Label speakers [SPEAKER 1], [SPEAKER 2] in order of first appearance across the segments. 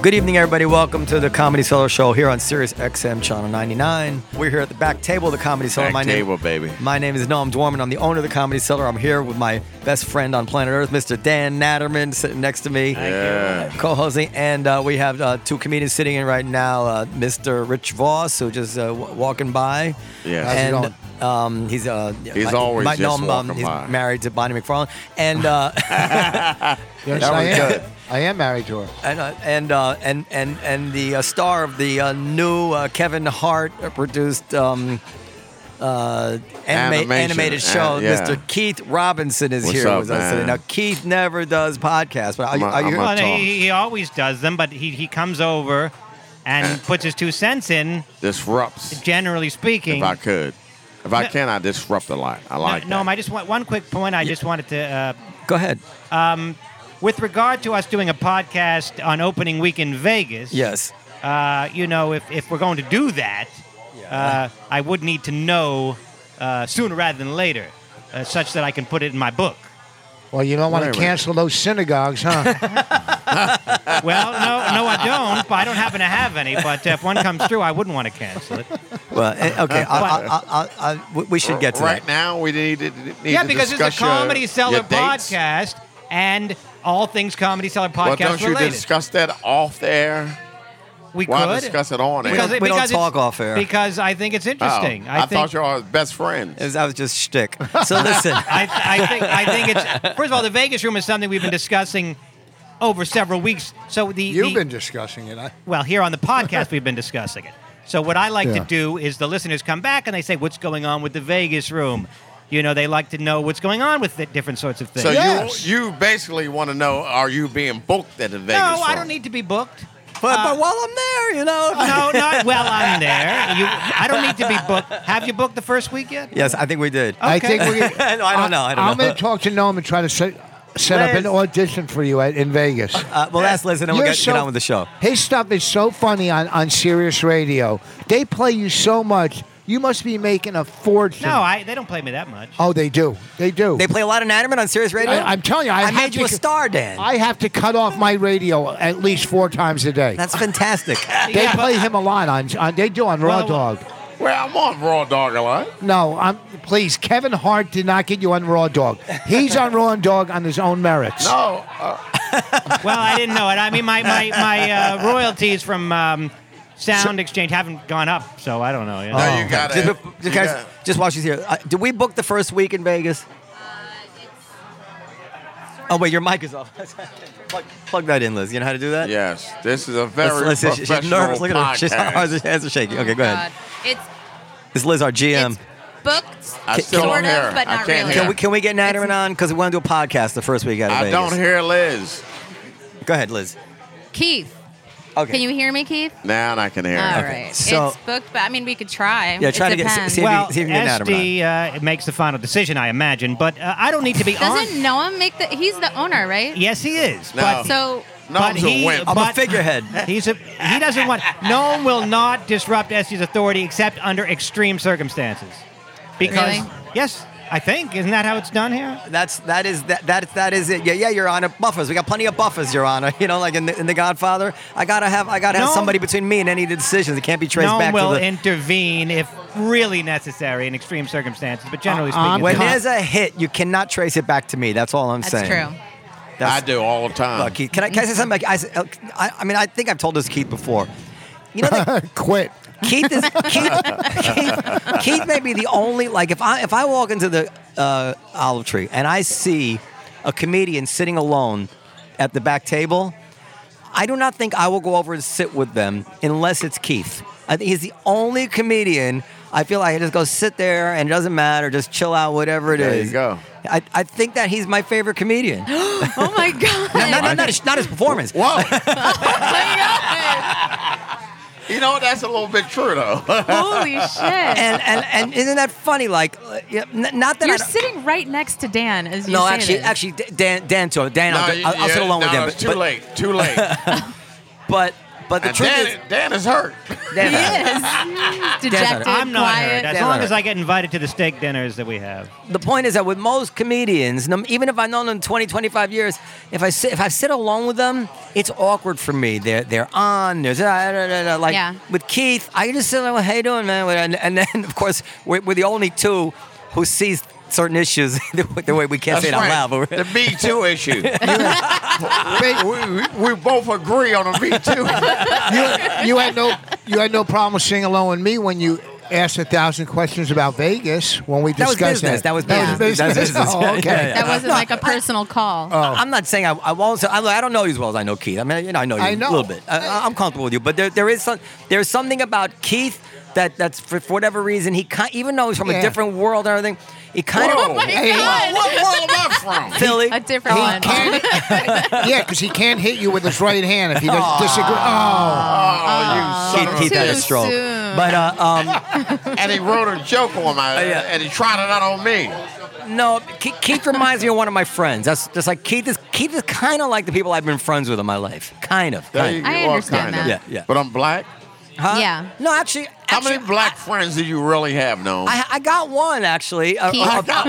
[SPEAKER 1] Good evening, everybody. Welcome to the Comedy Cellar Show here on Sirius XM Channel 99. We're here at the back table of the Comedy Cellar.
[SPEAKER 2] Back table,
[SPEAKER 1] name,
[SPEAKER 2] baby.
[SPEAKER 1] My name is Noam Dwarman. I'm the owner of the Comedy Cellar. I'm here with my best friend on planet Earth, Mr. Dan Natterman, sitting next to me,
[SPEAKER 2] Yeah.
[SPEAKER 1] co-hosting, and uh, we have uh, two comedians sitting in right now, uh, Mr. Rich Voss, who just uh, w- walking by.
[SPEAKER 2] Yes. How's he
[SPEAKER 1] and
[SPEAKER 2] going?
[SPEAKER 1] um, he's uh,
[SPEAKER 2] He's always
[SPEAKER 1] might know
[SPEAKER 2] just
[SPEAKER 1] him, um,
[SPEAKER 2] walking
[SPEAKER 1] he's
[SPEAKER 2] by.
[SPEAKER 1] married to Bonnie McFarlane, and. Uh,
[SPEAKER 3] Yes,
[SPEAKER 2] That
[SPEAKER 3] I
[SPEAKER 2] was
[SPEAKER 3] am.
[SPEAKER 2] good.
[SPEAKER 3] I am married to her.
[SPEAKER 1] and uh, and, uh, and and and the uh, star of the uh, new uh, Kevin Hart produced um, uh, anima-
[SPEAKER 2] Animation.
[SPEAKER 1] animated show,
[SPEAKER 2] Uh, yeah.
[SPEAKER 1] Mr. Keith Robinson is
[SPEAKER 2] What's
[SPEAKER 1] here
[SPEAKER 2] up,
[SPEAKER 1] with us today.
[SPEAKER 2] man?
[SPEAKER 1] Now Keith never does podcasts, but are,
[SPEAKER 2] I'm
[SPEAKER 1] you-
[SPEAKER 2] a-
[SPEAKER 1] are you?
[SPEAKER 2] I'm a-
[SPEAKER 4] Well,
[SPEAKER 2] Tom.
[SPEAKER 4] he, he always does them, but he, he comes over and puts his two cents in,
[SPEAKER 2] Disrupts.
[SPEAKER 4] generally speaking.
[SPEAKER 2] If I could. If I
[SPEAKER 4] No.
[SPEAKER 2] can, I disrupt a lot. I
[SPEAKER 4] No,
[SPEAKER 2] like
[SPEAKER 4] no,
[SPEAKER 2] that.
[SPEAKER 4] I just want one quick point. I just wanted to, uh,
[SPEAKER 1] Go ahead.
[SPEAKER 4] with regard to us doing a podcast on opening week in Vegas.
[SPEAKER 1] Yes.
[SPEAKER 4] Uh, you know, if, if we're going to do that, uh, I would need to know uh, sooner rather than later, uh, such that I can put it in my book.
[SPEAKER 3] Well, you don't want
[SPEAKER 2] Wait a
[SPEAKER 3] to
[SPEAKER 2] minute.
[SPEAKER 3] cancel those synagogues, huh?
[SPEAKER 4] Well, no, no, I don't. But I don't happen to have any. But if one comes through, I wouldn't want to cancel it.
[SPEAKER 1] Well, eh, okay. I, I, I, I, I, we- we should get to
[SPEAKER 2] right
[SPEAKER 1] that.
[SPEAKER 2] now, we need to need
[SPEAKER 4] yeah,
[SPEAKER 2] to
[SPEAKER 4] because it's a
[SPEAKER 2] discuss your-
[SPEAKER 4] comedy seller
[SPEAKER 2] your dates.
[SPEAKER 4] podcast and all things comedy seller
[SPEAKER 2] Well,
[SPEAKER 4] podcast
[SPEAKER 2] don't you
[SPEAKER 4] related.
[SPEAKER 2] discuss that off there?
[SPEAKER 4] we
[SPEAKER 2] why
[SPEAKER 4] could
[SPEAKER 2] discuss it on air?
[SPEAKER 4] because
[SPEAKER 1] We
[SPEAKER 4] it-
[SPEAKER 1] don't
[SPEAKER 4] because it's-
[SPEAKER 1] talk off air.
[SPEAKER 4] because I think it's interesting.
[SPEAKER 2] Oh,
[SPEAKER 4] I, think,
[SPEAKER 2] thought you all were best friends.
[SPEAKER 1] It was- That was just shtick. So listen.
[SPEAKER 4] I, th- I think I think it's first of all the Vegas room is something we've been discussing over several weeks. So the
[SPEAKER 3] You've
[SPEAKER 4] the-
[SPEAKER 3] been discussing it. I,
[SPEAKER 4] well here on the podcast we've been discussing it. So what I like
[SPEAKER 3] Yeah.
[SPEAKER 4] to do is the listeners come back and they say what's going on with the Vegas room. You know they like to know what's going on with the different sorts of things.
[SPEAKER 2] so
[SPEAKER 3] Yes.
[SPEAKER 2] you you basically want to know are you being booked at the Vegas?
[SPEAKER 4] no, I
[SPEAKER 2] room?
[SPEAKER 4] don't need to be booked.
[SPEAKER 1] But, but while I'm there, you know. if I-
[SPEAKER 4] No, not well I'm there. You, I don't need to be booked. Have you booked the first week yet?
[SPEAKER 1] Yes, I think we did.
[SPEAKER 3] I think we.
[SPEAKER 1] No, I don't know. I don't know.
[SPEAKER 3] am going to talk to Noam and try to set, set up
[SPEAKER 1] Liz.
[SPEAKER 3] an audition for you at, in Vegas.
[SPEAKER 1] Uh, well, that's listen, and we'll
[SPEAKER 3] You're
[SPEAKER 1] get,
[SPEAKER 3] so-
[SPEAKER 1] get on with the show.
[SPEAKER 3] His stuff is so funny on on Sirius Radio. They play you so much. You must be making a fortune.
[SPEAKER 4] No, I, they don't play me that much.
[SPEAKER 3] oh, they do. They do.
[SPEAKER 1] They play a lot of Natterman on Sirius Radio.
[SPEAKER 3] I, am telling you,
[SPEAKER 1] I
[SPEAKER 3] I, have
[SPEAKER 1] made
[SPEAKER 3] to
[SPEAKER 1] you a
[SPEAKER 3] cu-
[SPEAKER 1] star, Dan.
[SPEAKER 3] I have to cut off my radio at least four times a day.
[SPEAKER 1] That's fantastic.
[SPEAKER 3] they
[SPEAKER 4] Yeah, but-
[SPEAKER 3] play him a lot on, on. They do on Raw
[SPEAKER 4] Well,
[SPEAKER 3] Dog.
[SPEAKER 2] Well, I'm on Raw Dog a lot.
[SPEAKER 3] No, I'm, please. Kevin Hart did not get you on Raw Dog. He's on Raw Dog on his own merits.
[SPEAKER 2] No, uh,
[SPEAKER 4] Well, I didn't know it. I mean, my my, my uh, royalties from um, Sound Exchange haven't gone up, so I don't know. you know.
[SPEAKER 2] no, you got
[SPEAKER 1] Oh, Just,
[SPEAKER 2] it.
[SPEAKER 1] just guys, just while she's here, uh, did we book the first week in Vegas?
[SPEAKER 5] Uh,
[SPEAKER 1] Oh wait, your mic is off. plug, plug that in, Liz. You know how to do that?
[SPEAKER 2] Yes, this is a
[SPEAKER 1] Let's-
[SPEAKER 2] very
[SPEAKER 1] let's- she's
[SPEAKER 2] professional
[SPEAKER 1] nervous. Look at her. She's, Oh,
[SPEAKER 2] podcast.
[SPEAKER 1] her hands are shaking. Okay, go ahead.
[SPEAKER 5] Oh, God. Uh, It's
[SPEAKER 1] It's Liz, our GM.
[SPEAKER 5] it's booked.
[SPEAKER 2] I still
[SPEAKER 5] sort
[SPEAKER 2] don't hear.
[SPEAKER 5] of, but
[SPEAKER 2] I
[SPEAKER 5] not
[SPEAKER 2] can't hear.
[SPEAKER 5] really.
[SPEAKER 1] Can we can we get Natterman on because we want to do a podcast the first week out of
[SPEAKER 2] I
[SPEAKER 1] Vegas?
[SPEAKER 2] don't hear Liz.
[SPEAKER 1] Go ahead, Liz.
[SPEAKER 5] Keith,
[SPEAKER 1] Okay.
[SPEAKER 5] can you hear me, Keith?
[SPEAKER 2] Now I can hear.
[SPEAKER 5] All
[SPEAKER 2] her.
[SPEAKER 5] right.
[SPEAKER 1] Okay, so-
[SPEAKER 5] it's booked, but I mean, we could try.
[SPEAKER 1] Yeah, try
[SPEAKER 5] it
[SPEAKER 1] to get-
[SPEAKER 5] depends.
[SPEAKER 1] see if you-
[SPEAKER 4] well,
[SPEAKER 1] see if you can get
[SPEAKER 4] SD uh, it makes the final decision, I imagine, but uh, I don't need to be
[SPEAKER 5] Doesn't
[SPEAKER 4] on.
[SPEAKER 5] Noam make the? He's the owner, right?
[SPEAKER 4] Yes, he is.
[SPEAKER 2] No.
[SPEAKER 1] Oh.
[SPEAKER 4] But,
[SPEAKER 5] So
[SPEAKER 2] No,
[SPEAKER 4] but
[SPEAKER 2] I'm a
[SPEAKER 4] he,
[SPEAKER 2] wimp.
[SPEAKER 1] I'm a
[SPEAKER 4] but
[SPEAKER 1] figurehead.
[SPEAKER 4] He's a, he doesn't want. No one will not disrupt Estie's authority except under extreme circumstances. Because
[SPEAKER 5] Really?
[SPEAKER 4] yes, I think isn't that how it's done here?
[SPEAKER 1] That's that is that that that is it. Yeah, yeah, Your Honor. Buffers. We got plenty of buffers, Your Honor. You know, like in the, in the Godfather, I gotta have I gotta have
[SPEAKER 4] No.
[SPEAKER 1] somebody between me and any of the decisions. It can't be traced
[SPEAKER 4] no
[SPEAKER 1] back
[SPEAKER 4] one will
[SPEAKER 1] to the.
[SPEAKER 4] intervene if really necessary in extreme circumstances, but generally
[SPEAKER 3] Uh,
[SPEAKER 4] speaking,
[SPEAKER 3] I'm
[SPEAKER 1] Uh-uh. when
[SPEAKER 4] it's not.
[SPEAKER 1] there's a hit, you cannot trace it back to me. That's all I'm
[SPEAKER 5] that's
[SPEAKER 1] saying.
[SPEAKER 5] true.
[SPEAKER 2] I
[SPEAKER 1] That's,
[SPEAKER 2] do all the time.
[SPEAKER 1] Look, Keith, can I, can I say something? Like, I, s- uh, I, I mean, I think I've told this to Keith before. You know, that
[SPEAKER 3] Quit.
[SPEAKER 1] Keith is Keith, Keith. Keith may be the only like if I if I walk into the uh, olive tree and I see a comedian sitting alone at the back table, I do not think I will go over and sit with them unless it's Keith. I think he's the only comedian. I feel like I just go sit there and it doesn't matter, just chill out, whatever it is.
[SPEAKER 2] There you go.
[SPEAKER 1] I, I think that he's my favorite comedian. no,
[SPEAKER 5] Oh my god.
[SPEAKER 1] no, no, not his, not his performance.
[SPEAKER 2] Whoa!
[SPEAKER 5] Oh my
[SPEAKER 2] you know that's a little bit true though.
[SPEAKER 5] god. Holy shit.
[SPEAKER 1] And, and and isn't that funny? Like, uh, yeah, n- not that I
[SPEAKER 5] You're
[SPEAKER 1] don't-
[SPEAKER 5] sitting right next to Dan as you
[SPEAKER 1] No,
[SPEAKER 5] say
[SPEAKER 1] actually,
[SPEAKER 5] this.
[SPEAKER 1] actually, Dan, Dan, to Dan, I'll,
[SPEAKER 2] No,
[SPEAKER 1] I'll, I'll sit
[SPEAKER 2] yeah,
[SPEAKER 1] along
[SPEAKER 2] no,
[SPEAKER 1] with him.
[SPEAKER 2] It's
[SPEAKER 1] But,
[SPEAKER 2] too
[SPEAKER 1] but,
[SPEAKER 2] late. Too late.
[SPEAKER 1] but But the
[SPEAKER 2] And
[SPEAKER 1] truth
[SPEAKER 2] Dan,
[SPEAKER 1] is,
[SPEAKER 2] Dan is hurt.
[SPEAKER 5] He
[SPEAKER 1] Dan-
[SPEAKER 5] is. Dejected,
[SPEAKER 4] I'm not
[SPEAKER 5] quiet.
[SPEAKER 4] hurt. As
[SPEAKER 1] That's
[SPEAKER 4] long
[SPEAKER 1] not
[SPEAKER 4] as I get invited to the steak dinners that we have.
[SPEAKER 1] the point is that with most comedians, no- even if I've known them 20, 25 years, if I sit, if I sit alone with them, it's awkward for me. They're they're on. There's da- da- da- da. like
[SPEAKER 5] Yeah.
[SPEAKER 1] with Keith, I just sit like, "How you doing, man?" And, and then of course we're, we're the only two who sees certain issues the, way- the way we can't say it out loud. But
[SPEAKER 2] The
[SPEAKER 1] we're-
[SPEAKER 2] Me Too issue. we, we, we both agree on the Me Too.
[SPEAKER 3] you, you had no you had no problem singing along with me when you asked a thousand questions about Vegas when we
[SPEAKER 1] That was
[SPEAKER 3] discussed
[SPEAKER 1] business. That was business.
[SPEAKER 3] That was
[SPEAKER 1] That's business.
[SPEAKER 3] Oh, okay.
[SPEAKER 1] Yeah, yeah.
[SPEAKER 5] That wasn't like a personal call.
[SPEAKER 1] I'm not saying I, I won't. Say, I, I don't know you as well as I know Keith. I mean, you know, I know you
[SPEAKER 3] I know.
[SPEAKER 1] a little bit. I, I'm comfortable with you, but there, there is some, there's something about Keith that that's for, for whatever reason he kind, even though he's from a
[SPEAKER 3] Yeah.
[SPEAKER 1] different world and everything, he kind
[SPEAKER 2] Whoa.
[SPEAKER 1] of
[SPEAKER 5] Oh my
[SPEAKER 3] Hey,
[SPEAKER 5] God.
[SPEAKER 2] what world am I from?
[SPEAKER 1] Philly.
[SPEAKER 5] a different one.
[SPEAKER 3] Yeah, because he can't hit you with his right hand if he doesn't disagree. Oh,
[SPEAKER 2] Oh, you son of
[SPEAKER 1] Keith,
[SPEAKER 2] a
[SPEAKER 1] Keith had a
[SPEAKER 5] Too
[SPEAKER 1] stroke,
[SPEAKER 5] soon.
[SPEAKER 1] but uh,
[SPEAKER 2] And he wrote a joke on my,
[SPEAKER 1] Oh, yeah.
[SPEAKER 2] and he tried it out on me.
[SPEAKER 1] um, no, Keith, Keith reminds me of one of my friends. That's just like Keith is Keith is kind of like the people I've been friends with in my life, kind of.
[SPEAKER 2] There
[SPEAKER 1] kind
[SPEAKER 2] you
[SPEAKER 1] of.
[SPEAKER 2] go,
[SPEAKER 5] I understand
[SPEAKER 2] kinda.
[SPEAKER 1] that. Yeah, yeah.
[SPEAKER 2] But I'm black.
[SPEAKER 1] Huh?
[SPEAKER 5] Yeah.
[SPEAKER 1] No, actually,
[SPEAKER 2] How
[SPEAKER 1] actually,
[SPEAKER 2] many black friends do you really have known?
[SPEAKER 1] I, I got one actually. Uh,
[SPEAKER 5] Keith.
[SPEAKER 1] uh,
[SPEAKER 5] I
[SPEAKER 2] got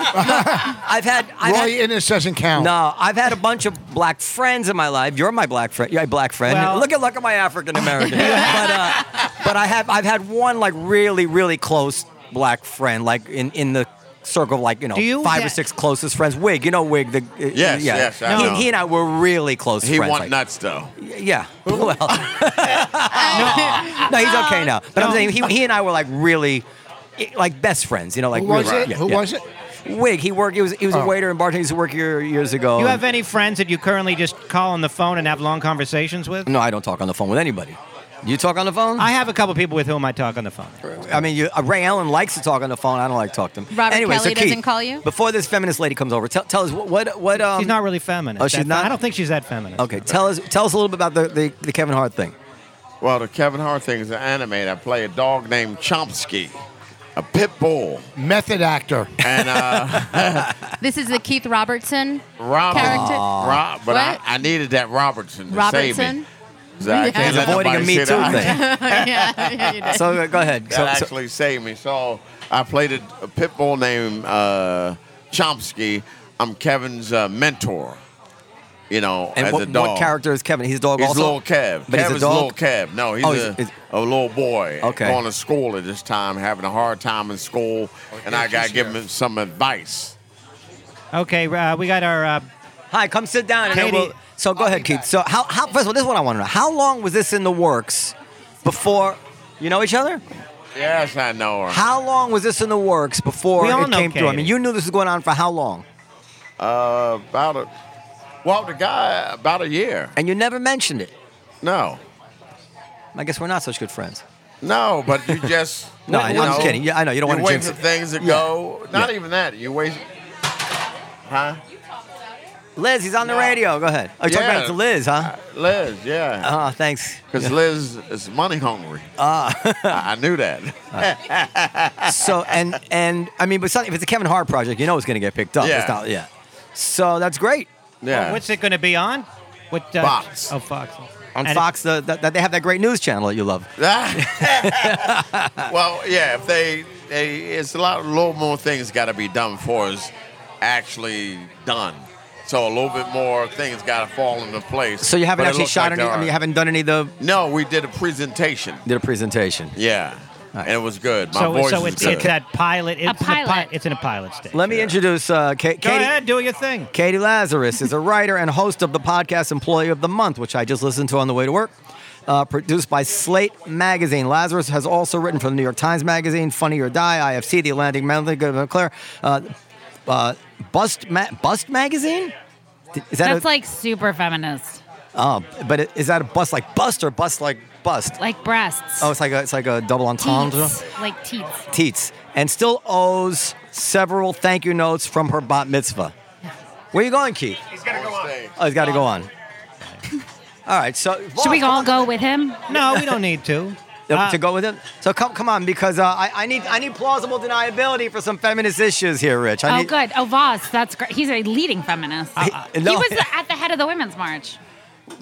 [SPEAKER 2] one.
[SPEAKER 1] I've had. I've had
[SPEAKER 3] Roy Innes doesn't count.
[SPEAKER 1] No, I've had a bunch of black friends in my life. You're my black friend. Yeah, black friend.
[SPEAKER 4] Well-
[SPEAKER 1] look at look at my African American. but uh, but I have I've had one like really really close black friend like in in the circle of like you know
[SPEAKER 4] Do you-
[SPEAKER 1] five or
[SPEAKER 4] that-
[SPEAKER 1] six closest friends. Wig, you know Wig. The uh,
[SPEAKER 2] Yes,
[SPEAKER 1] yeah.
[SPEAKER 2] yes, I
[SPEAKER 1] he,
[SPEAKER 2] know.
[SPEAKER 1] he and I were really close
[SPEAKER 2] He
[SPEAKER 1] friends.
[SPEAKER 2] want
[SPEAKER 1] like-
[SPEAKER 2] nuts though.
[SPEAKER 1] Yeah. Well, no, he's okay now. But I'm saying he, he and I were like really. Like best friends, you know, like
[SPEAKER 3] Who was
[SPEAKER 1] really-
[SPEAKER 3] it?
[SPEAKER 1] yeah,
[SPEAKER 3] Who
[SPEAKER 1] yeah.
[SPEAKER 3] was it?
[SPEAKER 1] Wig. He worked. He was he was a
[SPEAKER 3] Oh.
[SPEAKER 1] waiter and bartender. He used to work here years ago.
[SPEAKER 4] Do you
[SPEAKER 1] And-
[SPEAKER 4] have any friends that you currently just call on the phone and have long conversations with?
[SPEAKER 1] No, I don't talk on the phone with anybody. You talk on the phone?
[SPEAKER 4] I have a couple people with whom I talk on the phone.
[SPEAKER 1] I mean, you, uh, Ray Allen likes to talk on the phone. I don't like to talk to him.
[SPEAKER 5] Robert
[SPEAKER 1] anyway, so
[SPEAKER 5] Kelly
[SPEAKER 1] Keith,
[SPEAKER 5] doesn't call you?
[SPEAKER 1] Before this feminist lady comes over, tell, tell us what what, what um,
[SPEAKER 4] She's not really feminist.
[SPEAKER 1] oh, she's
[SPEAKER 4] That's-
[SPEAKER 1] not?
[SPEAKER 4] I don't think she's that feminist.
[SPEAKER 1] Okay, tell us tell us a little bit about the, the, the Kevin Hart thing.
[SPEAKER 2] Well, the Kevin Hart thing is an anime. I play a dog named Chomsky, a pit bull,
[SPEAKER 3] Method actor.
[SPEAKER 2] and uh,
[SPEAKER 5] This is the Keith Robertson
[SPEAKER 2] Robert.
[SPEAKER 5] character.
[SPEAKER 2] Rob, but I,
[SPEAKER 5] What?
[SPEAKER 2] I needed that Robertson to save
[SPEAKER 5] Robertson.
[SPEAKER 2] me. So I
[SPEAKER 5] Yeah.
[SPEAKER 2] can't
[SPEAKER 1] He's
[SPEAKER 2] let
[SPEAKER 1] avoiding a
[SPEAKER 2] nobody
[SPEAKER 1] Me
[SPEAKER 2] say
[SPEAKER 1] Too
[SPEAKER 2] that I-
[SPEAKER 1] thing.
[SPEAKER 5] yeah, yeah, you did.
[SPEAKER 1] So uh, go ahead. So,
[SPEAKER 2] that
[SPEAKER 1] so-
[SPEAKER 2] actually saved me. So I played a, a pit bull named uh, Chomsky. I'm Kevin's uh, mentor. You know,
[SPEAKER 1] and
[SPEAKER 2] as
[SPEAKER 1] what,
[SPEAKER 2] a dog.
[SPEAKER 1] what character is Kevin? He's a dog
[SPEAKER 2] He's
[SPEAKER 1] also?
[SPEAKER 2] little Kev.
[SPEAKER 1] But
[SPEAKER 2] Kev
[SPEAKER 1] he's a
[SPEAKER 2] is
[SPEAKER 1] dog?
[SPEAKER 2] little Kev. No, he's,
[SPEAKER 1] Oh,
[SPEAKER 2] a,
[SPEAKER 1] he's- he's-
[SPEAKER 2] a little boy.
[SPEAKER 1] Okay.
[SPEAKER 2] Going to school at this time, having a hard time in school, and I got to give him some advice.
[SPEAKER 4] Okay, uh, we got our. Uh,
[SPEAKER 1] Hi, come sit down. and then
[SPEAKER 4] Katie-
[SPEAKER 1] we'll- so go ahead, Keith. So how, how first of all, this is what I want to know. How long was this in the works before you know each other?
[SPEAKER 2] Yes, I know her.
[SPEAKER 1] How long was this in the works before
[SPEAKER 4] We all
[SPEAKER 1] it
[SPEAKER 4] know
[SPEAKER 1] came through? I mean,
[SPEAKER 4] Katie.
[SPEAKER 1] you knew this was going on for how long?
[SPEAKER 2] Uh, about a well, the guy about a year.
[SPEAKER 1] And you never mentioned it.
[SPEAKER 2] No,
[SPEAKER 1] I guess we're not such good friends.
[SPEAKER 2] no, but you just
[SPEAKER 1] No, I-
[SPEAKER 2] you
[SPEAKER 1] I'm kidding. Yeah, I know. You don't wanna
[SPEAKER 2] wait
[SPEAKER 1] jinx
[SPEAKER 2] for
[SPEAKER 1] it.
[SPEAKER 2] things to go. Not even that. You wait. Huh?
[SPEAKER 1] Liz, he's on the radio. Go ahead. Oh, you're talking
[SPEAKER 2] Yeah.
[SPEAKER 1] about to Liz, huh?
[SPEAKER 2] Liz, yeah.
[SPEAKER 1] Oh, thanks.
[SPEAKER 2] Because Liz is money hungry. Ah, I I knew that.
[SPEAKER 1] So and and I mean, but some- if it's a Kevin Hart project, you know it's going to get picked up.
[SPEAKER 2] Yeah.
[SPEAKER 1] It's not, yeah. So that's great
[SPEAKER 2] Yeah.
[SPEAKER 4] What's it going to be on? What, uh,
[SPEAKER 2] Fox.
[SPEAKER 4] Oh, Fox.
[SPEAKER 1] on
[SPEAKER 4] And it-
[SPEAKER 1] Fox. The, the, they have that great news channel that you love.
[SPEAKER 2] well, yeah, if they, they, it's a lot, a little more things got to be done for us actually done. So a little bit more things got to fall into place.
[SPEAKER 1] So you haven't
[SPEAKER 2] But it
[SPEAKER 1] actually
[SPEAKER 2] looks
[SPEAKER 1] shot
[SPEAKER 2] like
[SPEAKER 1] any.
[SPEAKER 2] they
[SPEAKER 1] I mean, you
[SPEAKER 2] are.
[SPEAKER 1] haven't done any of the
[SPEAKER 2] No, we did a presentation.
[SPEAKER 1] did a presentation.
[SPEAKER 2] Yeah, and it was good. My
[SPEAKER 4] so,
[SPEAKER 2] voice
[SPEAKER 4] so
[SPEAKER 2] is
[SPEAKER 4] it's,
[SPEAKER 2] good.
[SPEAKER 4] it's that pilot. It's in the pi-
[SPEAKER 5] pilot.
[SPEAKER 4] it's in a pilot stage.
[SPEAKER 1] Let me introduce uh, Ka-
[SPEAKER 4] Go
[SPEAKER 1] Katie.
[SPEAKER 4] ahead, do your thing.
[SPEAKER 1] Katie Lazarus is a writer and host of the podcast Employee of the Month, which I just listened to on the way to work. Uh, produced by Slate Magazine. Lazarus has also written for the New York Times Magazine, Funny or Die, IFC, The Atlantic Monthly, Good and Claire, uh, uh, Bust, ma- Bust Magazine? Is that
[SPEAKER 6] That's
[SPEAKER 1] a,
[SPEAKER 6] like super feminist,
[SPEAKER 1] oh, but it, is that a bust like bust or bust like bust?
[SPEAKER 6] like breasts.
[SPEAKER 1] Oh, it's like a, it's like a double entendre.
[SPEAKER 6] teats, like teats.
[SPEAKER 1] Teats. And still owes several thank you notes from her bat mitzvah. Where you going, Keith? Oh, he's got to go on. All right, so
[SPEAKER 6] Should we all go with him?
[SPEAKER 4] No, we don't need to.
[SPEAKER 1] Uh, to go with it? So come, come on, because uh, I, I need I need plausible deniability for some feminist issues here, Rich. I
[SPEAKER 6] Oh,
[SPEAKER 1] need,
[SPEAKER 6] good. Oh, Voss, that's great. He's a leading feminist.
[SPEAKER 1] I-
[SPEAKER 6] he
[SPEAKER 1] no.
[SPEAKER 6] was at the head of the women's march.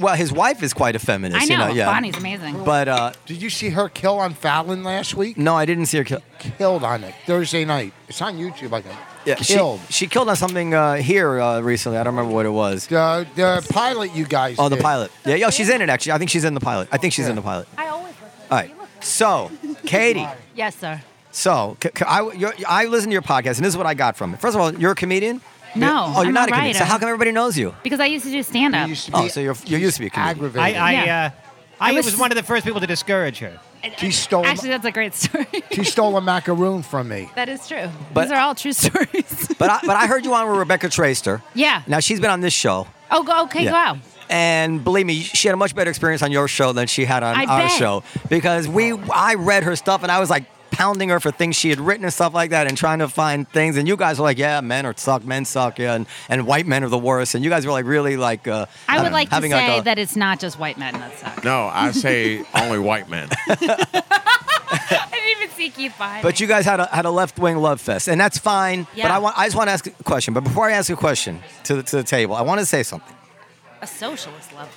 [SPEAKER 1] well, his wife is quite effeminate.
[SPEAKER 6] I
[SPEAKER 1] you
[SPEAKER 6] know.
[SPEAKER 1] know yeah.
[SPEAKER 6] Bonnie's amazing.
[SPEAKER 1] But uh,
[SPEAKER 3] Did you see her kill on Fallon last week?
[SPEAKER 1] no, I didn't see her kill.
[SPEAKER 3] Killed on it Thursday night. It's on YouTube. I think.
[SPEAKER 1] Yeah, she-
[SPEAKER 3] killed.
[SPEAKER 1] She, killed on something uh, here uh, recently. I don't remember what it was.
[SPEAKER 3] the the pilot you guys.
[SPEAKER 1] Oh, the
[SPEAKER 3] did.
[SPEAKER 1] pilot. Yeah, yo, she's in it actually. I think she's in the pilot. I think she's in the pilot.
[SPEAKER 6] I always look
[SPEAKER 1] All right. So, Katie.
[SPEAKER 6] Yes, sir.
[SPEAKER 1] So, c- c- I, you're, I listened to your podcast, and this is what I got from it. First of all, you're a comedian.
[SPEAKER 6] No,
[SPEAKER 1] You're- oh, you're
[SPEAKER 6] I'm
[SPEAKER 1] not
[SPEAKER 6] a
[SPEAKER 1] a comedian. So
[SPEAKER 6] writer.
[SPEAKER 1] how come everybody knows you?
[SPEAKER 6] Because I used to do stand
[SPEAKER 3] You
[SPEAKER 6] up.
[SPEAKER 3] used to be
[SPEAKER 1] Oh, so you're you used to be a comedian.
[SPEAKER 4] I,
[SPEAKER 3] aggravated.
[SPEAKER 4] I,
[SPEAKER 6] Yeah.
[SPEAKER 4] uh, I,
[SPEAKER 6] I
[SPEAKER 4] was,
[SPEAKER 6] was-
[SPEAKER 4] one of the first people to discourage her.
[SPEAKER 3] she stole.
[SPEAKER 6] Actually, that's a great story.
[SPEAKER 3] she stole a macaroon from me.
[SPEAKER 6] that is true.
[SPEAKER 1] But-
[SPEAKER 6] These are all true stories.
[SPEAKER 1] But I, but I heard you on with Rebecca Traister.
[SPEAKER 6] Yeah.
[SPEAKER 1] Now she's been on this show.
[SPEAKER 6] oh, go, okay,
[SPEAKER 1] Yeah.
[SPEAKER 6] go out.
[SPEAKER 1] And believe me, she had a much better experience on your show than she had on
[SPEAKER 6] I
[SPEAKER 1] our
[SPEAKER 6] bet.
[SPEAKER 1] show because we I read her stuff and I was like pounding her for things she had written and stuff like that and trying to find things and you guys were like yeah men are suck men suck yeah and, and white men are the worst and you guys were like really like uh,
[SPEAKER 6] I
[SPEAKER 1] don't
[SPEAKER 6] would
[SPEAKER 1] know,
[SPEAKER 6] like to say
[SPEAKER 1] having a-
[SPEAKER 6] that it's not just white men that suck.
[SPEAKER 2] No, I say only white men.
[SPEAKER 6] I didn't even see Keith behind.
[SPEAKER 1] But you guys had a had a left wing love fest, and that's fine. But
[SPEAKER 6] Yeah.
[SPEAKER 1] I want I just want to ask a question. But before I ask a question to the, to the table, I want to say something.
[SPEAKER 6] a socialist lover.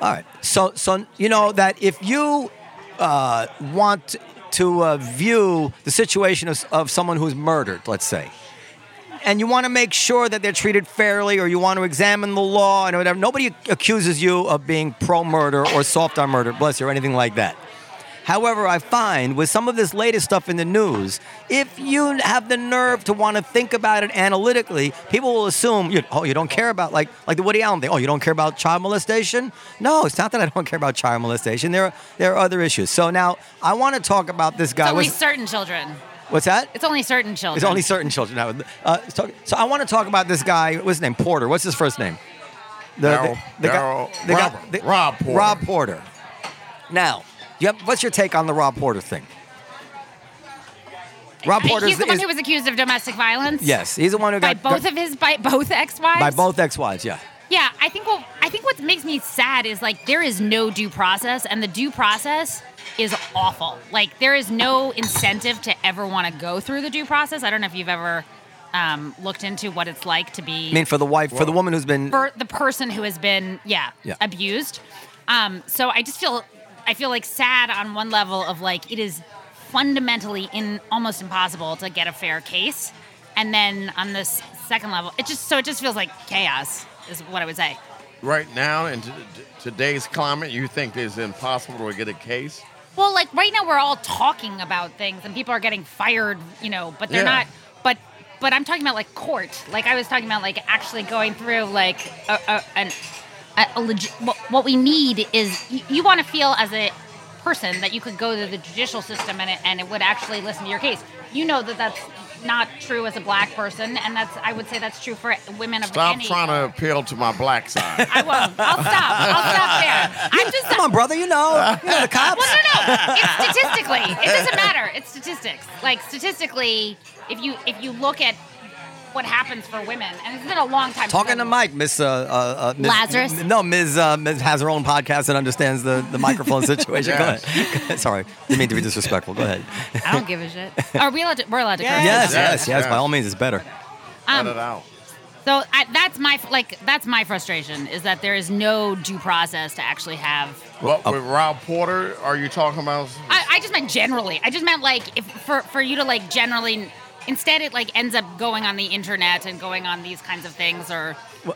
[SPEAKER 1] All right. So so you know that if you uh, want to uh, view the situation of, of someone who's murdered, let's say. And you want to make sure that they're treated fairly, or you want to examine the law and whatever. Nobody accuses you of being pro murder or soft on murder, bless you, or anything like that. However, I find with some of this latest stuff in the news, if you have the nerve to want to think about it analytically, people will assume, you, oh, you don't care about like like the Woody Allen thing. Oh, you don't care about child molestation? No, it's not that I don't care about child molestation. There are there are other issues. So now I want to talk about this guy.
[SPEAKER 6] It's only
[SPEAKER 1] What's-
[SPEAKER 6] certain children.
[SPEAKER 1] what's that?
[SPEAKER 6] It's only certain children.
[SPEAKER 1] It's only certain children. Now, uh, so, so I want to talk about this guy. What's his name? Porter. What's his first name? The,
[SPEAKER 2] Darryl- Darryl- Rob- Rob Porter.
[SPEAKER 1] Rob Porter. Now, you have- what's your take on the Rob Porter thing? Rob Porter
[SPEAKER 6] He's
[SPEAKER 1] is,
[SPEAKER 6] the one
[SPEAKER 1] is-
[SPEAKER 6] who was accused of domestic violence.
[SPEAKER 1] yes, he's the one who
[SPEAKER 6] By
[SPEAKER 1] got
[SPEAKER 6] both
[SPEAKER 1] got-
[SPEAKER 6] of his by both ex-wives.
[SPEAKER 1] by both ex-wives. Yeah,
[SPEAKER 6] Yeah, I think what I think what makes me sad is like there is no due process, and the due process is awful. Like there is no incentive to ever want to go through the due process. I don't know if you've ever um, looked into what it's like to be
[SPEAKER 1] I mean for the wife, for the woman who's been
[SPEAKER 6] for the person who has been yeah,
[SPEAKER 1] Yeah.
[SPEAKER 6] abused. Um, so I just feel I feel like sad on one level of like it is fundamentally in almost impossible to get a fair case, and then on this second level, it just so it just feels like chaos is what I would say.
[SPEAKER 2] right now, in t- t- today's climate, you think it's impossible to get a case?
[SPEAKER 6] Well, like right now we're all talking about things and people are getting fired, you know, but they're
[SPEAKER 2] Yeah.
[SPEAKER 6] not but but I'm talking about like court. Like I was talking about like actually going through like a, a, an a, a legit what, what we need is you, you want to feel as a person that you could go to the judicial system and it, and it would actually listen to your case. You know that that's not true as a black person and that's I would say that's true for women of
[SPEAKER 2] Stop
[SPEAKER 6] any
[SPEAKER 2] trying to appeal to my black side.
[SPEAKER 6] I won't. I'll stop. I'll stop there. I'm just
[SPEAKER 1] Come on, brother, you know, you know the cops.
[SPEAKER 6] well, no, no. It's statistically. It doesn't matter. It's statistics. Like statistically, if you if you look at what happens for women, and it's been a long time.
[SPEAKER 1] Talking to Mike, Miss uh, uh, uh, Miss-
[SPEAKER 6] Lazarus?
[SPEAKER 1] No, Miss uh, Miss has her own podcast and understands the, the microphone situation.
[SPEAKER 2] Yes.
[SPEAKER 1] Go ahead. Sorry, didn't mean to be disrespectful. Go ahead.
[SPEAKER 6] I don't give a shit. Are we allowed? To, we're allowed to. curse.
[SPEAKER 1] Yes, yes, yes,
[SPEAKER 2] Yes, yes.
[SPEAKER 1] By all means, it's better.
[SPEAKER 2] Cut
[SPEAKER 6] Um,
[SPEAKER 2] it out.
[SPEAKER 6] So I, that's my like that's my frustration is that there is no due process to actually have.
[SPEAKER 2] What
[SPEAKER 1] Oh.
[SPEAKER 2] with Rob Porter, are you talking about?
[SPEAKER 6] I, I just meant generally. I just meant like if for for you to like generally. Instead, it like ends up going on the internet and going on these kinds of things, or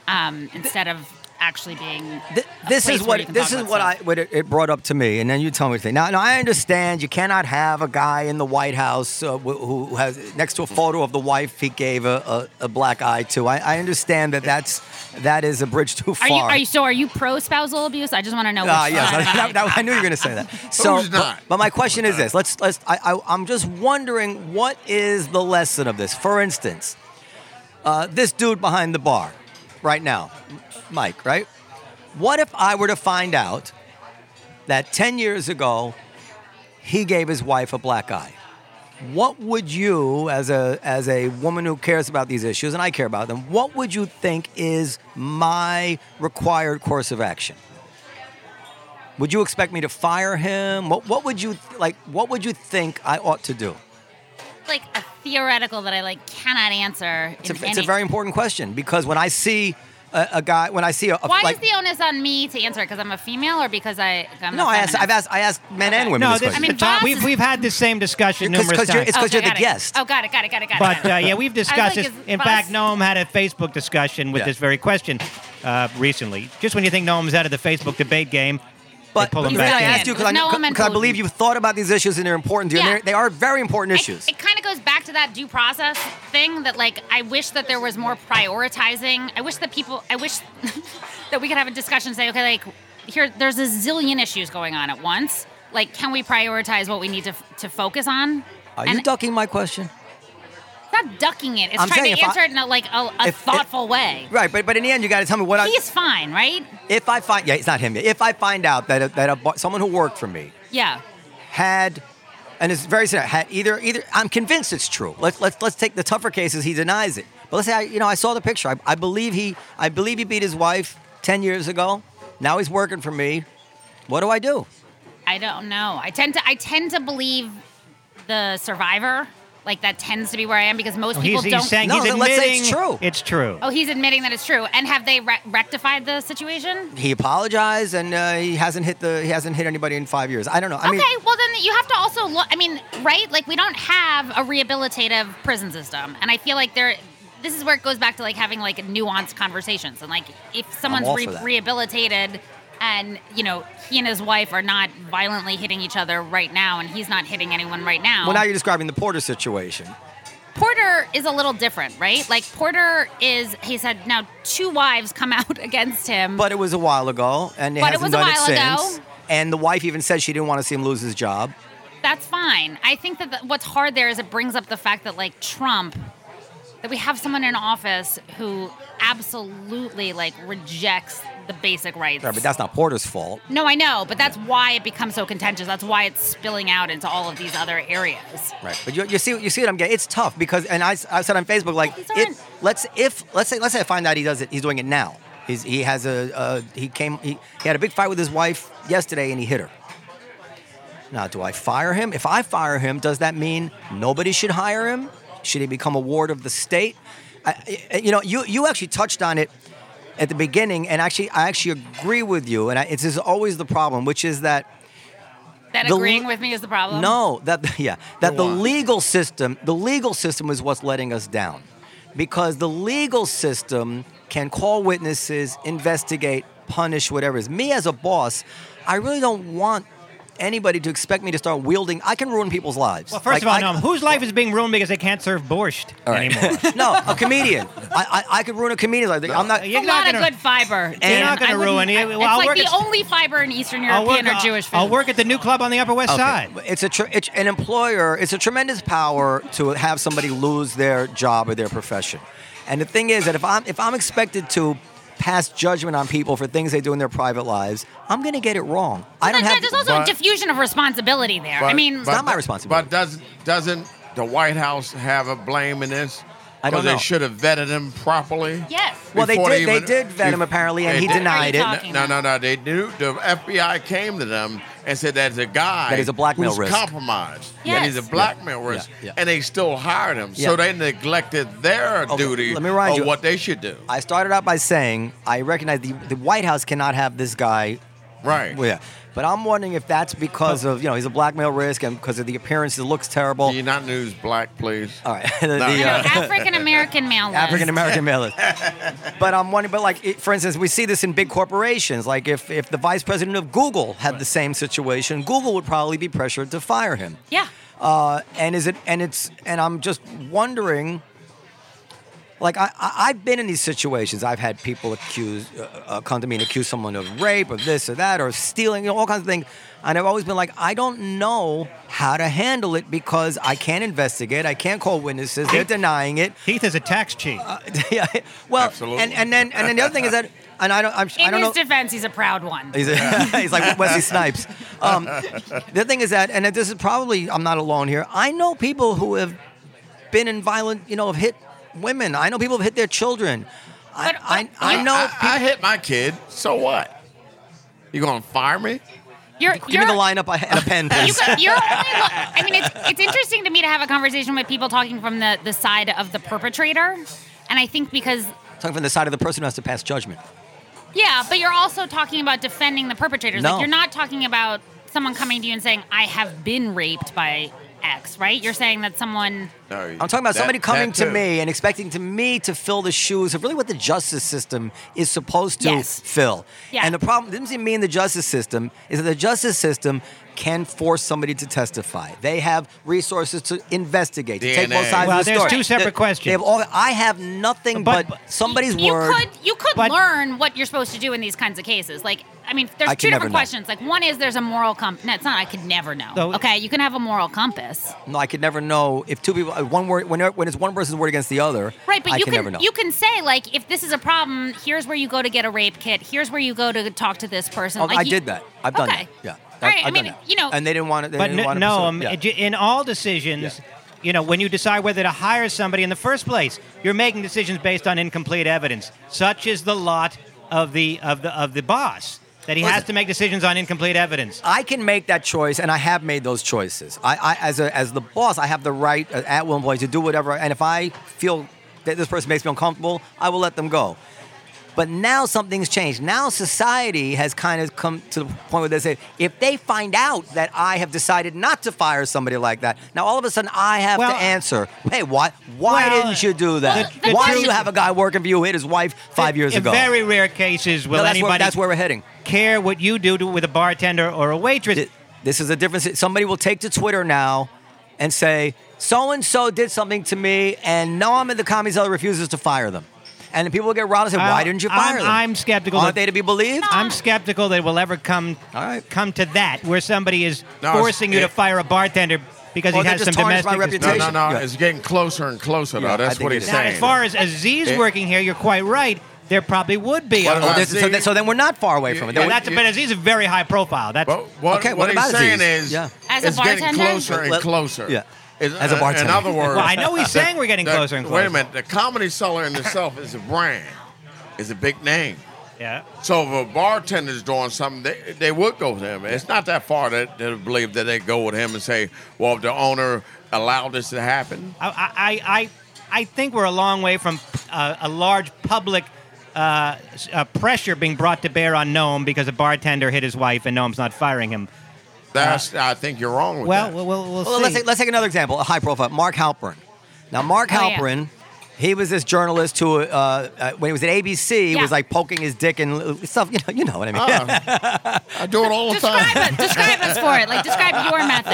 [SPEAKER 6] um, instead of actually being.
[SPEAKER 1] Th-
[SPEAKER 6] a
[SPEAKER 1] this
[SPEAKER 6] place
[SPEAKER 1] is
[SPEAKER 6] where you
[SPEAKER 1] what
[SPEAKER 6] can
[SPEAKER 1] this
[SPEAKER 6] talk
[SPEAKER 1] is
[SPEAKER 6] about
[SPEAKER 1] what
[SPEAKER 6] stuff.
[SPEAKER 1] I what it, it brought up to me, and then you tell me. what you think. Now, now I understand you cannot have a guy in the White House uh, wh- who has next to a photo of the wife he gave a, a, a black eye to. I, I understand that that's that is a bridge too far.
[SPEAKER 6] Are you, are you so are you pro spousal abuse? I just want to know.
[SPEAKER 1] Ah,
[SPEAKER 6] which
[SPEAKER 1] yes, I,
[SPEAKER 6] side I'm
[SPEAKER 1] that-
[SPEAKER 6] on.
[SPEAKER 1] that- I knew you were going to say that. So,
[SPEAKER 2] Who's not?
[SPEAKER 1] But, but my question is this: Let's let's. I, I, I'm just wondering what is the lesson of this? For instance, uh, this dude behind the bar, right now, Mike, right? What if I were to find out that 10 years ago he gave his wife a black eye? What would you, as a as a woman who cares about these issues, and I care about them, what would you think is my required course of action? Would you expect me to fire him? What what would you like? What would you think I ought to do?
[SPEAKER 6] like a theoretical that I like cannot answer.
[SPEAKER 1] It's
[SPEAKER 6] in
[SPEAKER 1] a, it's a
[SPEAKER 6] any-
[SPEAKER 1] very important question because when I see a, a guy when I see a, a
[SPEAKER 6] Why
[SPEAKER 1] uh, like,
[SPEAKER 6] is the onus on me to answer it? Because I'm a female, or because I? I'm
[SPEAKER 1] no,
[SPEAKER 6] a
[SPEAKER 1] I asked, I've
[SPEAKER 6] feminist?
[SPEAKER 1] asked, I asked men and women.
[SPEAKER 4] No,
[SPEAKER 1] this
[SPEAKER 4] this,
[SPEAKER 1] question.
[SPEAKER 6] I mean,
[SPEAKER 4] Tom,
[SPEAKER 6] Voss
[SPEAKER 4] we've,
[SPEAKER 6] is-
[SPEAKER 4] we've had this same discussion
[SPEAKER 1] Because-
[SPEAKER 4] numerous
[SPEAKER 1] 'cause you're-
[SPEAKER 4] times.
[SPEAKER 1] it's 'cause you're the
[SPEAKER 6] got it.
[SPEAKER 1] guest.
[SPEAKER 6] Oh, got it, got it, got it, got it.
[SPEAKER 4] But uh,
[SPEAKER 6] got it.
[SPEAKER 4] yeah, we've
[SPEAKER 6] like,
[SPEAKER 4] discussed this.
[SPEAKER 6] is
[SPEAKER 4] In
[SPEAKER 6] Voss-
[SPEAKER 4] fact, Noam had a Facebook discussion with
[SPEAKER 1] Yeah.
[SPEAKER 4] this very question uh, recently. Just when you think Noam's out of the Facebook debate game,
[SPEAKER 1] but
[SPEAKER 4] pull
[SPEAKER 1] the
[SPEAKER 4] them
[SPEAKER 1] reason
[SPEAKER 4] back
[SPEAKER 1] I
[SPEAKER 4] in.
[SPEAKER 1] asked you because I,
[SPEAKER 6] There's no
[SPEAKER 1] kn-
[SPEAKER 6] woman
[SPEAKER 1] 'cause I
[SPEAKER 6] voting.
[SPEAKER 1] believe you've thought about these issues and they're important to you. and
[SPEAKER 6] Yeah.
[SPEAKER 1] they're- they are very important
[SPEAKER 6] I-
[SPEAKER 1] issues.
[SPEAKER 6] it kind of goes back to that due process thing that, like, I wish that there was more prioritizing. I wish that people, I wish that we could have a discussion and say, okay, like, here, there's a zillion issues going on at once. Like, can we prioritize what we need to, f- to focus on?
[SPEAKER 1] are
[SPEAKER 6] and
[SPEAKER 1] you ducking my question?
[SPEAKER 6] it's not ducking it. It's
[SPEAKER 1] I'm
[SPEAKER 6] trying
[SPEAKER 1] saying
[SPEAKER 6] to
[SPEAKER 1] if I-
[SPEAKER 6] answer it in a, like a, a
[SPEAKER 1] If-
[SPEAKER 6] thoughtful way.
[SPEAKER 1] Right, but but in the end, you got to tell me what I
[SPEAKER 6] He's fine, right?
[SPEAKER 1] if I find yeah, it's not him yet. If I find out that a, that a, bo- someone who worked for me
[SPEAKER 6] Yeah.
[SPEAKER 1] had, and it's very sad, had either either I'm convinced it's true. Let's let's let's take the tougher cases. He denies it, but let's say I, you know I saw the picture. I, I believe he I believe he beat his wife ten years ago. Now he's working for me. What do I do?
[SPEAKER 6] I don't know. I tend to I tend to believe the survivor. Like that tends to be where I am because
[SPEAKER 1] Oh,
[SPEAKER 6] most
[SPEAKER 4] well,
[SPEAKER 6] people
[SPEAKER 4] he's,
[SPEAKER 6] don't.
[SPEAKER 4] he's saying
[SPEAKER 1] No,
[SPEAKER 4] he's
[SPEAKER 1] then
[SPEAKER 4] admitting
[SPEAKER 1] let's say it's true.
[SPEAKER 4] It's true.
[SPEAKER 6] oh, he's admitting that it's true. And have they re- rectified the situation?
[SPEAKER 1] He apologized and uh, he hasn't hit the he hasn't hit anybody in five years. I don't know. I mean,
[SPEAKER 6] okay, well then you have to also look. I mean, right? Like we don't have a rehabilitative prison system, and I feel like there. This is where it goes back to like having like nuanced conversations, and like if someone's
[SPEAKER 1] all
[SPEAKER 6] re-
[SPEAKER 1] for that.
[SPEAKER 6] rehabilitated, and you know he and his wife are not violently hitting each other right now, and he's not hitting anyone right now.
[SPEAKER 1] well now you're describing the Porter situation.
[SPEAKER 6] Porter is a little different, right? Like Porter is he's had now two wives come out against him.
[SPEAKER 1] But it was a while ago, and he
[SPEAKER 6] But it
[SPEAKER 1] hasn't
[SPEAKER 6] was a
[SPEAKER 1] done
[SPEAKER 6] while
[SPEAKER 1] it
[SPEAKER 6] ago.
[SPEAKER 1] since. And the wife even said she didn't want to see him lose his job.
[SPEAKER 6] that's fine. I think that the, what's hard there is it brings up the fact that like Trump that we have someone in office who absolutely like rejects the basic rights.
[SPEAKER 1] Right, but that's not Porter's fault.
[SPEAKER 6] no, I know, but that's why it becomes so contentious. That's why it's spilling out into all of these other areas.
[SPEAKER 1] Right. But you, you see you see what I'm getting. It's tough because and I, s- I said on Facebook like
[SPEAKER 6] He's on-
[SPEAKER 1] if, let's if let's say let's say I find out he does it he's doing it now. He's, he has a uh, he came he, he had a big fight with his wife yesterday and he hit her. Now do I fire him? If I fire him, does that mean nobody should hire him? Should he become a ward of the state? I, I- you know you you actually touched on it at the beginning and actually I actually agree with you and I, it's is always the problem which is that
[SPEAKER 6] That
[SPEAKER 1] The
[SPEAKER 6] agreeing
[SPEAKER 1] l-
[SPEAKER 6] with me is the problem.
[SPEAKER 1] no, that yeah, that the legal system, the legal system is what's letting us down, because the legal system can call witnesses, investigate, punish whatever. Is me as a boss, I really don't want anybody to expect me to start wielding. I can ruin people's lives.
[SPEAKER 4] Well,
[SPEAKER 1] Like,
[SPEAKER 4] first of all,
[SPEAKER 1] I-
[SPEAKER 4] Noam, whose life is being ruined because they can't serve borscht anymore?
[SPEAKER 1] no, a comedian. I, I I could ruin a comedian's life. I'm not.
[SPEAKER 4] You're
[SPEAKER 6] a lot
[SPEAKER 4] not
[SPEAKER 6] of
[SPEAKER 4] gonna-
[SPEAKER 6] good fiber.
[SPEAKER 4] You're
[SPEAKER 6] Dan.
[SPEAKER 4] not gonna
[SPEAKER 6] I wouldn't-
[SPEAKER 4] ruin it.
[SPEAKER 6] I-
[SPEAKER 4] Well,
[SPEAKER 6] it's
[SPEAKER 4] I'll
[SPEAKER 6] like
[SPEAKER 4] work
[SPEAKER 6] the
[SPEAKER 4] at-
[SPEAKER 6] only fiber in Eastern
[SPEAKER 4] I'll
[SPEAKER 6] European
[SPEAKER 4] work,
[SPEAKER 6] or Jewish food.
[SPEAKER 4] I'll work at the new club on the Upper West Side.
[SPEAKER 1] It's a tr- it's an employer. It's a tremendous power to have somebody lose their job or their profession. And the thing is that if I'm if I'm expected to pass judgment on people for things they do in their private lives, I'm going to get it wrong. I don't
[SPEAKER 6] Like,
[SPEAKER 1] have.
[SPEAKER 6] there's also
[SPEAKER 2] But-
[SPEAKER 6] a diffusion of responsibility there. I
[SPEAKER 2] But-
[SPEAKER 6] mean,
[SPEAKER 2] but-
[SPEAKER 1] not my responsibility.
[SPEAKER 2] But does doesn't the White House have a blame in this?
[SPEAKER 1] I don't
[SPEAKER 2] Because
[SPEAKER 1] know.
[SPEAKER 2] They should have vetted him properly.
[SPEAKER 6] yes.
[SPEAKER 1] Well, they
[SPEAKER 2] before
[SPEAKER 1] did. They
[SPEAKER 2] even-
[SPEAKER 1] did vet him
[SPEAKER 2] bef-
[SPEAKER 1] apparently, and
[SPEAKER 2] they
[SPEAKER 1] he
[SPEAKER 2] did.
[SPEAKER 1] denied it.
[SPEAKER 6] Are you talking
[SPEAKER 2] No,
[SPEAKER 6] about?
[SPEAKER 2] no, no. They knew. The FBI came to them and said there's a guy
[SPEAKER 1] That is a blackmail
[SPEAKER 2] who's
[SPEAKER 1] risk.
[SPEAKER 2] compromised.
[SPEAKER 6] Yes.
[SPEAKER 2] And he's a blackmail risk,
[SPEAKER 1] yeah.
[SPEAKER 2] and they still hired him.
[SPEAKER 1] Yeah.
[SPEAKER 2] So they neglected their
[SPEAKER 1] Okay,
[SPEAKER 2] duty
[SPEAKER 1] let me remind
[SPEAKER 2] of
[SPEAKER 1] you-
[SPEAKER 2] what they should do.
[SPEAKER 1] I started out by saying I recognize the the White House cannot have this guy
[SPEAKER 2] Right.
[SPEAKER 1] Well, yeah. But I'm wondering if that's because of you know he's a blackmail risk and because of the appearance, it looks terrible.
[SPEAKER 2] Can you not news black, please?
[SPEAKER 1] All right. The, the,
[SPEAKER 2] No.
[SPEAKER 1] uh,
[SPEAKER 6] African American male list.
[SPEAKER 1] African American male. but I'm wondering, but like, it, for instance, we see this in big corporations. Like, if, if the vice president of Google had the same situation, Google would probably be pressured to fire him.
[SPEAKER 6] Yeah.
[SPEAKER 1] Uh, and is it? And it's. And I'm just wondering. Like I, I, I've been in these situations. I've had people accuse, uh, uh, come to me and accuse someone of rape or this or that or stealing, you know, all kinds of things. And I've always been like, I don't know how to handle it because I can't investigate. I can't call witnesses. They're denying it.
[SPEAKER 4] Keith is a tax cheat.
[SPEAKER 1] Uh, yeah. Well,
[SPEAKER 2] Absolutely.
[SPEAKER 1] and and then and then the other thing is that, and I don't, I'm,
[SPEAKER 6] In
[SPEAKER 1] I don't
[SPEAKER 6] his
[SPEAKER 1] know. Uh,
[SPEAKER 6] defense, he's a proud one.
[SPEAKER 1] He's, he's like Wesley Snipes. Um, the thing is that, and this is probably I'm not alone here. I know people who have been in violent, you know, have hit women. I know people have hit their children. I,
[SPEAKER 6] But- uh,
[SPEAKER 1] I, I know.
[SPEAKER 2] I, I hit my kid. So what? You gonna fire me?
[SPEAKER 6] You're,
[SPEAKER 1] give
[SPEAKER 6] you're,
[SPEAKER 1] me the lineup I- and a pen,
[SPEAKER 6] You
[SPEAKER 1] please.
[SPEAKER 6] got, you're only look, I mean, it's, it's interesting to me to have a conversation with people talking from the, the side of the perpetrator. And I think because
[SPEAKER 1] talking from the side of the person who has to pass judgment.
[SPEAKER 6] Yeah, but you're also talking about defending the perpetrators.
[SPEAKER 1] No.
[SPEAKER 6] Like you're not talking about someone coming to you and saying, "I have been raped by X." Right? You're saying that someone.
[SPEAKER 2] I'm
[SPEAKER 1] I'm talking about somebody coming to me and expecting to me to fill the shoes of really what the justice system is supposed to
[SPEAKER 6] Yes.
[SPEAKER 1] fill.
[SPEAKER 6] Yeah.
[SPEAKER 1] And the problem didn't see me in the justice system is that the justice system can force somebody to testify. They have resources to investigate, to take both
[SPEAKER 2] DNA.
[SPEAKER 1] sides
[SPEAKER 4] Well,
[SPEAKER 1] of the
[SPEAKER 4] there's
[SPEAKER 1] story.
[SPEAKER 4] two separate
[SPEAKER 1] They-
[SPEAKER 4] questions.
[SPEAKER 1] They have all, I have nothing but,
[SPEAKER 4] But-
[SPEAKER 1] somebody's
[SPEAKER 6] you
[SPEAKER 1] word.
[SPEAKER 6] could you could
[SPEAKER 4] But-
[SPEAKER 6] learn what you're supposed to do in these kinds of cases. Like, I mean, there's
[SPEAKER 1] I
[SPEAKER 6] two
[SPEAKER 1] could never
[SPEAKER 6] different
[SPEAKER 1] know.
[SPEAKER 6] questions. Like, one is there's a moral compass. No, it's not. I could never know.
[SPEAKER 4] No.
[SPEAKER 6] okay, you can have a moral compass,
[SPEAKER 1] no, I could never know if two people uh, one word when, when it's one person's word against the other.
[SPEAKER 6] right? But
[SPEAKER 1] I
[SPEAKER 6] you
[SPEAKER 1] can, never know.
[SPEAKER 6] you can say like, if this is a problem, here's where you go to get a rape kit. Here's where you go to talk to this person.
[SPEAKER 1] Oh,
[SPEAKER 6] like,
[SPEAKER 1] I
[SPEAKER 6] you-
[SPEAKER 1] did that. I've done
[SPEAKER 6] okay.
[SPEAKER 1] that. Yeah.
[SPEAKER 6] All right.
[SPEAKER 1] I've
[SPEAKER 6] I
[SPEAKER 1] done
[SPEAKER 6] mean,
[SPEAKER 1] that.
[SPEAKER 6] you know,
[SPEAKER 1] and they didn't want to. They
[SPEAKER 4] But
[SPEAKER 1] didn't
[SPEAKER 4] no,
[SPEAKER 1] want to
[SPEAKER 4] no
[SPEAKER 1] pursue it.
[SPEAKER 4] um,
[SPEAKER 1] Yeah.
[SPEAKER 4] it- in all decisions,
[SPEAKER 1] Yeah.
[SPEAKER 4] you know, when you decide whether to hire somebody in the first place, you're making decisions based on incomplete evidence. Such is the lot of the of the of the boss that he has
[SPEAKER 1] Listen.
[SPEAKER 4] to make decisions on incomplete evidence.
[SPEAKER 1] I can make that choice, and I have made those choices. I, I as a, as the boss, I have the right uh, at will employee to do whatever. And if I feel that this person makes me uncomfortable, I will let them go. But now something's changed. Now society has kind of come to the point where they say, if they find out that I have decided not to fire somebody like that, now all of a sudden I have
[SPEAKER 4] Well,
[SPEAKER 1] to answer. Hey, why? Why
[SPEAKER 4] well,
[SPEAKER 1] didn't you do that?
[SPEAKER 4] the- the
[SPEAKER 1] why do
[SPEAKER 4] truth-
[SPEAKER 1] you have a guy working for you who hit his wife five years
[SPEAKER 4] in
[SPEAKER 1] ago?
[SPEAKER 4] very rare cases will
[SPEAKER 1] No, that's,
[SPEAKER 4] anybody
[SPEAKER 1] where, that's where we're heading.
[SPEAKER 4] care what you do to, with a bartender or a waitress.
[SPEAKER 1] Th- this is a difference. Somebody will take to Twitter now and say, so and so did something to me, and Noam and the Kamizela refuses to fire them. And then people will get riled and say,
[SPEAKER 4] Uh,
[SPEAKER 1] why didn't you fire
[SPEAKER 4] I'm-
[SPEAKER 1] them?
[SPEAKER 4] I'm skeptical
[SPEAKER 1] Aren't
[SPEAKER 4] that-
[SPEAKER 1] they to be believed?
[SPEAKER 4] I'm skeptical that it will ever come
[SPEAKER 1] All right.
[SPEAKER 4] come to that where somebody is
[SPEAKER 2] No, it's-
[SPEAKER 4] forcing you to
[SPEAKER 2] it-
[SPEAKER 4] fire a bartender because
[SPEAKER 1] Or
[SPEAKER 4] he
[SPEAKER 1] they
[SPEAKER 4] has
[SPEAKER 1] just
[SPEAKER 4] some
[SPEAKER 1] tarnish
[SPEAKER 4] domestic.
[SPEAKER 1] my
[SPEAKER 2] No,
[SPEAKER 1] reputation.
[SPEAKER 2] no, no.
[SPEAKER 1] Yeah.
[SPEAKER 2] It's getting closer and closer,
[SPEAKER 1] Yeah,
[SPEAKER 2] though.
[SPEAKER 1] I
[SPEAKER 2] That's
[SPEAKER 1] think
[SPEAKER 2] what
[SPEAKER 1] it
[SPEAKER 2] he's
[SPEAKER 1] is.
[SPEAKER 4] Now,
[SPEAKER 2] saying.
[SPEAKER 4] as far as Aziz
[SPEAKER 2] It-
[SPEAKER 4] working here, you're quite right. There probably would be.
[SPEAKER 2] Well,
[SPEAKER 4] a-
[SPEAKER 1] Oh,
[SPEAKER 2] I
[SPEAKER 1] this- so,
[SPEAKER 2] see.
[SPEAKER 1] then, so then we're not far away from it. Then
[SPEAKER 4] Well,
[SPEAKER 1] we-
[SPEAKER 4] that's, but Aziz is very high profile. That's
[SPEAKER 2] But what,
[SPEAKER 1] Okay, what
[SPEAKER 2] what,
[SPEAKER 1] about
[SPEAKER 2] he's saying
[SPEAKER 1] Aziz?
[SPEAKER 2] is,
[SPEAKER 1] Yeah.
[SPEAKER 6] As a
[SPEAKER 2] it's getting
[SPEAKER 6] bartender?
[SPEAKER 2] closer and
[SPEAKER 1] Well,
[SPEAKER 2] closer.
[SPEAKER 1] yeah.
[SPEAKER 2] Is-
[SPEAKER 1] As a
[SPEAKER 2] uh,
[SPEAKER 1] bartender.
[SPEAKER 2] In other words,
[SPEAKER 4] Well, I know he's saying we're getting
[SPEAKER 2] the-
[SPEAKER 4] closer and
[SPEAKER 2] Wait
[SPEAKER 4] closer.
[SPEAKER 2] a minute. The comedy seller in itself is a brand, is a big name.
[SPEAKER 4] yeah.
[SPEAKER 2] So if a bartender's doing something, they, they would go with him. It's not that far that to believe that they go with him and say, well, if the owner allowed this to happen.
[SPEAKER 4] I, I, I, I think we're a long way from uh, a large public uh, s- uh, pressure being brought to bear on Noam because a bartender hit his wife and Noam's not firing him.
[SPEAKER 2] That's I think you're wrong with
[SPEAKER 4] Well,
[SPEAKER 2] that.
[SPEAKER 4] we'll, we'll, we'll
[SPEAKER 1] Well,
[SPEAKER 4] see.
[SPEAKER 1] let's take, let's take another example, a high profile, Mark Halperin. Now, Mark
[SPEAKER 6] Oh, yeah.
[SPEAKER 1] Halperin, he was this journalist who, uh, uh, when he was at ABC,
[SPEAKER 6] Yeah.
[SPEAKER 1] was like poking his dick and l- stuff. You know, you know what I mean.
[SPEAKER 2] I do it all the
[SPEAKER 6] describe
[SPEAKER 2] time.
[SPEAKER 6] it. Describe us for it. Like describe your method.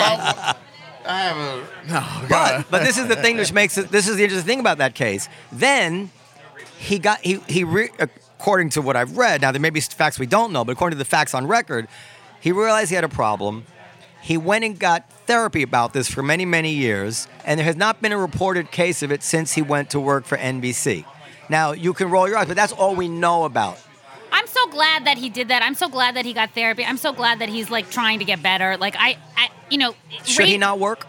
[SPEAKER 2] I have a no. God.
[SPEAKER 1] But, but this is the thing which makes it. This is the interesting thing about that case. Then he got he he re, according to what I've read. Now there may be facts we don't know, but according to the facts on record, he realized he had a problem. He went and got therapy about this for many many years, and there has not been a reported case of it since he went to work for NBC. Now you can roll your eyes, but that's all we know about.
[SPEAKER 6] I'm so glad that he did that. I'm so glad that he got therapy. I'm so glad that he's like trying to get better. Like I, I you know,
[SPEAKER 1] Should he
[SPEAKER 6] rape-
[SPEAKER 1] not work?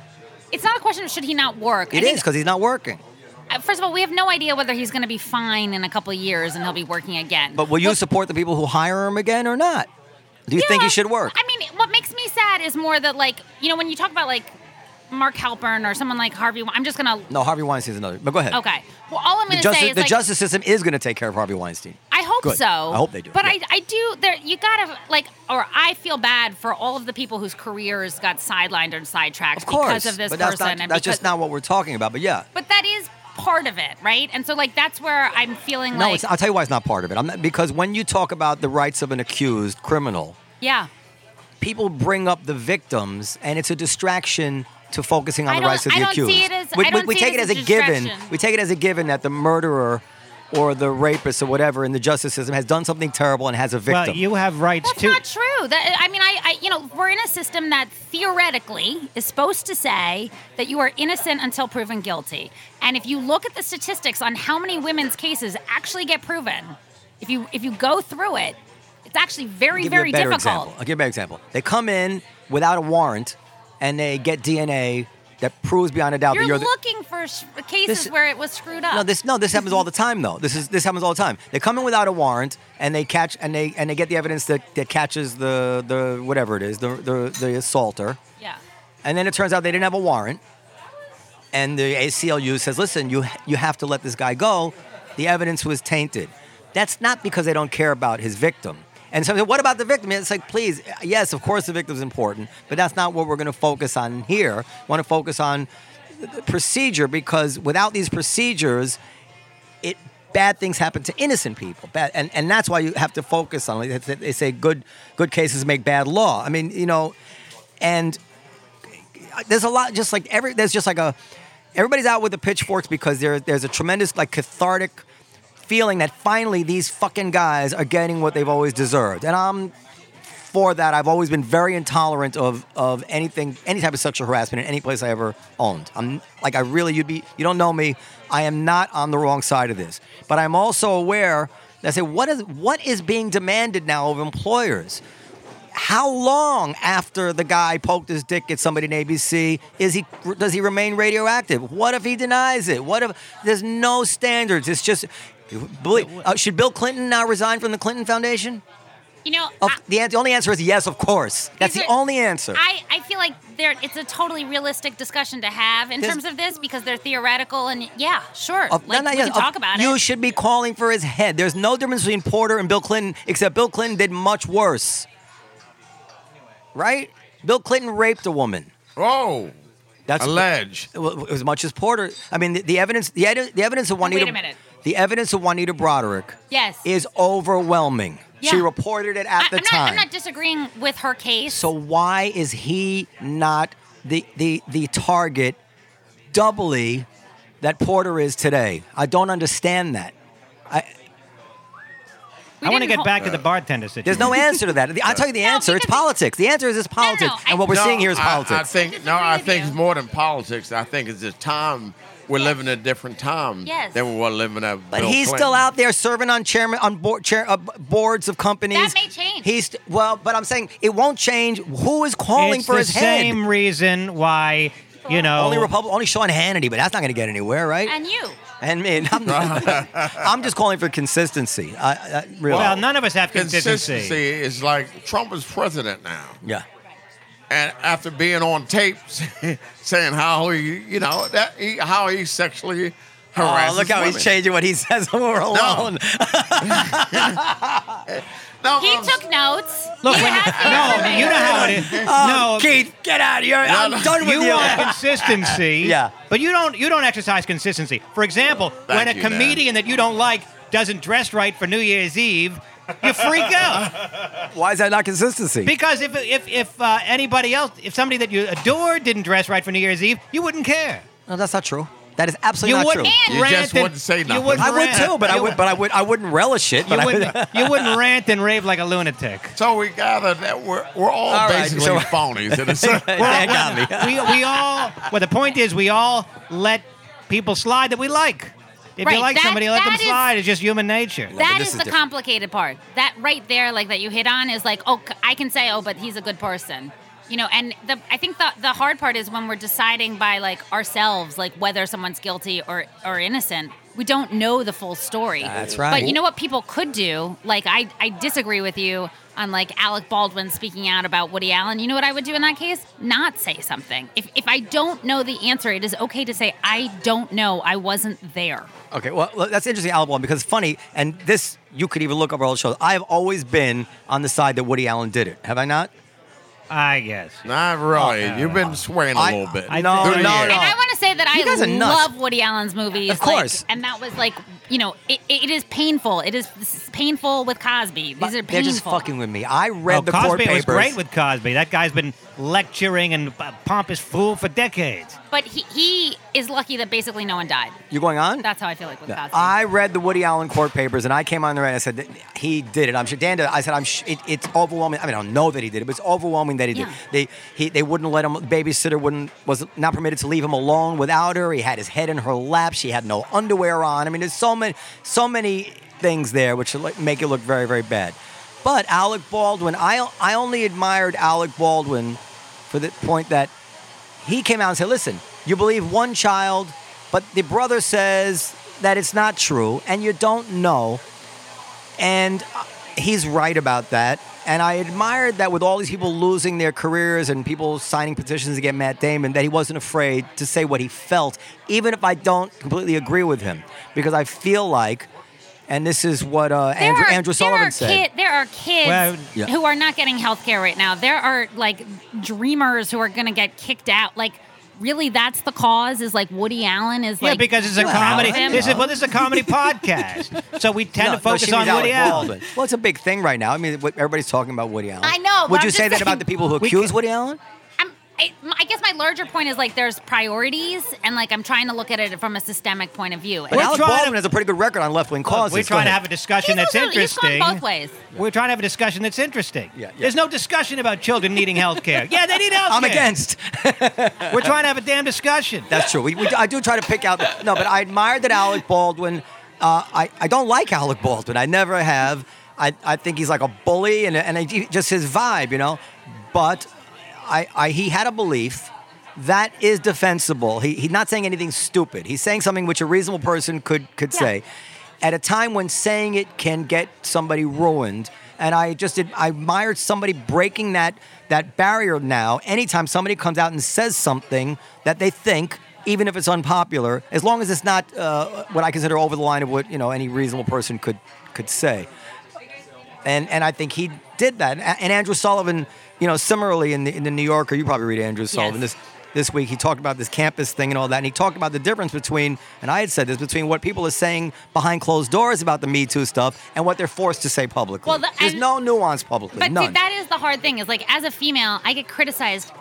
[SPEAKER 6] It's not a question of should he not work. I
[SPEAKER 1] It
[SPEAKER 6] think-
[SPEAKER 1] is because he's not working.
[SPEAKER 6] uh, First of all, we have no idea whether he's going to be fine in a couple of years and he'll be working again.
[SPEAKER 1] But will you
[SPEAKER 6] What-
[SPEAKER 1] support the people who hire him again or not? Do you think
[SPEAKER 6] Yeah.
[SPEAKER 1] he should work?
[SPEAKER 6] I mean, what makes me sad is more that like you know when you talk about like Mark Halpern or someone like Harvey. Wein- I'm just gonna
[SPEAKER 1] No, Harvey Weinstein's another. But go ahead.
[SPEAKER 6] okay. Well, all I'm
[SPEAKER 1] The
[SPEAKER 6] gonna
[SPEAKER 1] justice,
[SPEAKER 6] say is
[SPEAKER 1] the
[SPEAKER 6] like
[SPEAKER 1] justice system is going to take care of Harvey Weinstein.
[SPEAKER 6] I hope
[SPEAKER 1] Good.
[SPEAKER 6] so.
[SPEAKER 1] I hope they do.
[SPEAKER 6] But
[SPEAKER 1] Yeah.
[SPEAKER 6] I, I do. There, you gotta like, or I feel bad for all of the people whose careers got sidelined and sidetracked
[SPEAKER 1] of course,
[SPEAKER 6] because of this
[SPEAKER 1] but
[SPEAKER 6] person.
[SPEAKER 1] that's, not,
[SPEAKER 6] and
[SPEAKER 1] that's
[SPEAKER 6] because,
[SPEAKER 1] just not what we're talking about. But yeah,
[SPEAKER 6] But that is part of it, right? And so, like, that's where I'm feeling
[SPEAKER 1] no,
[SPEAKER 6] like,
[SPEAKER 1] it's, I'll tell you why it's not part of it. I'm not, because when you talk about the rights of an accused criminal,
[SPEAKER 6] yeah.
[SPEAKER 1] people bring up the victims, and it's a distraction to focusing
[SPEAKER 6] I
[SPEAKER 1] on the
[SPEAKER 6] don't-
[SPEAKER 1] rights of
[SPEAKER 6] I
[SPEAKER 1] the
[SPEAKER 6] don't see
[SPEAKER 1] accused.
[SPEAKER 6] it as-
[SPEAKER 1] we
[SPEAKER 6] I
[SPEAKER 1] we,
[SPEAKER 6] don't
[SPEAKER 1] we
[SPEAKER 6] see it
[SPEAKER 1] take
[SPEAKER 6] as
[SPEAKER 1] it
[SPEAKER 6] a
[SPEAKER 1] as a given.
[SPEAKER 6] distraction.
[SPEAKER 1] We take it as a given that the murderer or the rapist or whatever in the justice system has done something terrible and has a victim.
[SPEAKER 4] well, you have rights
[SPEAKER 6] That's
[SPEAKER 4] too.
[SPEAKER 6] not true. That I mean, I, I, you know, we're in a system that theoretically is supposed to say that you are innocent until proven guilty. And if you look at the statistics on how many women's cases actually get proven, if you if you go through it, it's actually very
[SPEAKER 1] give you
[SPEAKER 6] very
[SPEAKER 1] a better
[SPEAKER 6] difficult.
[SPEAKER 1] example. I'll give you a better example. They come in without a warrant, and they get DNA that proves beyond a doubt
[SPEAKER 6] You're,
[SPEAKER 1] that you're the,
[SPEAKER 6] looking for s- cases
[SPEAKER 1] This-
[SPEAKER 6] where it was screwed up.
[SPEAKER 1] No, this no, this happens all the time though. This is this happens all the time. They come in without a warrant and they catch and they and they get the evidence that, that catches the the whatever it is, the the, the assaulter.
[SPEAKER 6] yeah.
[SPEAKER 1] And then it turns out they didn't have a warrant. And the ACLU says, "Listen, you you have to let this guy go The evidence was tainted. That's not because they don't care about his victim. And so, what about the victim? It's like, please, yes, of course, the victim's important, but that's not what we're going to focus on here. Want to focus on the procedure because without these procedures, it bad things happen to innocent people. Bad, and, and that's why you have to focus on. Like, they they say good good cases make bad law. I mean, you know, and there's a lot. Just like every there's just like a everybody's out with the pitchforks because there there's a tremendous like cathartic feeling that finally these fucking guys are getting what they've always deserved. And I'm for that. I've always been very intolerant of of anything, any type of sexual harassment in any place I ever owned. I'm like I really you'd be you don't know me. I am not on the wrong side of this, but I'm also aware. That I say what is what is being demanded now of employers. How long after the guy poked his dick at somebody in ABC is he does he remain radioactive? What if he denies it? What if there's no standards? It's just believe, uh, should Bill Clinton now resign from the Clinton Foundation?
[SPEAKER 6] You know,
[SPEAKER 1] Of,
[SPEAKER 6] I-
[SPEAKER 1] the, an- the only answer is yes, of course. That's
[SPEAKER 6] These
[SPEAKER 1] the
[SPEAKER 6] are-
[SPEAKER 1] only answer.
[SPEAKER 6] I, I feel like there it's a totally realistic discussion to have in
[SPEAKER 1] There's-
[SPEAKER 6] terms of this because they're theoretical and yeah, sure.
[SPEAKER 1] Of-
[SPEAKER 6] like
[SPEAKER 1] no, no,
[SPEAKER 6] we
[SPEAKER 1] yes,
[SPEAKER 6] can
[SPEAKER 1] of-
[SPEAKER 6] talk about
[SPEAKER 1] You
[SPEAKER 6] it.
[SPEAKER 1] should be calling for his head. There's no difference between Porter and Bill Clinton, except Bill Clinton did much worse. Right? Bill Clinton raped a woman.
[SPEAKER 2] Oh,
[SPEAKER 1] That's
[SPEAKER 2] alleged.
[SPEAKER 1] Well, as much as Porter. I mean, the, the evidence. The, edi- the evidence of
[SPEAKER 6] Wait a
[SPEAKER 1] Juanita.
[SPEAKER 6] minute.
[SPEAKER 1] The evidence of Juanita Broderick.
[SPEAKER 6] Yes.
[SPEAKER 1] Is overwhelming. She
[SPEAKER 6] Yeah.
[SPEAKER 1] reported it at
[SPEAKER 6] I,
[SPEAKER 1] the
[SPEAKER 6] I'm,
[SPEAKER 1] time.
[SPEAKER 6] Not, I'm not disagreeing with her case.
[SPEAKER 1] So why is he not the the the target doubly that Porter is today? I don't understand that.
[SPEAKER 6] We
[SPEAKER 4] I want to
[SPEAKER 6] didn't
[SPEAKER 4] get
[SPEAKER 6] hol-
[SPEAKER 4] back to the bartender
[SPEAKER 1] Uh, There's
[SPEAKER 4] situation.
[SPEAKER 1] no answer to that. The- I'll tell you the
[SPEAKER 6] No,
[SPEAKER 1] answer. It's
[SPEAKER 6] because-
[SPEAKER 1] politics. The answer is it's politics.
[SPEAKER 6] I-
[SPEAKER 1] and what we're
[SPEAKER 2] No,
[SPEAKER 1] seeing here is
[SPEAKER 2] I-
[SPEAKER 1] politics.
[SPEAKER 2] I, think no,
[SPEAKER 6] Disagree
[SPEAKER 2] I
[SPEAKER 6] with
[SPEAKER 2] think
[SPEAKER 6] you.
[SPEAKER 2] it's more than politics. I think it's the time we're living a different time
[SPEAKER 6] Yes.
[SPEAKER 2] than we were living at.
[SPEAKER 1] but he's still out there serving on chairman on board, chair, uh, boards of companies.
[SPEAKER 6] That may change.
[SPEAKER 1] He's st- well, but I'm saying it won't change. Who is calling
[SPEAKER 4] it's
[SPEAKER 1] for
[SPEAKER 4] the
[SPEAKER 1] his head?
[SPEAKER 4] same reason why you know
[SPEAKER 1] Only Republic, only Sean Hannity, but that's not going to get anywhere, right?
[SPEAKER 6] And you.
[SPEAKER 1] And me, and I'm, I'm just calling for consistency. I, I really.
[SPEAKER 4] well none of us have
[SPEAKER 2] Consistency.
[SPEAKER 4] consistency,
[SPEAKER 2] is like Trump is president now,
[SPEAKER 1] yeah.
[SPEAKER 2] and after being on tape saying how he, you know, that he, how he sexually harasses
[SPEAKER 1] Oh, look how
[SPEAKER 2] women.
[SPEAKER 1] he's changing what he says when we're alone.
[SPEAKER 2] No,
[SPEAKER 1] Oh.
[SPEAKER 6] He
[SPEAKER 2] I'm-
[SPEAKER 6] took notes.
[SPEAKER 4] Look,
[SPEAKER 6] He
[SPEAKER 4] when,
[SPEAKER 6] has the
[SPEAKER 4] no,
[SPEAKER 6] information.
[SPEAKER 4] you know how it is. no,
[SPEAKER 1] Um, Keith, get out of here. I'm
[SPEAKER 2] no.
[SPEAKER 1] done with
[SPEAKER 4] you
[SPEAKER 1] you.
[SPEAKER 4] want consistency.
[SPEAKER 1] Yeah.
[SPEAKER 4] But you don't you don't exercise consistency. For example, when a
[SPEAKER 2] you, Dan.
[SPEAKER 4] comedian that you don't like doesn't dress right for New Year's Eve, you freak out
[SPEAKER 1] Why is that not consistency?
[SPEAKER 4] because if if if uh, anybody else, if somebody that you adore didn't dress right for New Year's Eve, you wouldn't care.
[SPEAKER 1] no, that's not true. That is absolutely
[SPEAKER 4] You
[SPEAKER 1] not
[SPEAKER 4] wouldn't
[SPEAKER 1] true.
[SPEAKER 6] And-
[SPEAKER 2] You just
[SPEAKER 4] rant and-
[SPEAKER 2] wouldn't say
[SPEAKER 4] you
[SPEAKER 2] nothing.
[SPEAKER 4] wouldn't
[SPEAKER 1] I would
[SPEAKER 4] rant.
[SPEAKER 1] too, but I
[SPEAKER 4] You
[SPEAKER 1] would, but I would, I wouldn't relish it. But
[SPEAKER 4] You
[SPEAKER 1] I would,
[SPEAKER 4] wouldn't, you wouldn't rant and rave like a lunatic.
[SPEAKER 2] So we got that we're we're all,
[SPEAKER 1] All right,
[SPEAKER 2] basically
[SPEAKER 1] so-
[SPEAKER 2] phonies. In a sense.
[SPEAKER 1] that got me.
[SPEAKER 4] we, we all well the point is we all let people slide that we like if
[SPEAKER 6] Right,
[SPEAKER 4] you like
[SPEAKER 6] that-
[SPEAKER 4] somebody let them
[SPEAKER 6] that is-
[SPEAKER 4] slide it's just human nature
[SPEAKER 6] That
[SPEAKER 1] this
[SPEAKER 6] is,
[SPEAKER 1] is
[SPEAKER 6] the
[SPEAKER 1] different.
[SPEAKER 6] complicated part. That right there, like that you hit on, is like, oh, c- I can say, oh, but he's a good person, you know. And the I think the the hard part is when we're deciding by like ourselves, like whether someone's guilty or or innocent. We don't know the full story.
[SPEAKER 1] That's right.
[SPEAKER 6] But you know what people could do? Like I I disagree with you on like Alec Baldwin speaking out about Woody Allen. You know what I would do in that case? Not say something. If if I don't know the answer, it is okay to say I don't know. I wasn't there.
[SPEAKER 1] Okay, well, look, that's interesting, Alec Baldwin, because it's funny, and this, you could even look up our old shows. I've always been on the side that Woody Allen did it. Have I not?
[SPEAKER 4] i guess
[SPEAKER 2] Not really. You've been swearing a
[SPEAKER 1] I-
[SPEAKER 2] little bit.
[SPEAKER 1] I know,
[SPEAKER 2] Through the
[SPEAKER 1] no,
[SPEAKER 2] years.
[SPEAKER 1] no.
[SPEAKER 6] And I want to say that
[SPEAKER 1] You
[SPEAKER 6] I
[SPEAKER 1] guys are nuts.
[SPEAKER 6] love Woody Allen's movies.
[SPEAKER 1] Of course.
[SPEAKER 6] like, and that was like, you know, it, it is painful. It is this is painful with Cosby. These are painful.
[SPEAKER 1] They're just fucking with me. I read
[SPEAKER 4] Oh,
[SPEAKER 1] the
[SPEAKER 4] cosby
[SPEAKER 1] court papers.
[SPEAKER 4] was great with cosby that guy's been lecturing and a pompous fool for decades
[SPEAKER 6] But he, he is lucky that basically no one died.
[SPEAKER 1] you going on?
[SPEAKER 6] That's how I feel like with
[SPEAKER 1] Yeah.
[SPEAKER 6] Cosby.
[SPEAKER 1] I read the Woody Allen court papers, and I came on the right. I said that he did it. I'm sure Dan did. it. I said I'm. Sh- it, it's overwhelming. I mean, I don't know that he did it, but it's overwhelming that he did.
[SPEAKER 6] Yeah.
[SPEAKER 1] They he they wouldn't let him. The babysitter wouldn't was not permitted to leave him alone without her. He had his head in her lap. She had no underwear on. I mean, there's so many so many things there which like, make it look very very bad. But Alec Baldwin, I I only admired Alec Baldwin for the point that he came out and said, listen, you believe one child, but the brother says that it's not true and you don't know. And he's right about that. And I admired that with all these people losing their careers and people signing petitions to get Matt Damon, that he wasn't afraid to say what he felt, even if I don't completely agree with him. Because I feel like, and this is what uh,
[SPEAKER 6] There
[SPEAKER 1] Andrew,
[SPEAKER 6] are,
[SPEAKER 1] Andrew
[SPEAKER 6] there
[SPEAKER 1] Sullivan
[SPEAKER 6] are
[SPEAKER 1] said.
[SPEAKER 6] kid- there are kids
[SPEAKER 4] Well,
[SPEAKER 1] yeah.
[SPEAKER 6] who are not getting health care right now. There are like dreamers who are going to get kicked out. Like, really, that's the cause is like Woody Allen is
[SPEAKER 4] Yeah,
[SPEAKER 6] like.
[SPEAKER 4] because it's a
[SPEAKER 1] Well,
[SPEAKER 4] comedy.
[SPEAKER 6] I
[SPEAKER 4] This is
[SPEAKER 6] know.
[SPEAKER 4] well, this is a comedy podcast, so we tend
[SPEAKER 1] No,
[SPEAKER 4] to
[SPEAKER 1] no,
[SPEAKER 4] focus
[SPEAKER 1] she means
[SPEAKER 4] on Woody
[SPEAKER 1] Alec
[SPEAKER 4] Allen.
[SPEAKER 1] Baldwin. Well, it's a big thing right now. I mean, what- everybody's talking about Woody Allen.
[SPEAKER 6] I know, but
[SPEAKER 1] Would
[SPEAKER 6] I'm
[SPEAKER 1] you say
[SPEAKER 6] just
[SPEAKER 1] that
[SPEAKER 6] saying-
[SPEAKER 1] about the people who
[SPEAKER 4] We
[SPEAKER 1] accuse
[SPEAKER 4] can-
[SPEAKER 1] Woody Allen?
[SPEAKER 6] I'm, I, I guess my larger point is like there's priorities, and like I'm trying to look at it from a systemic point of view.
[SPEAKER 1] But
[SPEAKER 4] We're
[SPEAKER 1] Alec
[SPEAKER 4] trying to-
[SPEAKER 1] Baldwin has a pretty good record on left wing
[SPEAKER 4] Look,
[SPEAKER 1] causes.
[SPEAKER 4] we're
[SPEAKER 1] Go
[SPEAKER 4] trying to
[SPEAKER 1] ahead.
[SPEAKER 4] have a discussion
[SPEAKER 6] He's
[SPEAKER 4] that's
[SPEAKER 6] also- he's
[SPEAKER 4] interesting.
[SPEAKER 6] gone both ways.
[SPEAKER 4] We're trying to have a discussion that's interesting.
[SPEAKER 1] Yeah, yeah.
[SPEAKER 4] There's no discussion about children needing health care. yeah, they need health
[SPEAKER 1] I'm
[SPEAKER 4] care.
[SPEAKER 1] against.
[SPEAKER 4] We're trying to have a damn discussion.
[SPEAKER 1] That's true. We, we, I do try to pick out. The, no, but I admire that Alec Baldwin. Uh, I, I don't like Alec Baldwin. I never have. I, I think he's like a bully and, and I, just his vibe, you know. But I, I he had a belief that is defensible. He, he's not saying anything stupid. He's saying something which a reasonable person could could
[SPEAKER 6] Yeah.
[SPEAKER 1] say at a time when saying it can get somebody ruined. And I just ad- I admired somebody breaking that that barrier now. Anytime somebody comes out and says something that they think, even if it's unpopular, as long as it's not uh, what I consider over the line of what you know any reasonable person could could say. And and I think he did that. And, and Andrew Sullivan, you know, similarly in the in the New Yorker, you probably read Andrew Sullivan this this week. He talked about this campus thing and all that, and he talked about the difference between and I had said this between what people are saying behind closed doors about the Me Too stuff and what they're forced to say publicly.
[SPEAKER 6] Well, the-
[SPEAKER 1] There's
[SPEAKER 6] and-
[SPEAKER 1] no nuance publicly.
[SPEAKER 6] But
[SPEAKER 1] none.
[SPEAKER 6] see, that is the hard thing. Is like as a female, I get criticized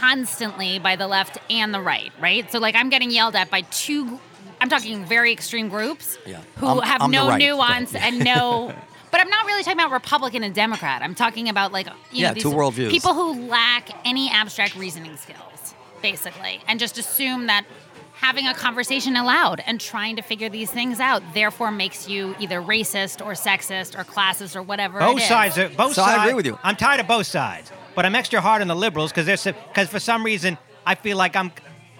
[SPEAKER 6] constantly by the left and the right, right? So like I'm getting yelled at by two. I'm talking very extreme groups
[SPEAKER 1] Yeah.
[SPEAKER 6] who
[SPEAKER 1] I'm-
[SPEAKER 6] have
[SPEAKER 1] I'm the
[SPEAKER 6] no
[SPEAKER 1] right.
[SPEAKER 6] nuance and no. But I'm not really talking about Republican and Democrat. I'm talking about like you
[SPEAKER 1] Yeah,
[SPEAKER 6] know, these
[SPEAKER 1] two worldviews.
[SPEAKER 6] People who lack any abstract reasoning skills, basically, and just assume that having a conversation aloud and trying to figure these things out therefore makes you either racist or sexist or classist or whatever.
[SPEAKER 4] Both
[SPEAKER 6] it is.
[SPEAKER 4] sides are both
[SPEAKER 1] So I
[SPEAKER 4] sides.
[SPEAKER 1] agree with you.
[SPEAKER 4] I'm tired of both sides, but I'm extra hard on the liberals because they're because for some reason I feel like I'm.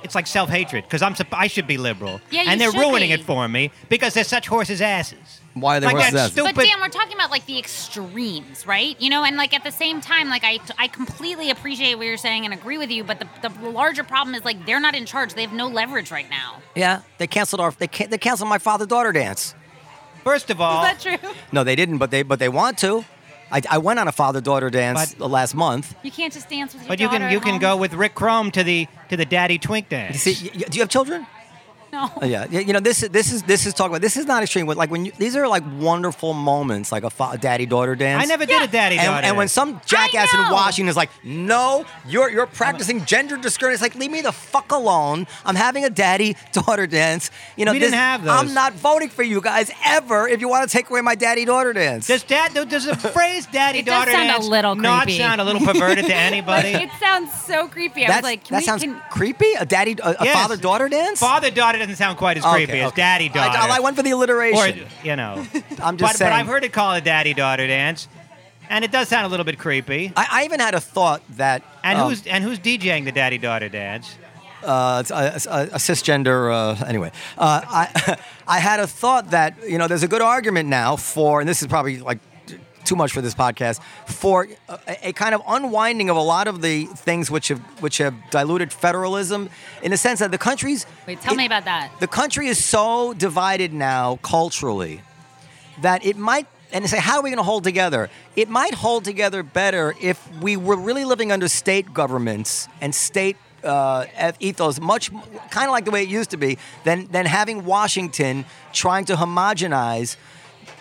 [SPEAKER 4] It's like self hatred because I'm supp- I should be liberal,
[SPEAKER 6] Yeah, you
[SPEAKER 4] and they're
[SPEAKER 6] should
[SPEAKER 4] ruining
[SPEAKER 6] be.
[SPEAKER 4] it for me because they're such horses' asses.
[SPEAKER 1] Why are they
[SPEAKER 4] like
[SPEAKER 1] horses'
[SPEAKER 4] that
[SPEAKER 1] asses?
[SPEAKER 4] Stupid,
[SPEAKER 6] But Dan, we're talking about like the extremes, right? You know, and like at the same time, like I, I completely appreciate what you're saying and agree with you, but the, the larger problem is like they're not in charge. They have no leverage right now.
[SPEAKER 1] yeah, they canceled our they can, they canceled my father daughter dance.
[SPEAKER 4] first of all,
[SPEAKER 6] Is that true?
[SPEAKER 1] No, they didn't, but they but they want to. I, I went on a father daughter dance
[SPEAKER 4] But-
[SPEAKER 1] last month.
[SPEAKER 6] You can't just dance with your
[SPEAKER 4] but you
[SPEAKER 6] daughter
[SPEAKER 4] can
[SPEAKER 6] at
[SPEAKER 4] you can
[SPEAKER 6] home.
[SPEAKER 4] go with Rick Chrome to the to the Daddy Twink dance.
[SPEAKER 1] See, y- y- do you have children?
[SPEAKER 6] No.
[SPEAKER 1] Oh, Yeah, Yeah, you know this. is This is this is talking about. This is not extreme. What- Like when you, these are like wonderful moments, like a fa- daddy daughter dance.
[SPEAKER 4] I never
[SPEAKER 6] Yeah.
[SPEAKER 4] did a daddy
[SPEAKER 1] And,
[SPEAKER 4] daughter.
[SPEAKER 1] and when some jackass in
[SPEAKER 6] know.
[SPEAKER 1] Washington is like, "No, you're you're practicing gender discrimination," it's like, "Leave me the fuck alone! I'm having a daddy daughter dance." You know,
[SPEAKER 4] We
[SPEAKER 1] this,
[SPEAKER 4] didn't have those.
[SPEAKER 1] I'm not voting for you guys ever if you want to take away my daddy daughter dance.
[SPEAKER 4] does dad does the phrase daddy
[SPEAKER 6] It does
[SPEAKER 4] daughter
[SPEAKER 6] sound a
[SPEAKER 4] dance
[SPEAKER 6] little
[SPEAKER 4] not
[SPEAKER 6] creepy.
[SPEAKER 4] sound a little perverted to anybody?
[SPEAKER 6] It sounds so creepy. I
[SPEAKER 1] That's-
[SPEAKER 6] was like, can
[SPEAKER 1] that
[SPEAKER 6] we
[SPEAKER 1] sounds
[SPEAKER 6] can,
[SPEAKER 1] creepy. A daddy, a,
[SPEAKER 4] Yes.
[SPEAKER 1] father daughter dance.
[SPEAKER 4] Father daughter doesn't sound quite as
[SPEAKER 1] Okay,
[SPEAKER 4] creepy as
[SPEAKER 1] okay.
[SPEAKER 4] daddy daughter.
[SPEAKER 1] I, I like one for the
[SPEAKER 4] or
[SPEAKER 1] alliteration.
[SPEAKER 4] you know.
[SPEAKER 1] I'm
[SPEAKER 4] but,
[SPEAKER 1] just saying.
[SPEAKER 4] but I've heard it called a daddy daughter dance, and it does sound a little bit creepy.
[SPEAKER 1] I, I even had a thought that.
[SPEAKER 4] And
[SPEAKER 1] um,
[SPEAKER 4] who's and who's DJing the daddy daughter dance?
[SPEAKER 1] uh, it's a, a, a cisgender. Uh, anyway, uh, I I had a thought that you know there's a good argument now for, and this is probably like t- too much for this podcast, for a, a kind of unwinding of a lot of the things which have which have diluted federalism, in the sense that the country's
[SPEAKER 6] Wait, tell me about that.
[SPEAKER 1] The country is so divided now culturally that it might and they say how are we going to hold together it might hold together better if we were really living under state governments and state uh, eth- ethos much kind of like the way it used to be than than having washington trying to homogenize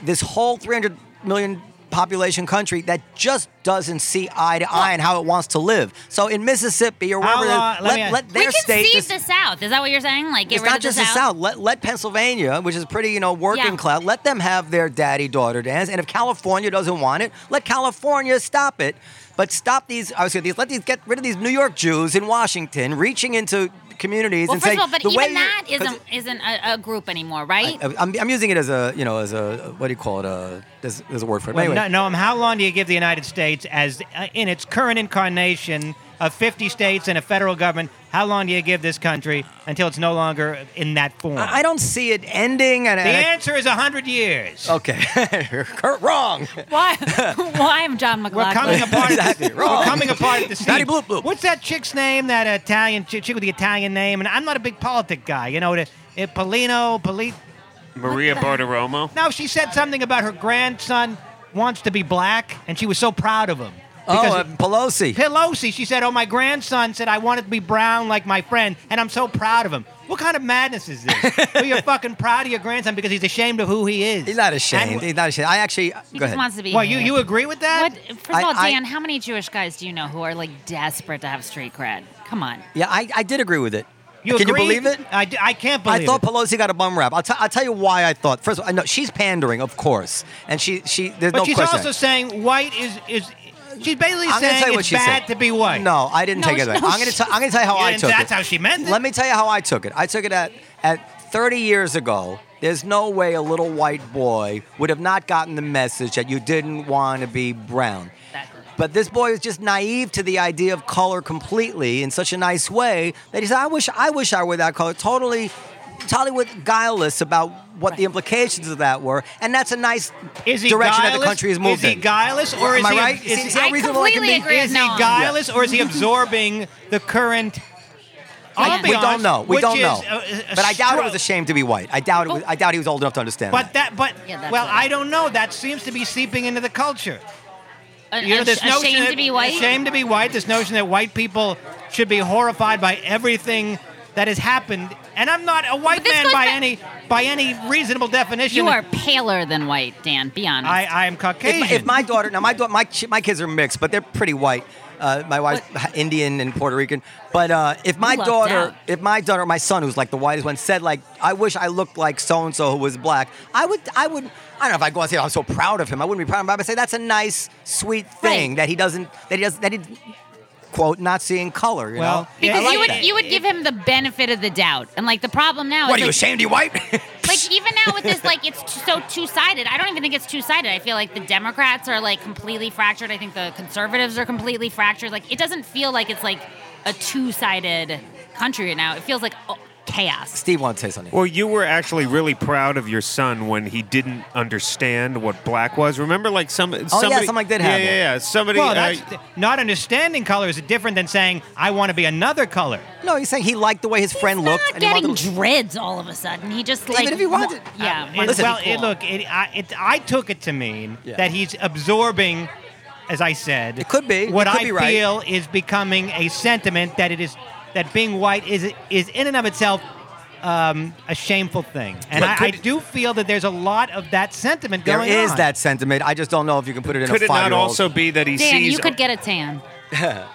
[SPEAKER 1] this whole 300 million population country that just doesn't see eye to eye on how it wants to live so in mississippi or
[SPEAKER 4] How
[SPEAKER 1] wherever it is,
[SPEAKER 4] long- uh, let
[SPEAKER 1] let,
[SPEAKER 4] me ask-
[SPEAKER 1] let
[SPEAKER 6] we
[SPEAKER 1] their
[SPEAKER 6] can
[SPEAKER 1] state
[SPEAKER 6] see
[SPEAKER 1] just-
[SPEAKER 6] the South. Is that what you're saying? Like, get
[SPEAKER 1] it's
[SPEAKER 6] rid
[SPEAKER 1] not
[SPEAKER 6] of
[SPEAKER 1] just
[SPEAKER 6] the South.
[SPEAKER 1] Let let Pennsylvania, which is pretty, you know, working
[SPEAKER 6] Yeah.
[SPEAKER 1] class, let them have their daddy daughter dance. And if California doesn't want it, let California stop it. But stop these. I was going these. Let these get rid of these New York Jews in Washington reaching into communities
[SPEAKER 6] Well,
[SPEAKER 1] and
[SPEAKER 6] first
[SPEAKER 1] saying
[SPEAKER 6] of all, but
[SPEAKER 1] the way
[SPEAKER 6] even that
[SPEAKER 1] you- 'cause
[SPEAKER 6] isn't isn't a, a group anymore, right?
[SPEAKER 1] I, uh, I'm, I'm using it as a, you know, as a what do you call it? Uh, there's, there's a word for it. But
[SPEAKER 4] No,
[SPEAKER 1] anyway,
[SPEAKER 4] no, um, how long do you give the United States as uh, in its current incarnation of 50 states and a federal government. How long do you give this country until it's no longer in that form?
[SPEAKER 1] I I don't see it ending. And, Oh,
[SPEAKER 4] the
[SPEAKER 1] and
[SPEAKER 4] answer is 100 years.
[SPEAKER 1] I, okay, Kurt, wrong.
[SPEAKER 6] Why? Why am John
[SPEAKER 4] We're
[SPEAKER 6] McLaughlin?
[SPEAKER 4] coming apart.
[SPEAKER 1] Exactly,
[SPEAKER 4] At the,
[SPEAKER 1] wrong.
[SPEAKER 4] we're coming apart at the
[SPEAKER 1] Natty
[SPEAKER 4] seams.
[SPEAKER 1] bloop bloop.
[SPEAKER 4] What's that chick's name? That Italian chick, chick with the Italian name. And I'm not a big politic guy. You know, the, it, Polino, Polito.
[SPEAKER 7] Maria Bartiromo.
[SPEAKER 4] No, she said something about her grandson wants to be black, and she was so proud of him.
[SPEAKER 1] Oh,
[SPEAKER 4] Because
[SPEAKER 1] uh, Pelosi.
[SPEAKER 4] Pelosi, she said, "Oh, my grandson said I wanted to be brown like my friend, and I'm so proud of him." What kind of madness is this? well, you're fucking proud of your grandson because he's ashamed of who he is.
[SPEAKER 1] He's not ashamed.
[SPEAKER 4] And-
[SPEAKER 1] He's not ashamed. I actually. uh,
[SPEAKER 6] He
[SPEAKER 1] go
[SPEAKER 6] just
[SPEAKER 1] ahead.
[SPEAKER 6] wants to be.
[SPEAKER 4] well, you
[SPEAKER 6] hated.
[SPEAKER 4] you agree with that?
[SPEAKER 6] What? First of
[SPEAKER 1] I-
[SPEAKER 6] all,
[SPEAKER 1] I-
[SPEAKER 6] Dan, how many Jewish guys do you know who are like desperate to have street cred? Come on.
[SPEAKER 1] yeah, I, I did agree with it.
[SPEAKER 4] You
[SPEAKER 1] Can
[SPEAKER 4] agree?
[SPEAKER 1] you believe it?
[SPEAKER 4] I, d- I can't believe
[SPEAKER 1] I thought
[SPEAKER 4] it.
[SPEAKER 1] Pelosi got a bum rap. I'll, t- I'll tell you why I thought. First of all, I know she's pandering, of course, and she she. There's
[SPEAKER 4] But
[SPEAKER 1] no
[SPEAKER 4] she's
[SPEAKER 1] question.
[SPEAKER 4] also saying white is is. She's basically
[SPEAKER 1] I'm gonna
[SPEAKER 4] saying
[SPEAKER 1] tell you what
[SPEAKER 4] it's
[SPEAKER 1] she said.
[SPEAKER 4] bad to be white.
[SPEAKER 1] No, I didn't
[SPEAKER 6] No,
[SPEAKER 1] take it.
[SPEAKER 6] she-
[SPEAKER 1] That. way.
[SPEAKER 6] no,
[SPEAKER 1] I'm gonna
[SPEAKER 6] she-
[SPEAKER 1] tell. I'm gonna tell you how
[SPEAKER 4] Yeah,
[SPEAKER 1] I
[SPEAKER 4] and
[SPEAKER 1] took it.
[SPEAKER 4] that's how she meant it.
[SPEAKER 1] Let me tell you how I took it. I took it at at 30 years ago. There's no way a little white boy would have not gotten the message that you didn't want to be brown.
[SPEAKER 6] Exactly.
[SPEAKER 1] But this boy was just naive to the idea of color completely in such a nice way that he said, "I wish, I wish I were that color." Totally, totally with guileless about what the implications of that were, and that's a nice
[SPEAKER 4] Is he
[SPEAKER 1] direction
[SPEAKER 4] guileless?
[SPEAKER 1] that the country has moved
[SPEAKER 4] Is he
[SPEAKER 1] in.
[SPEAKER 4] guileless or
[SPEAKER 1] Am
[SPEAKER 4] is
[SPEAKER 1] I
[SPEAKER 4] he
[SPEAKER 1] right?
[SPEAKER 4] Is,
[SPEAKER 1] See-
[SPEAKER 4] he-
[SPEAKER 1] see how
[SPEAKER 6] I
[SPEAKER 1] reasonable I can
[SPEAKER 6] completely
[SPEAKER 1] be?
[SPEAKER 6] agree
[SPEAKER 4] is
[SPEAKER 6] with
[SPEAKER 4] he
[SPEAKER 6] Noam.
[SPEAKER 4] guileless or is he absorbing the current?
[SPEAKER 6] I-
[SPEAKER 1] We don't know. We
[SPEAKER 4] which
[SPEAKER 1] don't
[SPEAKER 4] is
[SPEAKER 1] know.
[SPEAKER 4] a- a
[SPEAKER 1] but I doubt it
[SPEAKER 4] stro-
[SPEAKER 1] was ashamed to be white. I doubt it.
[SPEAKER 6] Oh.
[SPEAKER 1] Was, I doubt he was old enough to understand.
[SPEAKER 4] But
[SPEAKER 1] that.
[SPEAKER 4] that, but
[SPEAKER 6] Yeah, that's
[SPEAKER 4] well,
[SPEAKER 6] what I-
[SPEAKER 4] I don't know. That seems to be seeping into the culture.
[SPEAKER 6] A-
[SPEAKER 4] You know,
[SPEAKER 6] a-
[SPEAKER 4] this notion
[SPEAKER 6] ashamed
[SPEAKER 4] that,
[SPEAKER 6] to be white.
[SPEAKER 4] Ashamed to be white. This notion that white people should be horrified by everything that has happened. And I'm not a white
[SPEAKER 6] But this
[SPEAKER 4] man
[SPEAKER 6] goes
[SPEAKER 4] by
[SPEAKER 6] back-
[SPEAKER 4] any by any reasonable definition.
[SPEAKER 6] You are paler than white, Dan. Be honest.
[SPEAKER 4] I, I am
[SPEAKER 1] if,
[SPEAKER 4] Caucasian.
[SPEAKER 1] my- if my daughter now my daughter my chi- my kids are mixed, but they're pretty white. Uh, my wife's Indian and Puerto Rican. But uh, if my
[SPEAKER 6] lucked
[SPEAKER 1] daughter,
[SPEAKER 6] out.
[SPEAKER 1] if my daughter, my son, who's like the whitest one, said like, "I wish I looked like so and so who was black," I would, I would, I don't know if I'd go and say I'm so proud of him. I wouldn't be proud of him. but I would say that's a nice, sweet thing
[SPEAKER 6] Right.
[SPEAKER 1] that he doesn't, that he does, that he quote not seeing color. You
[SPEAKER 4] Well,
[SPEAKER 1] know,
[SPEAKER 6] because
[SPEAKER 4] I like
[SPEAKER 6] you would
[SPEAKER 4] that.
[SPEAKER 6] you would give him the benefit of the doubt, and like the problem now
[SPEAKER 1] what are
[SPEAKER 6] is
[SPEAKER 1] you
[SPEAKER 6] like,
[SPEAKER 1] ashamed? You white?
[SPEAKER 6] like even now with this like it's t- so two-sided i don't even think it's two-sided i feel like the democrats are like completely fractured i think the conservatives are completely fractured like it doesn't feel like it's like a two-sided country right now it feels like oh, chaos
[SPEAKER 1] Steve wants to say something.
[SPEAKER 7] Well, you were actually really proud of your son when he didn't understand what black was. Remember, like some somebody,
[SPEAKER 1] something like that
[SPEAKER 7] yeah,
[SPEAKER 1] happened.
[SPEAKER 7] Yeah, yeah. Somebody.
[SPEAKER 4] well,
[SPEAKER 7] uh,
[SPEAKER 4] that's, not understanding color is different than saying I want to be another color.
[SPEAKER 1] No, he's saying he liked the way his friend
[SPEAKER 6] He's
[SPEAKER 1] looked.
[SPEAKER 6] not
[SPEAKER 1] and he
[SPEAKER 6] getting
[SPEAKER 1] wanted to-
[SPEAKER 6] dreads all of a sudden he just like
[SPEAKER 1] if he
[SPEAKER 6] wa-
[SPEAKER 1] wanted-
[SPEAKER 6] yeah
[SPEAKER 4] It-
[SPEAKER 6] wanted to be
[SPEAKER 4] well, it,
[SPEAKER 6] cool.
[SPEAKER 4] look, it, I, it, I took it to mean
[SPEAKER 1] Yeah.
[SPEAKER 4] that he's absorbing, as I said,
[SPEAKER 1] It could be.
[SPEAKER 4] What
[SPEAKER 1] You could
[SPEAKER 4] I
[SPEAKER 1] be right.
[SPEAKER 4] feel is becoming a sentiment that it is that being white is is in and of itself um, a shameful thing, and
[SPEAKER 7] But
[SPEAKER 4] I, I
[SPEAKER 7] could-
[SPEAKER 4] do feel that there's a lot of that sentiment
[SPEAKER 1] There
[SPEAKER 4] going
[SPEAKER 1] is
[SPEAKER 4] on.
[SPEAKER 1] that sentiment. I just don't know if you can put it in
[SPEAKER 7] could
[SPEAKER 1] a
[SPEAKER 7] it not
[SPEAKER 1] five-year-old.
[SPEAKER 7] also be that he
[SPEAKER 6] dan
[SPEAKER 7] sees
[SPEAKER 6] you could get a tan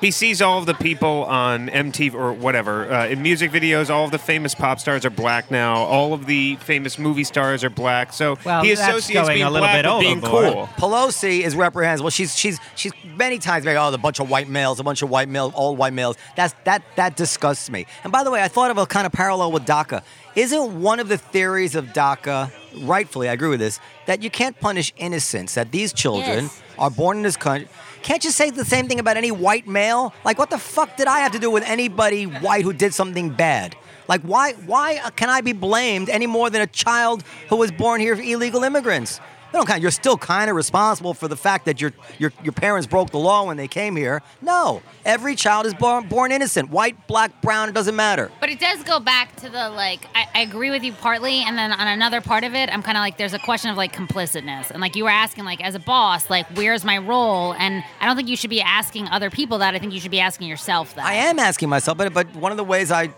[SPEAKER 7] he sees all of the people on MTV or whatever uh, in music videos? All of the famous pop stars are black now. All of the famous movie stars are black. So
[SPEAKER 4] Well,
[SPEAKER 7] he
[SPEAKER 4] that's
[SPEAKER 7] associates
[SPEAKER 4] going
[SPEAKER 7] being
[SPEAKER 4] a little
[SPEAKER 7] black
[SPEAKER 4] bit
[SPEAKER 7] with being
[SPEAKER 4] overboard.
[SPEAKER 7] cool.
[SPEAKER 1] Pelosi is reprehensible. She's she's she's many times made oh a bunch of white males, a bunch of white males, all white males. That's that that disgusts me. And by the way, I thought of a kind of parallel with DACA. Isn't one of the theories of DACA, rightfully, I agree with this, that you can't punish innocence, that these children
[SPEAKER 6] Yes.
[SPEAKER 1] are born in this country. Can't you say the same thing about any white male? Like, what the fuck did I have to do with anybody white who did something bad? Like, why why can I be blamed any more than a child who was born here of illegal immigrants? They don't kind. You're still kind of responsible for the fact that your your your parents broke the law when they came here. No, every child is born born innocent. White, black, brown, it doesn't matter.
[SPEAKER 6] But it does go back to the like. I, I agree with you partly, and then on another part of it, I'm kind of like there's a question of like complicitness, and like you were asking like as a boss, like where's my role? And I don't think you should be asking other people that. I think you should be asking yourself that.
[SPEAKER 1] I am asking myself, but but one of the ways I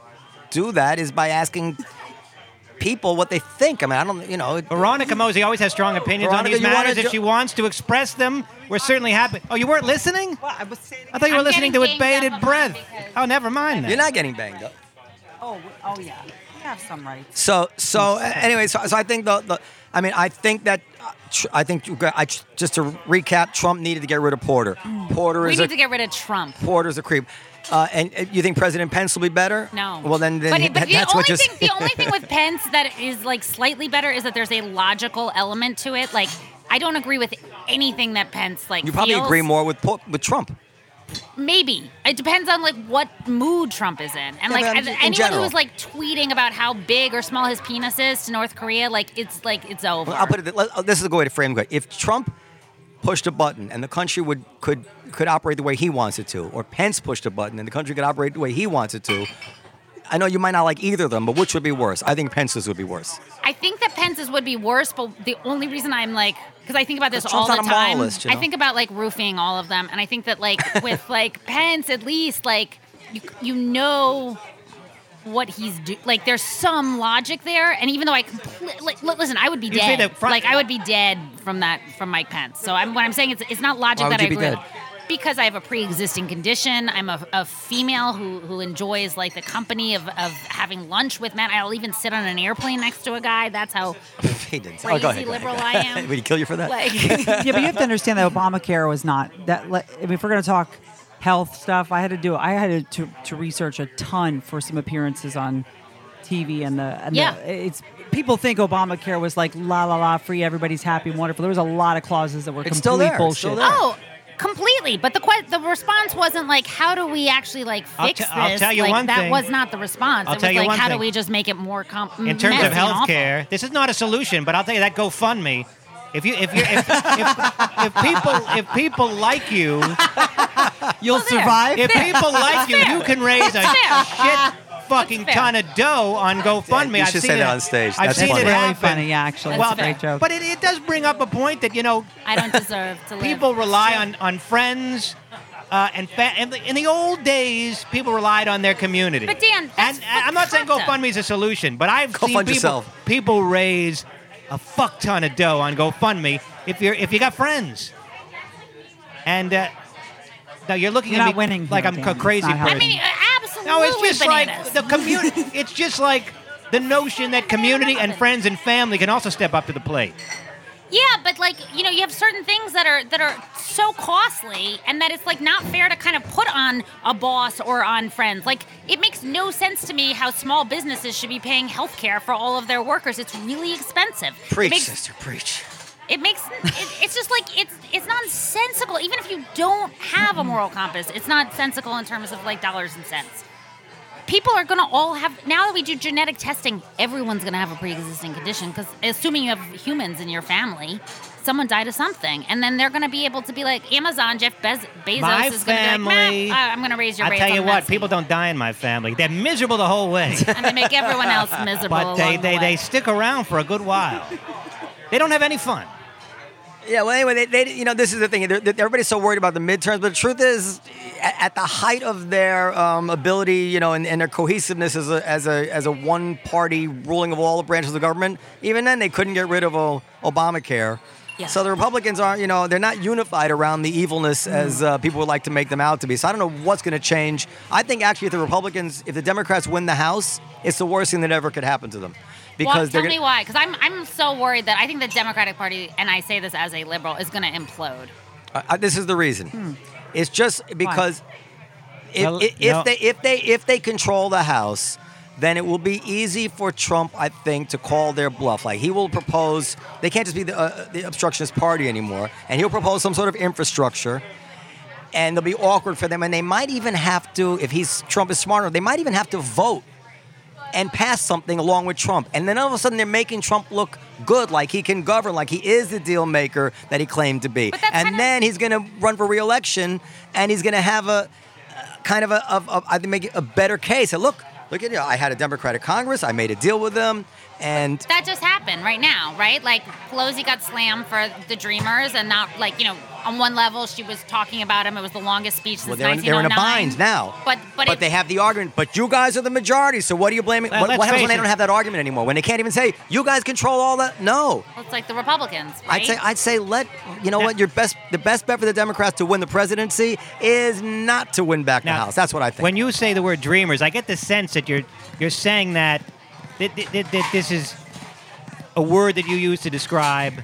[SPEAKER 1] do that is by asking people what they think. I mean, I don't, you know. it-
[SPEAKER 4] Veronica Mosey always has strong opinions
[SPEAKER 1] Veronica,
[SPEAKER 4] on these
[SPEAKER 1] you wanna
[SPEAKER 4] matters.
[SPEAKER 1] jo-
[SPEAKER 4] if she wants to express them, we're certainly happy. Oh, you weren't listening? I thought you were
[SPEAKER 6] I'm
[SPEAKER 4] listening to
[SPEAKER 6] getting
[SPEAKER 4] it
[SPEAKER 6] banged
[SPEAKER 4] bated
[SPEAKER 6] up on
[SPEAKER 4] breath.
[SPEAKER 6] because-
[SPEAKER 4] Oh, never mind. Then.
[SPEAKER 1] You're not getting banged up.
[SPEAKER 8] Oh, oh yeah. We have some rights.
[SPEAKER 1] So so a- anyway, so, so I think the, the I mean I think that uh, tr- I think you got- I tr- just to recap, Trump needed to get rid of Porter. Porter
[SPEAKER 6] We
[SPEAKER 1] is a
[SPEAKER 6] need to get rid of Trump.
[SPEAKER 1] Porter's a creep. Uh, and, and you think President Pence will be better?
[SPEAKER 6] No.
[SPEAKER 1] Well then, then
[SPEAKER 6] but,
[SPEAKER 1] he-
[SPEAKER 6] it- but
[SPEAKER 1] that-
[SPEAKER 6] the
[SPEAKER 1] that's
[SPEAKER 6] only
[SPEAKER 1] what you're
[SPEAKER 6] thing, the only thing with Pence that is like slightly better is that there's a logical element to it. Like I don't agree with anything that Pence like.
[SPEAKER 1] You probably
[SPEAKER 6] feels.
[SPEAKER 1] agree more with Po- with Trump.
[SPEAKER 6] Maybe it depends on like what mood Trump is in, and like
[SPEAKER 1] but I'm
[SPEAKER 6] as-
[SPEAKER 1] ju- in
[SPEAKER 6] anyone
[SPEAKER 1] general.
[SPEAKER 6] who is like tweeting about how big or small his penis is to North Korea, like it's like it's over.
[SPEAKER 1] I'll put it. th- let- uh, This is a good way to frame it. If Trump pushed a button and the country would could could operate the way he wants it to, or Pence pushed a button and the country could operate the way he wants it to, I know you might not like either of them, but which would be worse? I think Pence's would be worse.
[SPEAKER 6] I think that Pence's would be worse, but the only reason I'm like, because I think about this
[SPEAKER 1] 'Cause
[SPEAKER 6] all
[SPEAKER 1] Trump's
[SPEAKER 6] the
[SPEAKER 1] not a
[SPEAKER 6] time.
[SPEAKER 1] moralist, you
[SPEAKER 6] I
[SPEAKER 1] know?
[SPEAKER 6] think about like roofing all of them, and I think that like with like Pence, at least like you you know what he's do. Like there's some logic there, and even though I completely like, li- listen, I would be
[SPEAKER 4] You say
[SPEAKER 6] dead.
[SPEAKER 4] that front-
[SPEAKER 6] like I would be dead from that from Mike Pence. So I'm what I'm saying is it's not logic
[SPEAKER 1] Why would
[SPEAKER 6] that I
[SPEAKER 1] you be
[SPEAKER 6] agree.
[SPEAKER 1] dead?
[SPEAKER 6] with. Because I have a pre-existing condition, I'm a, a female who, who enjoys like the company of, of having lunch with men. I'll even sit on an airplane next to a guy. That's how
[SPEAKER 1] he didn't.
[SPEAKER 6] crazy liberal I am.
[SPEAKER 1] would he kill you for that?
[SPEAKER 6] like
[SPEAKER 8] yeah, but you have to understand that Obamacare was not that. le- I mean, if we're going to talk health stuff, I had to do. I had to, to to research a ton for some appearances on TV and the and
[SPEAKER 6] Yeah.
[SPEAKER 8] The, it's people think Obamacare was like la la la free, everybody's happy, wonderful. There was a lot of clauses that were
[SPEAKER 1] It's
[SPEAKER 8] complete
[SPEAKER 1] still there, it's
[SPEAKER 8] bullshit.
[SPEAKER 1] still there.
[SPEAKER 6] oh completely but the que- the response wasn't like how do we actually like
[SPEAKER 4] I'll
[SPEAKER 6] fix
[SPEAKER 4] te-
[SPEAKER 6] this
[SPEAKER 4] I'll tell you
[SPEAKER 6] like,
[SPEAKER 4] one
[SPEAKER 6] that
[SPEAKER 4] thing.
[SPEAKER 6] was not the response
[SPEAKER 4] I'll
[SPEAKER 6] it was
[SPEAKER 4] tell you
[SPEAKER 6] like
[SPEAKER 4] one
[SPEAKER 6] how do
[SPEAKER 4] thing.
[SPEAKER 6] we just make it more comp-
[SPEAKER 4] in terms
[SPEAKER 6] messy
[SPEAKER 4] of
[SPEAKER 6] and awful?
[SPEAKER 4] health care, this is not a solution, but I'll tell you that GoFundMe. If you if you if, if, if people if people like you,
[SPEAKER 8] You'll
[SPEAKER 6] there.
[SPEAKER 8] survive.
[SPEAKER 4] if people like you, you can raise a
[SPEAKER 6] That's
[SPEAKER 4] shit fucking
[SPEAKER 6] fair.
[SPEAKER 4] ton of dough on GoFundMe.
[SPEAKER 1] You
[SPEAKER 4] I've
[SPEAKER 1] should
[SPEAKER 4] seen
[SPEAKER 1] say that
[SPEAKER 4] it-
[SPEAKER 1] on stage.
[SPEAKER 4] I've
[SPEAKER 1] That's
[SPEAKER 4] seen
[SPEAKER 1] funny.
[SPEAKER 4] it
[SPEAKER 8] really
[SPEAKER 4] happen.
[SPEAKER 8] funny, actually.
[SPEAKER 6] That's
[SPEAKER 8] it's a
[SPEAKER 6] fair.
[SPEAKER 8] great joke.
[SPEAKER 4] But it, it does bring up a point that you know
[SPEAKER 6] i don't deserve to live
[SPEAKER 4] people rely on on friends. Uh, and fa- in, the, in the old days, people relied on their community.
[SPEAKER 6] But Dan, that's
[SPEAKER 4] and I- I'm not saying
[SPEAKER 6] fucked up.
[SPEAKER 4] GoFundMe is a solution, but I've seen
[SPEAKER 1] GoFund
[SPEAKER 4] people
[SPEAKER 1] yourself.
[SPEAKER 4] people raise a fuck ton of dough on GoFundMe if you're if you got friends. And uh, now you're looking
[SPEAKER 8] You're
[SPEAKER 4] at
[SPEAKER 8] not
[SPEAKER 4] me
[SPEAKER 8] winning
[SPEAKER 4] like
[SPEAKER 8] here,
[SPEAKER 4] I'm
[SPEAKER 8] Dan.
[SPEAKER 4] a
[SPEAKER 8] It's
[SPEAKER 4] crazy
[SPEAKER 8] not how it
[SPEAKER 6] i
[SPEAKER 4] person.
[SPEAKER 8] is.
[SPEAKER 6] mean uh, absolutely
[SPEAKER 4] No, it's just like
[SPEAKER 6] bananas.
[SPEAKER 4] the community. it's just like the notion that community and friends and family can also step up to the plate.
[SPEAKER 6] Yeah, but like you know, you have certain things that are that are so costly, and that it's like not fair to kind of put on a boss or on friends. Like it makes no sense to me how small businesses should be paying health care for all of their workers. It's really expensive.
[SPEAKER 1] Preach,
[SPEAKER 6] it makes
[SPEAKER 1] sister, preach.
[SPEAKER 6] it makes it, it's just like it's it's nonsensical. Even if you don't have a moral compass, it's nonsensical in terms of like dollars and cents. People are gonna all have now that we do genetic testing, everyone's gonna have a pre-existing condition because assuming you have humans in your family, someone died of something, and then they're gonna be able to be like Amazon Jeff Bez- Bezos
[SPEAKER 4] My
[SPEAKER 6] is gonna be
[SPEAKER 4] family-
[SPEAKER 6] like, "Meh, uh, I'm gonna raise your
[SPEAKER 4] I
[SPEAKER 6] rates
[SPEAKER 4] tell
[SPEAKER 6] on
[SPEAKER 4] you what,
[SPEAKER 6] Pepsi."
[SPEAKER 4] people don't die in my family. They're miserable the whole way.
[SPEAKER 6] and they make everyone else miserable.
[SPEAKER 4] but they,
[SPEAKER 6] along the
[SPEAKER 4] they,
[SPEAKER 6] way.
[SPEAKER 4] they stick around for a good while. they don't have any fun.
[SPEAKER 1] Yeah. Well, anyway, they, they you know this is the thing. They're- they're- everybody's so worried about the midterms, but the truth is, at, at the height of their um, ability, you know, and, and their cohesiveness as a as a as a one party ruling of all the branches of government, even then they couldn't get rid of uh, Obamacare.
[SPEAKER 6] Yeah.
[SPEAKER 1] So the Republicans aren't, you know, they're not unified around the evilness
[SPEAKER 6] Mm-hmm.
[SPEAKER 1] as uh, people would like to make them out to be. So I don't know what's going to change. I think actually, if the Republicans, if the Democrats win the House, it's the worst thing that ever could happen to them, because
[SPEAKER 6] well,
[SPEAKER 1] they're
[SPEAKER 6] tell
[SPEAKER 1] gonna-
[SPEAKER 6] me why, because I'm I'm so worried that I think the Democratic Party, and I say this as a liberal, is going to implode.
[SPEAKER 1] Uh, uh, this is the reason. It's just because if,
[SPEAKER 4] Well,
[SPEAKER 1] if, if
[SPEAKER 4] no.
[SPEAKER 1] they if they if they control the house, then it will be easy for Trump, I think, to call their bluff. Like he will propose. They can't just be the, uh, the obstructionist party anymore, and he'll propose some sort of infrastructure. And it'll be awkward for them, and they might even have to, if he's Trump is smarter, they might even have to vote and pass something along with Trump. And then all of a sudden, they're making Trump look good, like he can govern, like he is the deal maker that he claimed to be.
[SPEAKER 6] But that's
[SPEAKER 1] And
[SPEAKER 6] kinda-
[SPEAKER 1] then he's going to run for reelection, and he's going to have a a kind of a, of, of I think make it a better case. And look, look at you. I had a Democratic Congress. I made a deal with them, and
[SPEAKER 6] That just happened right now, right? Like Pelosi got slammed for the Dreamers, and not like you know, on one level she was talking about him. It was the longest speech since
[SPEAKER 1] well, they're in, they're in a
[SPEAKER 6] 1909.
[SPEAKER 1] bind now.
[SPEAKER 6] But but, it-
[SPEAKER 1] they have the argument. But you guys are the majority, so what are you blaming?
[SPEAKER 4] Well,
[SPEAKER 1] what
[SPEAKER 4] let's
[SPEAKER 1] what happens when
[SPEAKER 4] face
[SPEAKER 1] they
[SPEAKER 4] it.
[SPEAKER 1] don't have that argument anymore? When they can't even say you guys control all that? No,
[SPEAKER 6] it's like the Republicans, right?
[SPEAKER 1] I'd say I'd say let you know what your best the best bet for the Democrats to win the presidency is not to win back the House. That's what I think.
[SPEAKER 4] When you say the word dreamers, I get the sense that you're you're saying that that, that, that, that this is a word that you use to describe,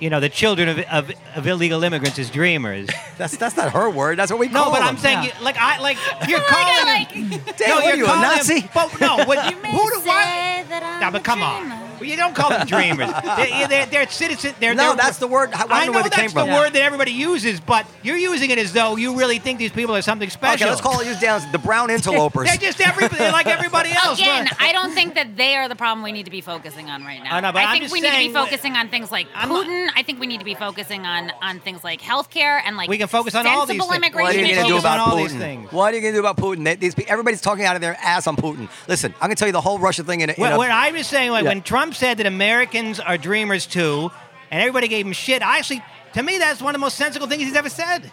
[SPEAKER 4] you know, the children of, of, of illegal immigrants as dreamers.
[SPEAKER 1] that's that's not her word. That's what we
[SPEAKER 4] No,
[SPEAKER 1] call
[SPEAKER 4] but
[SPEAKER 1] them.
[SPEAKER 4] I'm saying,
[SPEAKER 8] Yeah.
[SPEAKER 4] you, like, I like you're
[SPEAKER 6] Like, I
[SPEAKER 4] calling.
[SPEAKER 6] like-
[SPEAKER 4] them-
[SPEAKER 1] Damn,
[SPEAKER 4] no,
[SPEAKER 1] what
[SPEAKER 4] you're
[SPEAKER 1] are you, a
[SPEAKER 4] calling them-
[SPEAKER 1] Nazi?
[SPEAKER 4] but no, what,
[SPEAKER 6] You may
[SPEAKER 4] who do
[SPEAKER 6] say
[SPEAKER 4] what?
[SPEAKER 6] that
[SPEAKER 4] Now, but come on. Well, you don't call them dreamers. they're, they're, they're citizens. They're,
[SPEAKER 1] No,
[SPEAKER 4] they're-
[SPEAKER 1] that's the word. I
[SPEAKER 4] I
[SPEAKER 1] wonder
[SPEAKER 4] know
[SPEAKER 1] where it
[SPEAKER 4] that's
[SPEAKER 1] came from.
[SPEAKER 4] the word that everybody uses, but you're using it as though you really think these people are something special.
[SPEAKER 1] Okay, let's call it just down the brown interlopers.
[SPEAKER 4] They're just everybody. They're like everybody else.
[SPEAKER 6] Again,
[SPEAKER 4] Look.
[SPEAKER 6] I don't think that they are the problem we need to be focusing on right now.
[SPEAKER 4] I know, but I'm
[SPEAKER 6] think
[SPEAKER 4] just
[SPEAKER 6] we need to
[SPEAKER 4] saying
[SPEAKER 6] be
[SPEAKER 4] what-
[SPEAKER 6] focusing on things like
[SPEAKER 4] I'm not-
[SPEAKER 6] Putin. I think we need to be focusing on on things like healthcare and like
[SPEAKER 4] We can focus on all these
[SPEAKER 6] sensible
[SPEAKER 4] things.
[SPEAKER 1] What are
[SPEAKER 6] immigration.
[SPEAKER 1] you
[SPEAKER 4] Focus
[SPEAKER 1] going to do
[SPEAKER 4] on
[SPEAKER 6] issues.
[SPEAKER 1] about
[SPEAKER 4] all
[SPEAKER 1] Putin?
[SPEAKER 4] these things.
[SPEAKER 1] What are you going to do about Putin? They- these pe- everybody's talking out of their ass on Putin. Listen, I'm going to tell you the whole Russia thing in a, in
[SPEAKER 4] Well,
[SPEAKER 1] a-
[SPEAKER 4] what I was saying, like
[SPEAKER 1] Yeah.
[SPEAKER 4] when Trump said that Americans are dreamers too, and everybody gave him shit. I actually, to me, that's one of the most sensible things he's ever said.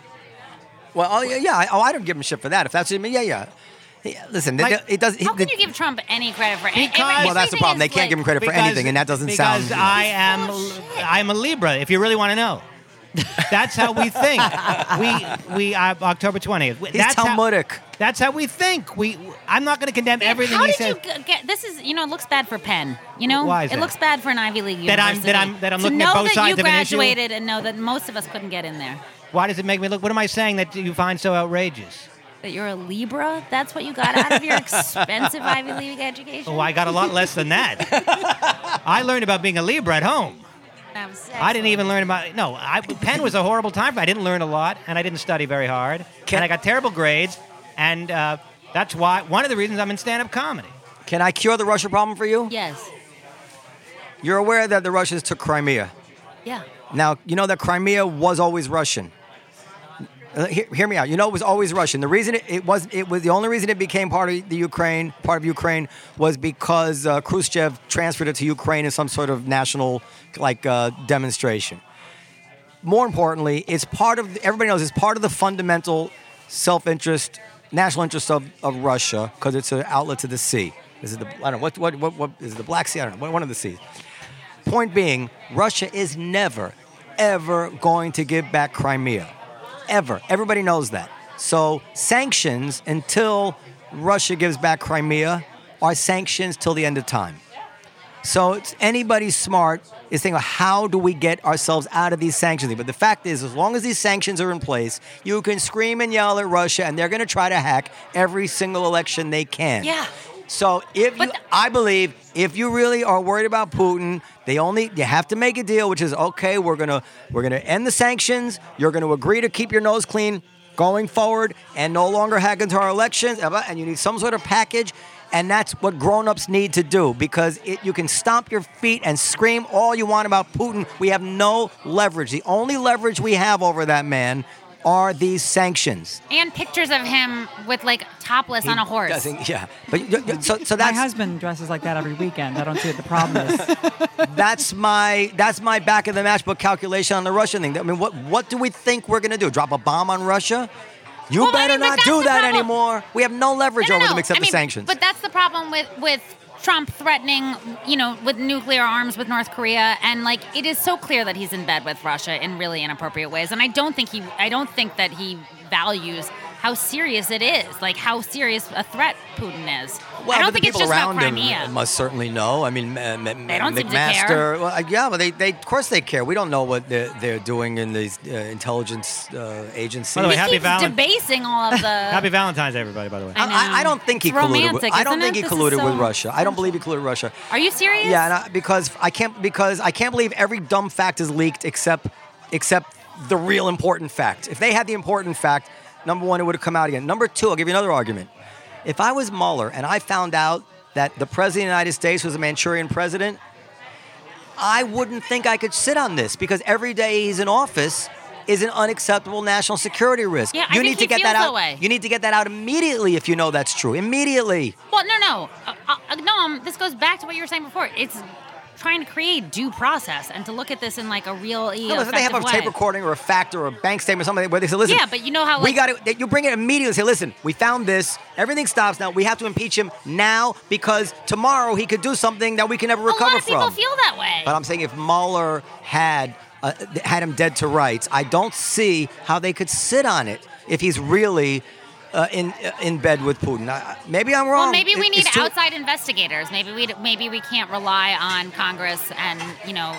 [SPEAKER 1] well, oh, yeah, yeah. I, oh, I don't give him shit for that. If that's what you mean, yeah, yeah. Yeah, Listen, they-
[SPEAKER 4] Like-
[SPEAKER 1] they- it does. he-
[SPEAKER 6] How can
[SPEAKER 1] they-
[SPEAKER 6] you give Trump any credit for anything?
[SPEAKER 4] Because-
[SPEAKER 1] well, that's the problem. They can't give him credit for
[SPEAKER 4] Because-
[SPEAKER 1] anything, and that doesn't
[SPEAKER 4] because
[SPEAKER 1] sound.
[SPEAKER 4] I am,
[SPEAKER 6] Oh,
[SPEAKER 4] I'm a Libra. If you really want to know, that's how we think. we we uh, October twentieth.
[SPEAKER 1] He's
[SPEAKER 4] that's
[SPEAKER 1] Talmudic.
[SPEAKER 4] How, that's how we think. We I'm not going to condemn everything
[SPEAKER 6] How
[SPEAKER 4] he
[SPEAKER 6] did
[SPEAKER 4] says.
[SPEAKER 6] you g- get this? Is you know it looks bad for Penn. You know
[SPEAKER 4] Why is
[SPEAKER 6] it
[SPEAKER 4] that?
[SPEAKER 6] looks bad for an Ivy League
[SPEAKER 4] That I'm-
[SPEAKER 6] university.
[SPEAKER 4] that I'm- that I'm
[SPEAKER 6] to
[SPEAKER 4] looking at
[SPEAKER 6] know
[SPEAKER 4] both
[SPEAKER 6] that
[SPEAKER 4] sides
[SPEAKER 6] you
[SPEAKER 4] of an issue?
[SPEAKER 6] graduated and know that most of us couldn't get in there.
[SPEAKER 4] Why does it make me look? What am I saying that you find so outrageous?
[SPEAKER 6] That you're a Libra. That's what you got out of your expensive Ivy League education.
[SPEAKER 4] Oh, I got a lot less than that. I learned about being a Libra at home.
[SPEAKER 6] That was
[SPEAKER 4] I didn't even learn about no. I, Penn was a horrible time. I didn't learn a lot, and I didn't study very hard,
[SPEAKER 1] Can-
[SPEAKER 4] and I got terrible grades, and uh, that's why one of the reasons I'm in stand-up comedy.
[SPEAKER 1] Can I cure the Russia problem for you?
[SPEAKER 6] Yes.
[SPEAKER 1] You're aware that the Russians took Crimea.
[SPEAKER 6] Yeah.
[SPEAKER 1] Now, you know that Crimea was always Russian. Uh, Hear, hear me out. You know it was always Russian. The reason it, it was it was the only reason it became part of the Ukraine, part of Ukraine was because uh, Khrushchev transferred it to Ukraine in some sort of national like uh, demonstration. More importantly, it's part of everybody knows it's part of the fundamental self-interest, national interest of, of Russia because it's an outlet to the sea. Is it the I don't know what what what, what is it the Black Sea? I don't know one of the seas. Point being, Russia is never, ever going to give back Crimea. Ever. Everybody knows that. So, sanctions until Russia gives back Crimea are sanctions till the end of time. So, it's, anybody smart is thinking, how do we get ourselves out of these sanctions? But the fact is, as long as these sanctions are in place, you can scream and yell at Russia, and they're going to try to hack every single election they can.
[SPEAKER 6] Yeah.
[SPEAKER 1] So if you,
[SPEAKER 6] But the-
[SPEAKER 1] I believe if you really are worried about Putin, they only you have to make a deal, which is okay. We're gonna we're gonna end the sanctions. You're gonna agree to keep your nose clean going forward and no longer hack into our elections. And blah- and you need some sort of package. And that's what grown-ups need to do because it, you can stomp your feet and scream all you want about Putin. We have no leverage. The only leverage we have over that man are these sanctions.
[SPEAKER 6] And pictures of him with like topless on a horse.
[SPEAKER 1] Doesn't- yeah, but you- you- so so
[SPEAKER 8] My
[SPEAKER 1] that's
[SPEAKER 8] husband dresses like that every weekend. I don't see what the problem is.
[SPEAKER 1] that's my that's my back of the matchbook calculation on the Russian thing. I mean, what what do we think we're gonna do? Drop a bomb on Russia? You
[SPEAKER 6] Well, I
[SPEAKER 1] better
[SPEAKER 6] mean, but
[SPEAKER 1] not
[SPEAKER 6] that's
[SPEAKER 1] do
[SPEAKER 6] the
[SPEAKER 1] that
[SPEAKER 6] problem.
[SPEAKER 1] anymore. We have no leverage
[SPEAKER 6] No, no,
[SPEAKER 1] over them
[SPEAKER 6] no.
[SPEAKER 1] except
[SPEAKER 6] I
[SPEAKER 1] the
[SPEAKER 6] mean,
[SPEAKER 1] sanctions.
[SPEAKER 6] But that's the problem with with Trump threatening, you know, with nuclear arms with North Korea, and like it is so clear that he's in bed with Russia in really inappropriate ways. And I don't think he, I don't think that he values how serious it is, like how serious a threat Putin is.
[SPEAKER 1] well,
[SPEAKER 6] I
[SPEAKER 1] but
[SPEAKER 6] don't
[SPEAKER 1] the
[SPEAKER 6] think it's
[SPEAKER 1] people
[SPEAKER 6] just
[SPEAKER 1] around
[SPEAKER 6] about
[SPEAKER 1] him
[SPEAKER 6] Crimea.
[SPEAKER 1] must certainly know. I mean, Ma- Ma-
[SPEAKER 6] They don't seem to
[SPEAKER 1] McMaster.
[SPEAKER 6] care.
[SPEAKER 1] Well, uh, yeah, but they, they of course they care. We don't know what they're, they're doing in these uh, intelligence uh, agencies.
[SPEAKER 4] By the way,
[SPEAKER 6] he
[SPEAKER 4] happy
[SPEAKER 6] keeps
[SPEAKER 4] Valen-
[SPEAKER 6] debasing all of the.
[SPEAKER 4] Happy Valentine's, everybody. By the way.
[SPEAKER 6] I
[SPEAKER 1] I,
[SPEAKER 6] know.
[SPEAKER 1] I don't think he
[SPEAKER 6] It's
[SPEAKER 1] colluded. With,
[SPEAKER 6] romantic,
[SPEAKER 1] I don't
[SPEAKER 6] isn't
[SPEAKER 1] think
[SPEAKER 6] it?
[SPEAKER 1] he
[SPEAKER 6] This is
[SPEAKER 1] colluded
[SPEAKER 6] so
[SPEAKER 1] with Russia. I don't believe he colluded with Russia.
[SPEAKER 6] Are you serious?
[SPEAKER 1] Yeah, and I, because I can't because I can't believe every dumb fact is leaked except except the real important fact. If they had the important fact, number one, it would have come out again. Number two, I'll give you another argument. If I was Mueller and I found out that the president of the United States was a Manchurian president, I wouldn't think I could sit on this because every day he's in office is an unacceptable national security risk.
[SPEAKER 6] Yeah, I
[SPEAKER 1] you
[SPEAKER 6] think
[SPEAKER 1] need to
[SPEAKER 6] he
[SPEAKER 1] get
[SPEAKER 6] feels
[SPEAKER 1] that out.
[SPEAKER 6] that way.
[SPEAKER 1] You need to get that out immediately if you know that's true. Immediately.
[SPEAKER 6] Well, no, no, uh, uh, no. Um, this goes back to what you were saying before. It's trying to create due process and to look at this in like a real, e-
[SPEAKER 1] No, but if they have a
[SPEAKER 6] effective
[SPEAKER 1] tape
[SPEAKER 6] way.
[SPEAKER 1] recording or a fact or a bank statement or something where they say, listen.
[SPEAKER 6] Yeah, but you know how,
[SPEAKER 1] we
[SPEAKER 6] like-
[SPEAKER 1] got it. You bring it immediately. and Say, listen, we found this. Everything stops now. We have to impeach him now because tomorrow he could do something that we can never
[SPEAKER 6] a lot
[SPEAKER 1] recover
[SPEAKER 6] of
[SPEAKER 1] from.
[SPEAKER 6] people feel that way.
[SPEAKER 1] but I'm saying if Mueller had uh, had him dead to rights, I don't see how they could sit on it if he's really. Uh, in in bed with Putin. I- I- maybe I'm wrong.
[SPEAKER 6] well, maybe
[SPEAKER 1] um,
[SPEAKER 6] we
[SPEAKER 1] It-
[SPEAKER 6] need
[SPEAKER 1] it's too-
[SPEAKER 6] outside investigators. Maybe we maybe we can't rely on Congress and you know.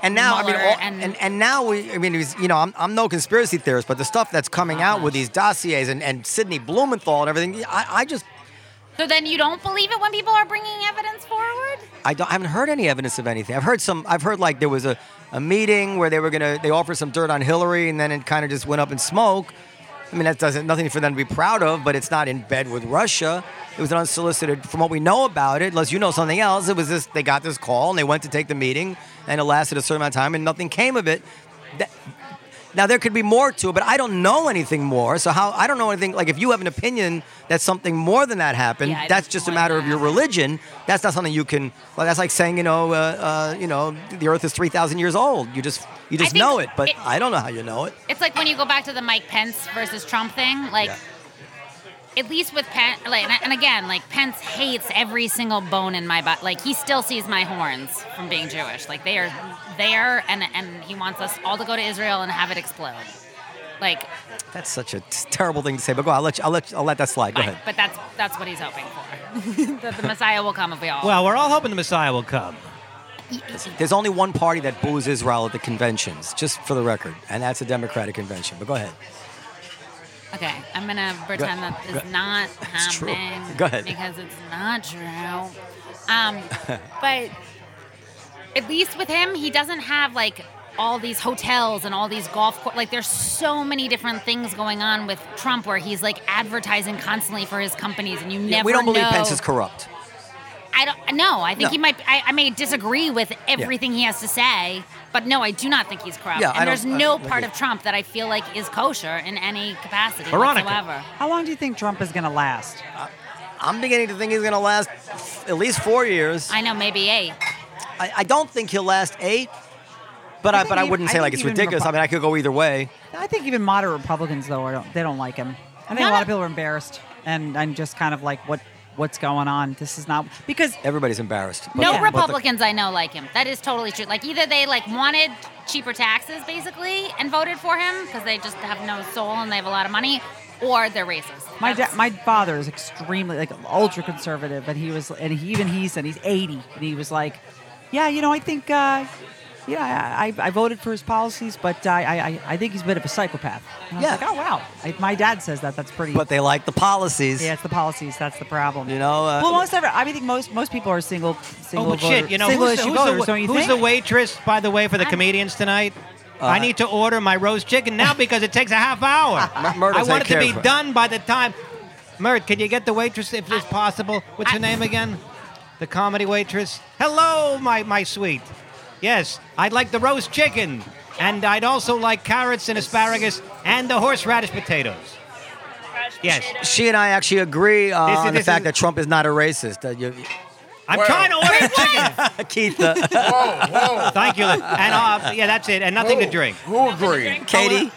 [SPEAKER 1] And now, I mean,
[SPEAKER 6] Mueller
[SPEAKER 1] all, and,
[SPEAKER 6] and,
[SPEAKER 1] and, now we, I mean, it was, you know, I'm, I'm no conspiracy theorist, but the stuff that's coming out with these dossiers and, and Sidney Blumenthal and everything, I, I just,
[SPEAKER 6] So then you don't believe it when people are bringing evidence forward?
[SPEAKER 1] I, don't, I haven't heard any evidence of anything. I've heard some. I've heard like there was a, a meeting where they were gonna they offered some dirt on Hillary, and then it kind of just went up in smoke. I mean, that doesn't nothing for them to be proud of, but it's not in bed with Russia. It was an unsolicited, from what we know about it, unless you know something else. It was this they got this call and they went to take the meeting, and it lasted a certain amount of time, and nothing came of it. That, now there could be more to it, but I don't know anything more. So how I don't know anything. Like if you have an opinion that something more than that happened,
[SPEAKER 6] Yeah, I
[SPEAKER 1] that's
[SPEAKER 6] don't
[SPEAKER 1] just a
[SPEAKER 6] know
[SPEAKER 1] matter of
[SPEAKER 6] that.
[SPEAKER 1] your religion. That's not something you can. Well, that's like saying you know, uh, uh, you know, the Earth is three thousand years old. You just you just
[SPEAKER 6] think
[SPEAKER 1] know it, but
[SPEAKER 6] it-
[SPEAKER 1] I don't know how you know it.
[SPEAKER 6] It's like when you go back to the Mike Pence versus Trump thing. Like,
[SPEAKER 1] Yeah.
[SPEAKER 6] at least with Pence, like, and- and again, like Pence hates every single bone in my butt. Like, he still sees my horns from being Jewish. Like, they are there, and and he wants us all to go to Israel and have it explode. Like,
[SPEAKER 1] That's such a t- terrible thing to say. But go, I'll let you, I'll let you, I'll let that slide. Go
[SPEAKER 6] fine,
[SPEAKER 1] ahead.
[SPEAKER 6] but that's that's what he's hoping for. that the Messiah will come if we all.
[SPEAKER 4] Well, we're all hoping the Messiah will come.
[SPEAKER 1] There's only one party that boos Israel at the conventions, just for the record, and that's a Democratic convention. But go ahead.
[SPEAKER 6] okay, I'm gonna pretend that
[SPEAKER 1] go-
[SPEAKER 6] is not
[SPEAKER 1] It's true.
[SPEAKER 6] happening.
[SPEAKER 1] Go ahead.
[SPEAKER 6] Because it's not true. Um, but at least with him, he doesn't have like all these hotels and all these golf cour- like there's so many different things going on with Trump where he's like advertising constantly for his companies and you never
[SPEAKER 1] we don't believe
[SPEAKER 6] know.
[SPEAKER 1] Pence is corrupt.
[SPEAKER 6] I don't. No, I think
[SPEAKER 1] No.
[SPEAKER 6] he might. I, I may disagree with everything he has to say, but no, I do not think he's corrupt.
[SPEAKER 1] Yeah, I
[SPEAKER 6] and
[SPEAKER 1] don't-
[SPEAKER 6] there's
[SPEAKER 1] I
[SPEAKER 6] no
[SPEAKER 1] don't
[SPEAKER 6] part
[SPEAKER 1] agree.
[SPEAKER 6] of Trump that I feel like is kosher in any capacity
[SPEAKER 4] Veronica.
[SPEAKER 6] whatsoever.
[SPEAKER 8] How long do you think Trump is going to last?
[SPEAKER 1] I'm beginning to think he's going to last f- at least four years.
[SPEAKER 6] I know, maybe eight.
[SPEAKER 1] I, I don't think he'll last eight, but
[SPEAKER 8] I
[SPEAKER 1] I,
[SPEAKER 8] think
[SPEAKER 1] but I
[SPEAKER 8] even-
[SPEAKER 1] wouldn't
[SPEAKER 8] I
[SPEAKER 1] say
[SPEAKER 8] think
[SPEAKER 1] like it's
[SPEAKER 8] even
[SPEAKER 1] ridiculous. I
[SPEAKER 8] Repu-
[SPEAKER 1] mean, I could go either way.
[SPEAKER 8] I think even moderate Republicans though are don't they don't like him. I think a lot of people are embarrassed and I'm just kind of like what what's going on? This is not because
[SPEAKER 1] Everybody's embarrassed. But-
[SPEAKER 6] No
[SPEAKER 1] but the-
[SPEAKER 6] Republicans I know like him. That is totally true. Like either they like wanted cheaper taxes basically and voted for him because they just have no soul and they have a lot of money, or they're racist.
[SPEAKER 8] my da-
[SPEAKER 6] That's-
[SPEAKER 8] my father is extremely like ultra conservative and he was and he even he said he's 80 and he was like, yeah, you know, I think uh yeah, I, I voted for his policies, but uh, I, I I think he's a bit of a psychopath. And I
[SPEAKER 1] Yeah.
[SPEAKER 8] was like, oh wow, I, my dad says that. That's pretty.
[SPEAKER 1] but they like the policies.
[SPEAKER 8] yeah, it's the policies. That's the problem.
[SPEAKER 1] You know, uh,
[SPEAKER 8] well, most ever, I mean, I think most most people are single single
[SPEAKER 4] Oh, but
[SPEAKER 8] voter,
[SPEAKER 4] shit, you know,
[SPEAKER 8] single
[SPEAKER 4] who's, the,
[SPEAKER 8] issue
[SPEAKER 4] who's, the,
[SPEAKER 8] voters, don't you
[SPEAKER 4] who's
[SPEAKER 8] think? Uh,
[SPEAKER 4] the waitress, by the way, for the comedians tonight? I need to order my roast chicken now because it takes a half hour.
[SPEAKER 1] M- Myrtle
[SPEAKER 4] I
[SPEAKER 1] take
[SPEAKER 4] want it to
[SPEAKER 1] care
[SPEAKER 4] be
[SPEAKER 1] of her.
[SPEAKER 4] done by the time. Mert, can you get the waitress if it's possible? What's her
[SPEAKER 6] I-
[SPEAKER 4] name again? The comedy waitress. Hello, my, my sweet. Yes, I'd like the roast chicken. And I'd also like carrots and asparagus and the horseradish potatoes. Yes.
[SPEAKER 1] She and I actually agree uh,
[SPEAKER 4] This
[SPEAKER 1] on
[SPEAKER 4] is-
[SPEAKER 1] the
[SPEAKER 4] this
[SPEAKER 1] fact
[SPEAKER 4] is-
[SPEAKER 1] that Trump is not a racist. Uh, you,
[SPEAKER 4] I'm
[SPEAKER 2] Well-
[SPEAKER 4] trying to order chicken.
[SPEAKER 1] Keith, uh,
[SPEAKER 2] Whoa, whoa.
[SPEAKER 4] Thank you. Lynn. And uh, yeah, that's it. And nothing to
[SPEAKER 2] Who-
[SPEAKER 4] drink.
[SPEAKER 2] Who agreed?
[SPEAKER 1] Katie,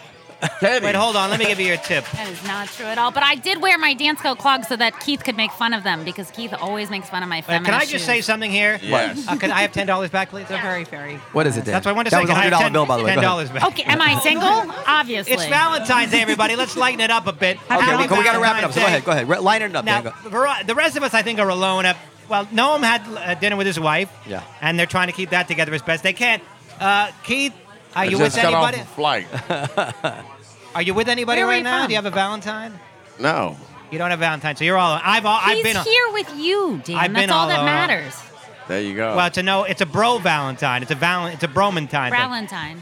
[SPEAKER 2] Teddy.
[SPEAKER 4] Wait, hold on. Let me give you your tip.
[SPEAKER 6] That is not true at all. But I did wear my dance coat clogs so that Keith could make fun of them because Keith always makes fun of my
[SPEAKER 4] Uh,
[SPEAKER 6] feminist
[SPEAKER 4] can I just say
[SPEAKER 6] shoes.
[SPEAKER 4] something here?
[SPEAKER 2] Yes.
[SPEAKER 4] Uh, can I have ten dollars back, please?
[SPEAKER 8] They're very, very.
[SPEAKER 1] what is it? Dan?
[SPEAKER 4] That's what I wanted to
[SPEAKER 1] that
[SPEAKER 4] say.
[SPEAKER 1] was a
[SPEAKER 4] Can I
[SPEAKER 1] hundred
[SPEAKER 4] have
[SPEAKER 1] dollar
[SPEAKER 4] 10
[SPEAKER 1] bill, by the way.
[SPEAKER 4] Ten
[SPEAKER 1] Go ahead.
[SPEAKER 4] dollars back.
[SPEAKER 6] Okay, am I single? Obviously.
[SPEAKER 4] It's Valentine's Day, everybody. Let's lighten it up a bit.
[SPEAKER 8] Okay,
[SPEAKER 4] Happy
[SPEAKER 1] Okay, we, we got to wrap it up. So go ahead.
[SPEAKER 4] Valentine's
[SPEAKER 1] Go ahead. Re- Line it up. Dan, go.
[SPEAKER 4] Day. Now, Ver- the rest of us, I think, are alone. At, well, Noam had uh, dinner with his wife.
[SPEAKER 1] Yeah.
[SPEAKER 4] And they're trying to keep that together as best they can. Uh, Keith, are
[SPEAKER 2] I
[SPEAKER 4] you
[SPEAKER 2] just
[SPEAKER 4] with
[SPEAKER 2] got off
[SPEAKER 4] anybody?
[SPEAKER 2] a flight.
[SPEAKER 4] Are you with anybody
[SPEAKER 6] Where are
[SPEAKER 4] right
[SPEAKER 6] you
[SPEAKER 4] now?
[SPEAKER 6] from?
[SPEAKER 4] Do you have a Valentine?
[SPEAKER 2] No.
[SPEAKER 4] You don't have Valentine, so you're all. I've all.
[SPEAKER 6] He's
[SPEAKER 4] I've been.
[SPEAKER 6] here with you, Dan.
[SPEAKER 4] I've been
[SPEAKER 6] That's all
[SPEAKER 4] all
[SPEAKER 6] that
[SPEAKER 4] alone.
[SPEAKER 6] matters.
[SPEAKER 2] There you go.
[SPEAKER 4] Well, it's a no. It's a bro Valentine. It's a val. It's a bromantine. thing.
[SPEAKER 6] Valentine.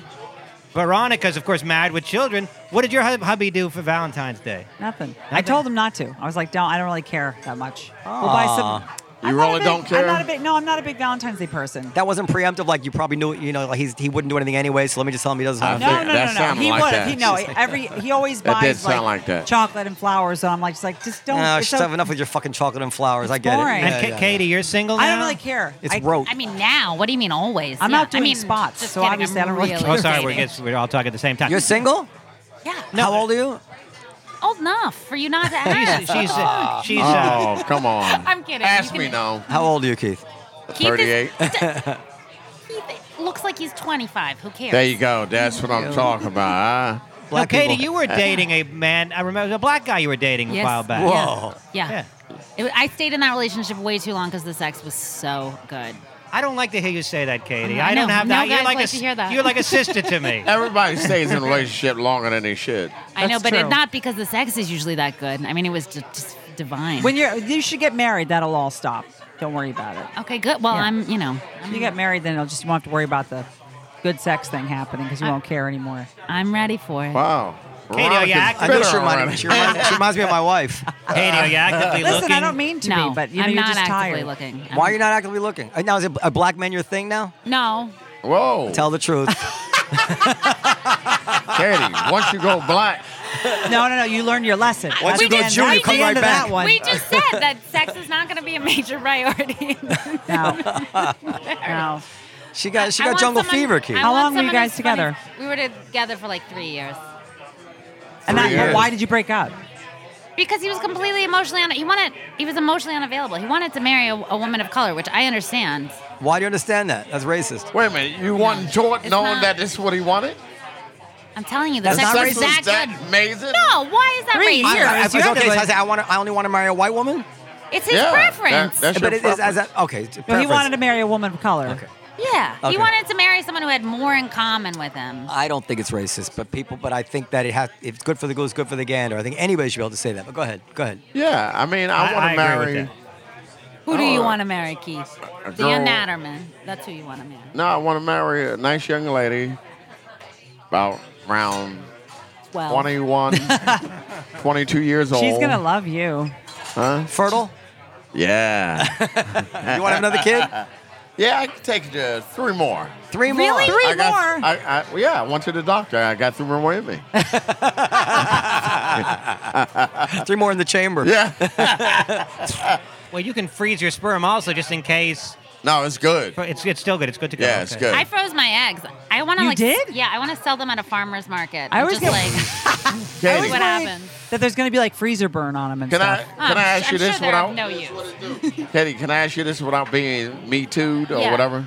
[SPEAKER 4] Veronica's, of course, married with children. What did your hub- hubby do for Valentine's Day?
[SPEAKER 8] Nothing. I told him not to. I was like, no, I don't really care that much. We'll buy some. I'm
[SPEAKER 2] You
[SPEAKER 8] not a
[SPEAKER 2] really
[SPEAKER 8] big-
[SPEAKER 2] don't care?
[SPEAKER 8] I'm not a big. No, I'm not a big Valentine's Day person.
[SPEAKER 1] That wasn't preemptive. Like you probably knew. You know, like he's, he wouldn't do anything anyway. So let me just tell him he doesn't.
[SPEAKER 2] I
[SPEAKER 1] have
[SPEAKER 8] No,
[SPEAKER 2] think
[SPEAKER 8] no, no,
[SPEAKER 2] that
[SPEAKER 8] no, no.
[SPEAKER 2] sounded
[SPEAKER 8] He
[SPEAKER 2] like
[SPEAKER 8] would.
[SPEAKER 2] that.
[SPEAKER 8] He no. Every he always
[SPEAKER 2] That
[SPEAKER 8] buys
[SPEAKER 2] did sound like that.
[SPEAKER 8] chocolate and flowers, and I'm like, just like, just don't.
[SPEAKER 1] No,
[SPEAKER 8] it's
[SPEAKER 1] Ah, shut
[SPEAKER 8] so-
[SPEAKER 1] enough with your fucking chocolate and flowers. I get
[SPEAKER 8] boring.
[SPEAKER 1] it.
[SPEAKER 4] And
[SPEAKER 1] Yeah,
[SPEAKER 4] Ka-
[SPEAKER 1] yeah,
[SPEAKER 4] Katie, you're single now.
[SPEAKER 8] I don't really care.
[SPEAKER 1] It's
[SPEAKER 8] I-
[SPEAKER 1] rote.
[SPEAKER 6] I mean, now. What do you mean always?
[SPEAKER 8] I'm not doing
[SPEAKER 6] I mean,
[SPEAKER 8] spots,
[SPEAKER 6] just
[SPEAKER 8] so
[SPEAKER 6] kidding.
[SPEAKER 8] obviously
[SPEAKER 6] I'm
[SPEAKER 8] I don't really
[SPEAKER 6] really
[SPEAKER 4] Oh, sorry,
[SPEAKER 6] dating.
[SPEAKER 4] we're, gets, we're all talking at the same time.
[SPEAKER 1] You're single?
[SPEAKER 6] Yeah.
[SPEAKER 1] How old are you?
[SPEAKER 6] Old enough for you not to
[SPEAKER 4] She's
[SPEAKER 6] ask.
[SPEAKER 4] she's uh, she's uh,
[SPEAKER 2] Oh, come on.
[SPEAKER 6] I'm kidding.
[SPEAKER 2] Ask
[SPEAKER 6] You
[SPEAKER 2] me
[SPEAKER 6] can-
[SPEAKER 2] now.
[SPEAKER 1] How old are you, Keith?
[SPEAKER 6] Keith is-
[SPEAKER 2] 38.
[SPEAKER 6] Keith looks like he's 25. Who cares?
[SPEAKER 2] There you go. That's what I'm talking about. huh?
[SPEAKER 4] now,
[SPEAKER 1] Black
[SPEAKER 4] Katie.
[SPEAKER 1] people-
[SPEAKER 4] You were dating a man. I remember it was a black guy you were dating
[SPEAKER 6] Yes.
[SPEAKER 4] a while back.
[SPEAKER 1] Whoa.
[SPEAKER 6] Yeah.
[SPEAKER 4] Yeah.
[SPEAKER 6] It wa- I stayed in that relationship way too long because the sex was so good.
[SPEAKER 4] I don't like to hear you say that, Katie.
[SPEAKER 6] I
[SPEAKER 4] I don't
[SPEAKER 6] know.
[SPEAKER 4] have
[SPEAKER 6] No
[SPEAKER 4] that. you're
[SPEAKER 6] guys
[SPEAKER 4] like a
[SPEAKER 6] like
[SPEAKER 4] s-
[SPEAKER 6] to hear that.
[SPEAKER 4] you're like a sister to me.
[SPEAKER 2] Everybody stays in a relationship longer than they should.
[SPEAKER 6] I know,
[SPEAKER 8] That's
[SPEAKER 6] but it,
[SPEAKER 8] true.
[SPEAKER 6] not because the sex is usually that good. I mean, it was just, just divine.
[SPEAKER 8] When you're, you should get married. That'll all stop. Don't worry about it.
[SPEAKER 6] okay, good. Well,
[SPEAKER 8] Yeah.
[SPEAKER 6] I'm, you know,
[SPEAKER 8] If you get married, then you'll just you won't have to worry about the good sex thing happening because you won't care anymore.
[SPEAKER 6] I'm ready for it.
[SPEAKER 2] Wow.
[SPEAKER 4] Katie, are you
[SPEAKER 2] Veronica's
[SPEAKER 4] acting?
[SPEAKER 1] I know she
[SPEAKER 2] bitter
[SPEAKER 1] reminds,
[SPEAKER 2] already.
[SPEAKER 1] she, reminds, she reminds me of my wife.
[SPEAKER 4] Katie, are you actively
[SPEAKER 8] Listen,
[SPEAKER 4] looking?
[SPEAKER 8] I don't mean to
[SPEAKER 6] no,
[SPEAKER 8] be, but you know,
[SPEAKER 6] I'm
[SPEAKER 8] you're
[SPEAKER 6] not
[SPEAKER 8] just
[SPEAKER 6] actively
[SPEAKER 8] tired.
[SPEAKER 6] looking.
[SPEAKER 1] Why are
[SPEAKER 6] I'm-
[SPEAKER 1] you not actively looking? Uh, Now is it a black man your thing now?
[SPEAKER 6] No,
[SPEAKER 2] Whoa.
[SPEAKER 1] Tell the truth.
[SPEAKER 2] Katie, once you go black,
[SPEAKER 8] No, no, no. You learned your lesson.
[SPEAKER 1] Once
[SPEAKER 8] That's
[SPEAKER 1] you go
[SPEAKER 8] the end-
[SPEAKER 1] Jew, you
[SPEAKER 8] that's
[SPEAKER 1] come
[SPEAKER 8] the
[SPEAKER 1] right
[SPEAKER 8] end of
[SPEAKER 1] back.
[SPEAKER 8] That one.
[SPEAKER 6] we just said that sex is not going to be a major priority.
[SPEAKER 8] No. no.
[SPEAKER 1] She got she
[SPEAKER 6] I
[SPEAKER 1] got
[SPEAKER 6] want
[SPEAKER 1] jungle
[SPEAKER 6] someone-
[SPEAKER 1] fever, Keith.
[SPEAKER 6] I
[SPEAKER 8] How
[SPEAKER 6] want
[SPEAKER 8] long were you
[SPEAKER 6] someone
[SPEAKER 8] guys
[SPEAKER 6] who's funny.
[SPEAKER 8] together?
[SPEAKER 6] We were together for like three years
[SPEAKER 8] And
[SPEAKER 2] Three
[SPEAKER 8] that, but
[SPEAKER 2] years.
[SPEAKER 8] why did you break up?
[SPEAKER 6] because he was completely emotionally un- he wanted he was emotionally unavailable. He wanted to marry a, a woman of color, which I understand.
[SPEAKER 1] Why do you understand that? That's racist.
[SPEAKER 2] wait a minute, you wasn't taught
[SPEAKER 6] it's
[SPEAKER 2] knowing
[SPEAKER 6] not.
[SPEAKER 2] that this is what he wanted?
[SPEAKER 6] I'm telling you, the
[SPEAKER 1] That's
[SPEAKER 6] sex
[SPEAKER 1] not
[SPEAKER 6] was
[SPEAKER 1] racist.
[SPEAKER 6] that,
[SPEAKER 2] Is that
[SPEAKER 6] good.
[SPEAKER 2] amazing?
[SPEAKER 6] No, why is that
[SPEAKER 8] Three
[SPEAKER 6] racist?
[SPEAKER 8] years.
[SPEAKER 1] I, I,
[SPEAKER 8] you
[SPEAKER 1] it's
[SPEAKER 8] had to,
[SPEAKER 1] okay, so I
[SPEAKER 8] like-
[SPEAKER 1] say I want to, I only want to marry a white woman.
[SPEAKER 6] It's his
[SPEAKER 2] Yeah, that-
[SPEAKER 6] preference.
[SPEAKER 2] that's your
[SPEAKER 1] but it is as
[SPEAKER 2] preference.
[SPEAKER 1] a, okay. it's
[SPEAKER 8] No, he
[SPEAKER 1] preference.
[SPEAKER 8] wanted to marry a woman of color.
[SPEAKER 1] Okay.
[SPEAKER 6] yeah,
[SPEAKER 1] Okay.
[SPEAKER 6] he wanted to marry someone who had more in common with him.
[SPEAKER 1] I don't think it's racist, but people. But I think that it has. If it's good for the goose, good for the gander. I think anybody should be able to say that. But go ahead. Go ahead.
[SPEAKER 2] Yeah, I mean, I,
[SPEAKER 4] I-
[SPEAKER 2] want
[SPEAKER 4] I
[SPEAKER 2] to
[SPEAKER 4] agree with
[SPEAKER 2] marry.
[SPEAKER 6] Who do
[SPEAKER 2] Oh,
[SPEAKER 6] you
[SPEAKER 2] uh,
[SPEAKER 6] want to marry, Keith?
[SPEAKER 2] a
[SPEAKER 6] Dan
[SPEAKER 2] girl-
[SPEAKER 6] Natterman. That's who you want to marry.
[SPEAKER 2] No, I want to marry a nice young lady, about round
[SPEAKER 6] Well,
[SPEAKER 2] 21, 22 years old.
[SPEAKER 8] She's gonna love you.
[SPEAKER 1] Fertile.
[SPEAKER 2] Yeah.
[SPEAKER 1] You want to have another kid?
[SPEAKER 2] yeah, I can take uh, three more.
[SPEAKER 1] Three more.
[SPEAKER 8] Three
[SPEAKER 2] I got,
[SPEAKER 8] more.
[SPEAKER 2] I, I, well, yeah, I went to the doctor. I got three more with me.
[SPEAKER 1] Three more in the chamber.
[SPEAKER 2] Yeah.
[SPEAKER 4] Well, you can freeze your sperm also, just in case.
[SPEAKER 2] No, it's good.
[SPEAKER 4] But it's it's still good. It's good to go.
[SPEAKER 2] Yeah, it's
[SPEAKER 4] Okay.
[SPEAKER 2] good.
[SPEAKER 6] I froze my eggs. I want to
[SPEAKER 8] You
[SPEAKER 6] like
[SPEAKER 8] did?
[SPEAKER 6] Yeah, I want to sell them at a farmer's market.
[SPEAKER 8] I
[SPEAKER 6] I
[SPEAKER 8] always
[SPEAKER 6] was
[SPEAKER 8] get-
[SPEAKER 6] just like
[SPEAKER 2] Katie,
[SPEAKER 6] always
[SPEAKER 8] Like,
[SPEAKER 6] what happens.
[SPEAKER 8] That there's gonna be like freezer burn on him and
[SPEAKER 2] can I
[SPEAKER 8] stuff.
[SPEAKER 2] can
[SPEAKER 6] I'm, Um,
[SPEAKER 2] I ask
[SPEAKER 6] I'm
[SPEAKER 2] you
[SPEAKER 6] sure
[SPEAKER 2] this
[SPEAKER 6] they're
[SPEAKER 2] without
[SPEAKER 6] of no use.
[SPEAKER 2] Katie? Can I ask you this without being me too'd or
[SPEAKER 6] Yeah.
[SPEAKER 2] whatever?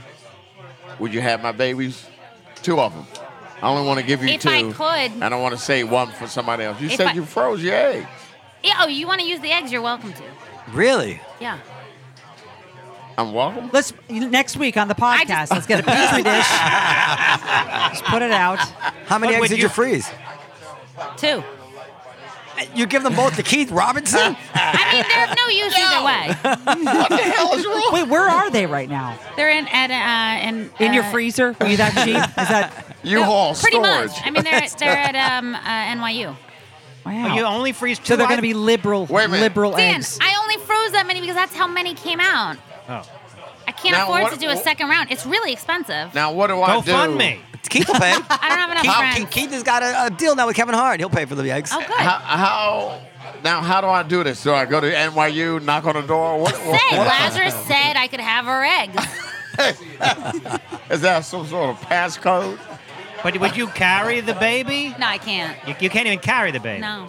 [SPEAKER 2] Would you have my babies? Two of them. I only want to give you
[SPEAKER 6] If
[SPEAKER 2] two.
[SPEAKER 6] I could.
[SPEAKER 2] I don't want to say one for somebody else. You
[SPEAKER 6] If
[SPEAKER 2] said
[SPEAKER 6] I-
[SPEAKER 2] you froze your egg.
[SPEAKER 6] Yeah, oh, you want to use the eggs? You're welcome to.
[SPEAKER 1] Really?
[SPEAKER 6] Yeah.
[SPEAKER 2] I'm welcome.
[SPEAKER 8] Let's next week on the
[SPEAKER 6] I
[SPEAKER 8] podcast.
[SPEAKER 6] just-
[SPEAKER 8] let's get a petri dish. just put it out.
[SPEAKER 1] How many
[SPEAKER 4] But
[SPEAKER 1] eggs
[SPEAKER 4] would
[SPEAKER 1] did you,
[SPEAKER 4] you-
[SPEAKER 1] freeze?
[SPEAKER 6] Two.
[SPEAKER 1] You give them both to Keith Robinson?
[SPEAKER 6] I mean, they're of no use either way.
[SPEAKER 8] Wait, where are they right now?
[SPEAKER 6] They're in at uh, in
[SPEAKER 8] In your
[SPEAKER 6] uh,
[SPEAKER 8] freezer? Were you that cheap? Is that
[SPEAKER 2] U-Haul
[SPEAKER 6] Pretty
[SPEAKER 2] storage.
[SPEAKER 6] much. I mean, they're at, they're at um, uh, NYU.
[SPEAKER 8] wow?
[SPEAKER 4] Well, you only freeze two.
[SPEAKER 8] so they're
[SPEAKER 4] I-
[SPEAKER 8] gonna be
[SPEAKER 6] Oh,
[SPEAKER 8] liberal,
[SPEAKER 2] Wait a minute.
[SPEAKER 8] liberal
[SPEAKER 6] Dan,
[SPEAKER 8] eggs.
[SPEAKER 6] I only froze that many because that's how many came out.
[SPEAKER 4] Oh.
[SPEAKER 6] I can't
[SPEAKER 2] Now,
[SPEAKER 6] afford
[SPEAKER 2] what-
[SPEAKER 6] to do a second round. It's really expensive.
[SPEAKER 2] Now what do I
[SPEAKER 4] Go
[SPEAKER 2] do?
[SPEAKER 4] fund me.
[SPEAKER 1] Keith will pay.
[SPEAKER 6] I don't have enough
[SPEAKER 1] Keith,
[SPEAKER 6] friends.
[SPEAKER 1] Keith, Keith has got a, a deal now with Kevin Hart. He'll pay for the eggs.
[SPEAKER 6] oh, good.
[SPEAKER 2] How, how now? How do I do this? Do I go to NYU, knock on the door? What, what,
[SPEAKER 6] Say,
[SPEAKER 2] what-
[SPEAKER 6] Lazarus said I could have her eggs.
[SPEAKER 2] is that some sort of passcode?
[SPEAKER 4] But would you carry the baby?
[SPEAKER 6] No, I can't.
[SPEAKER 4] You, you can't even carry the baby.
[SPEAKER 6] No.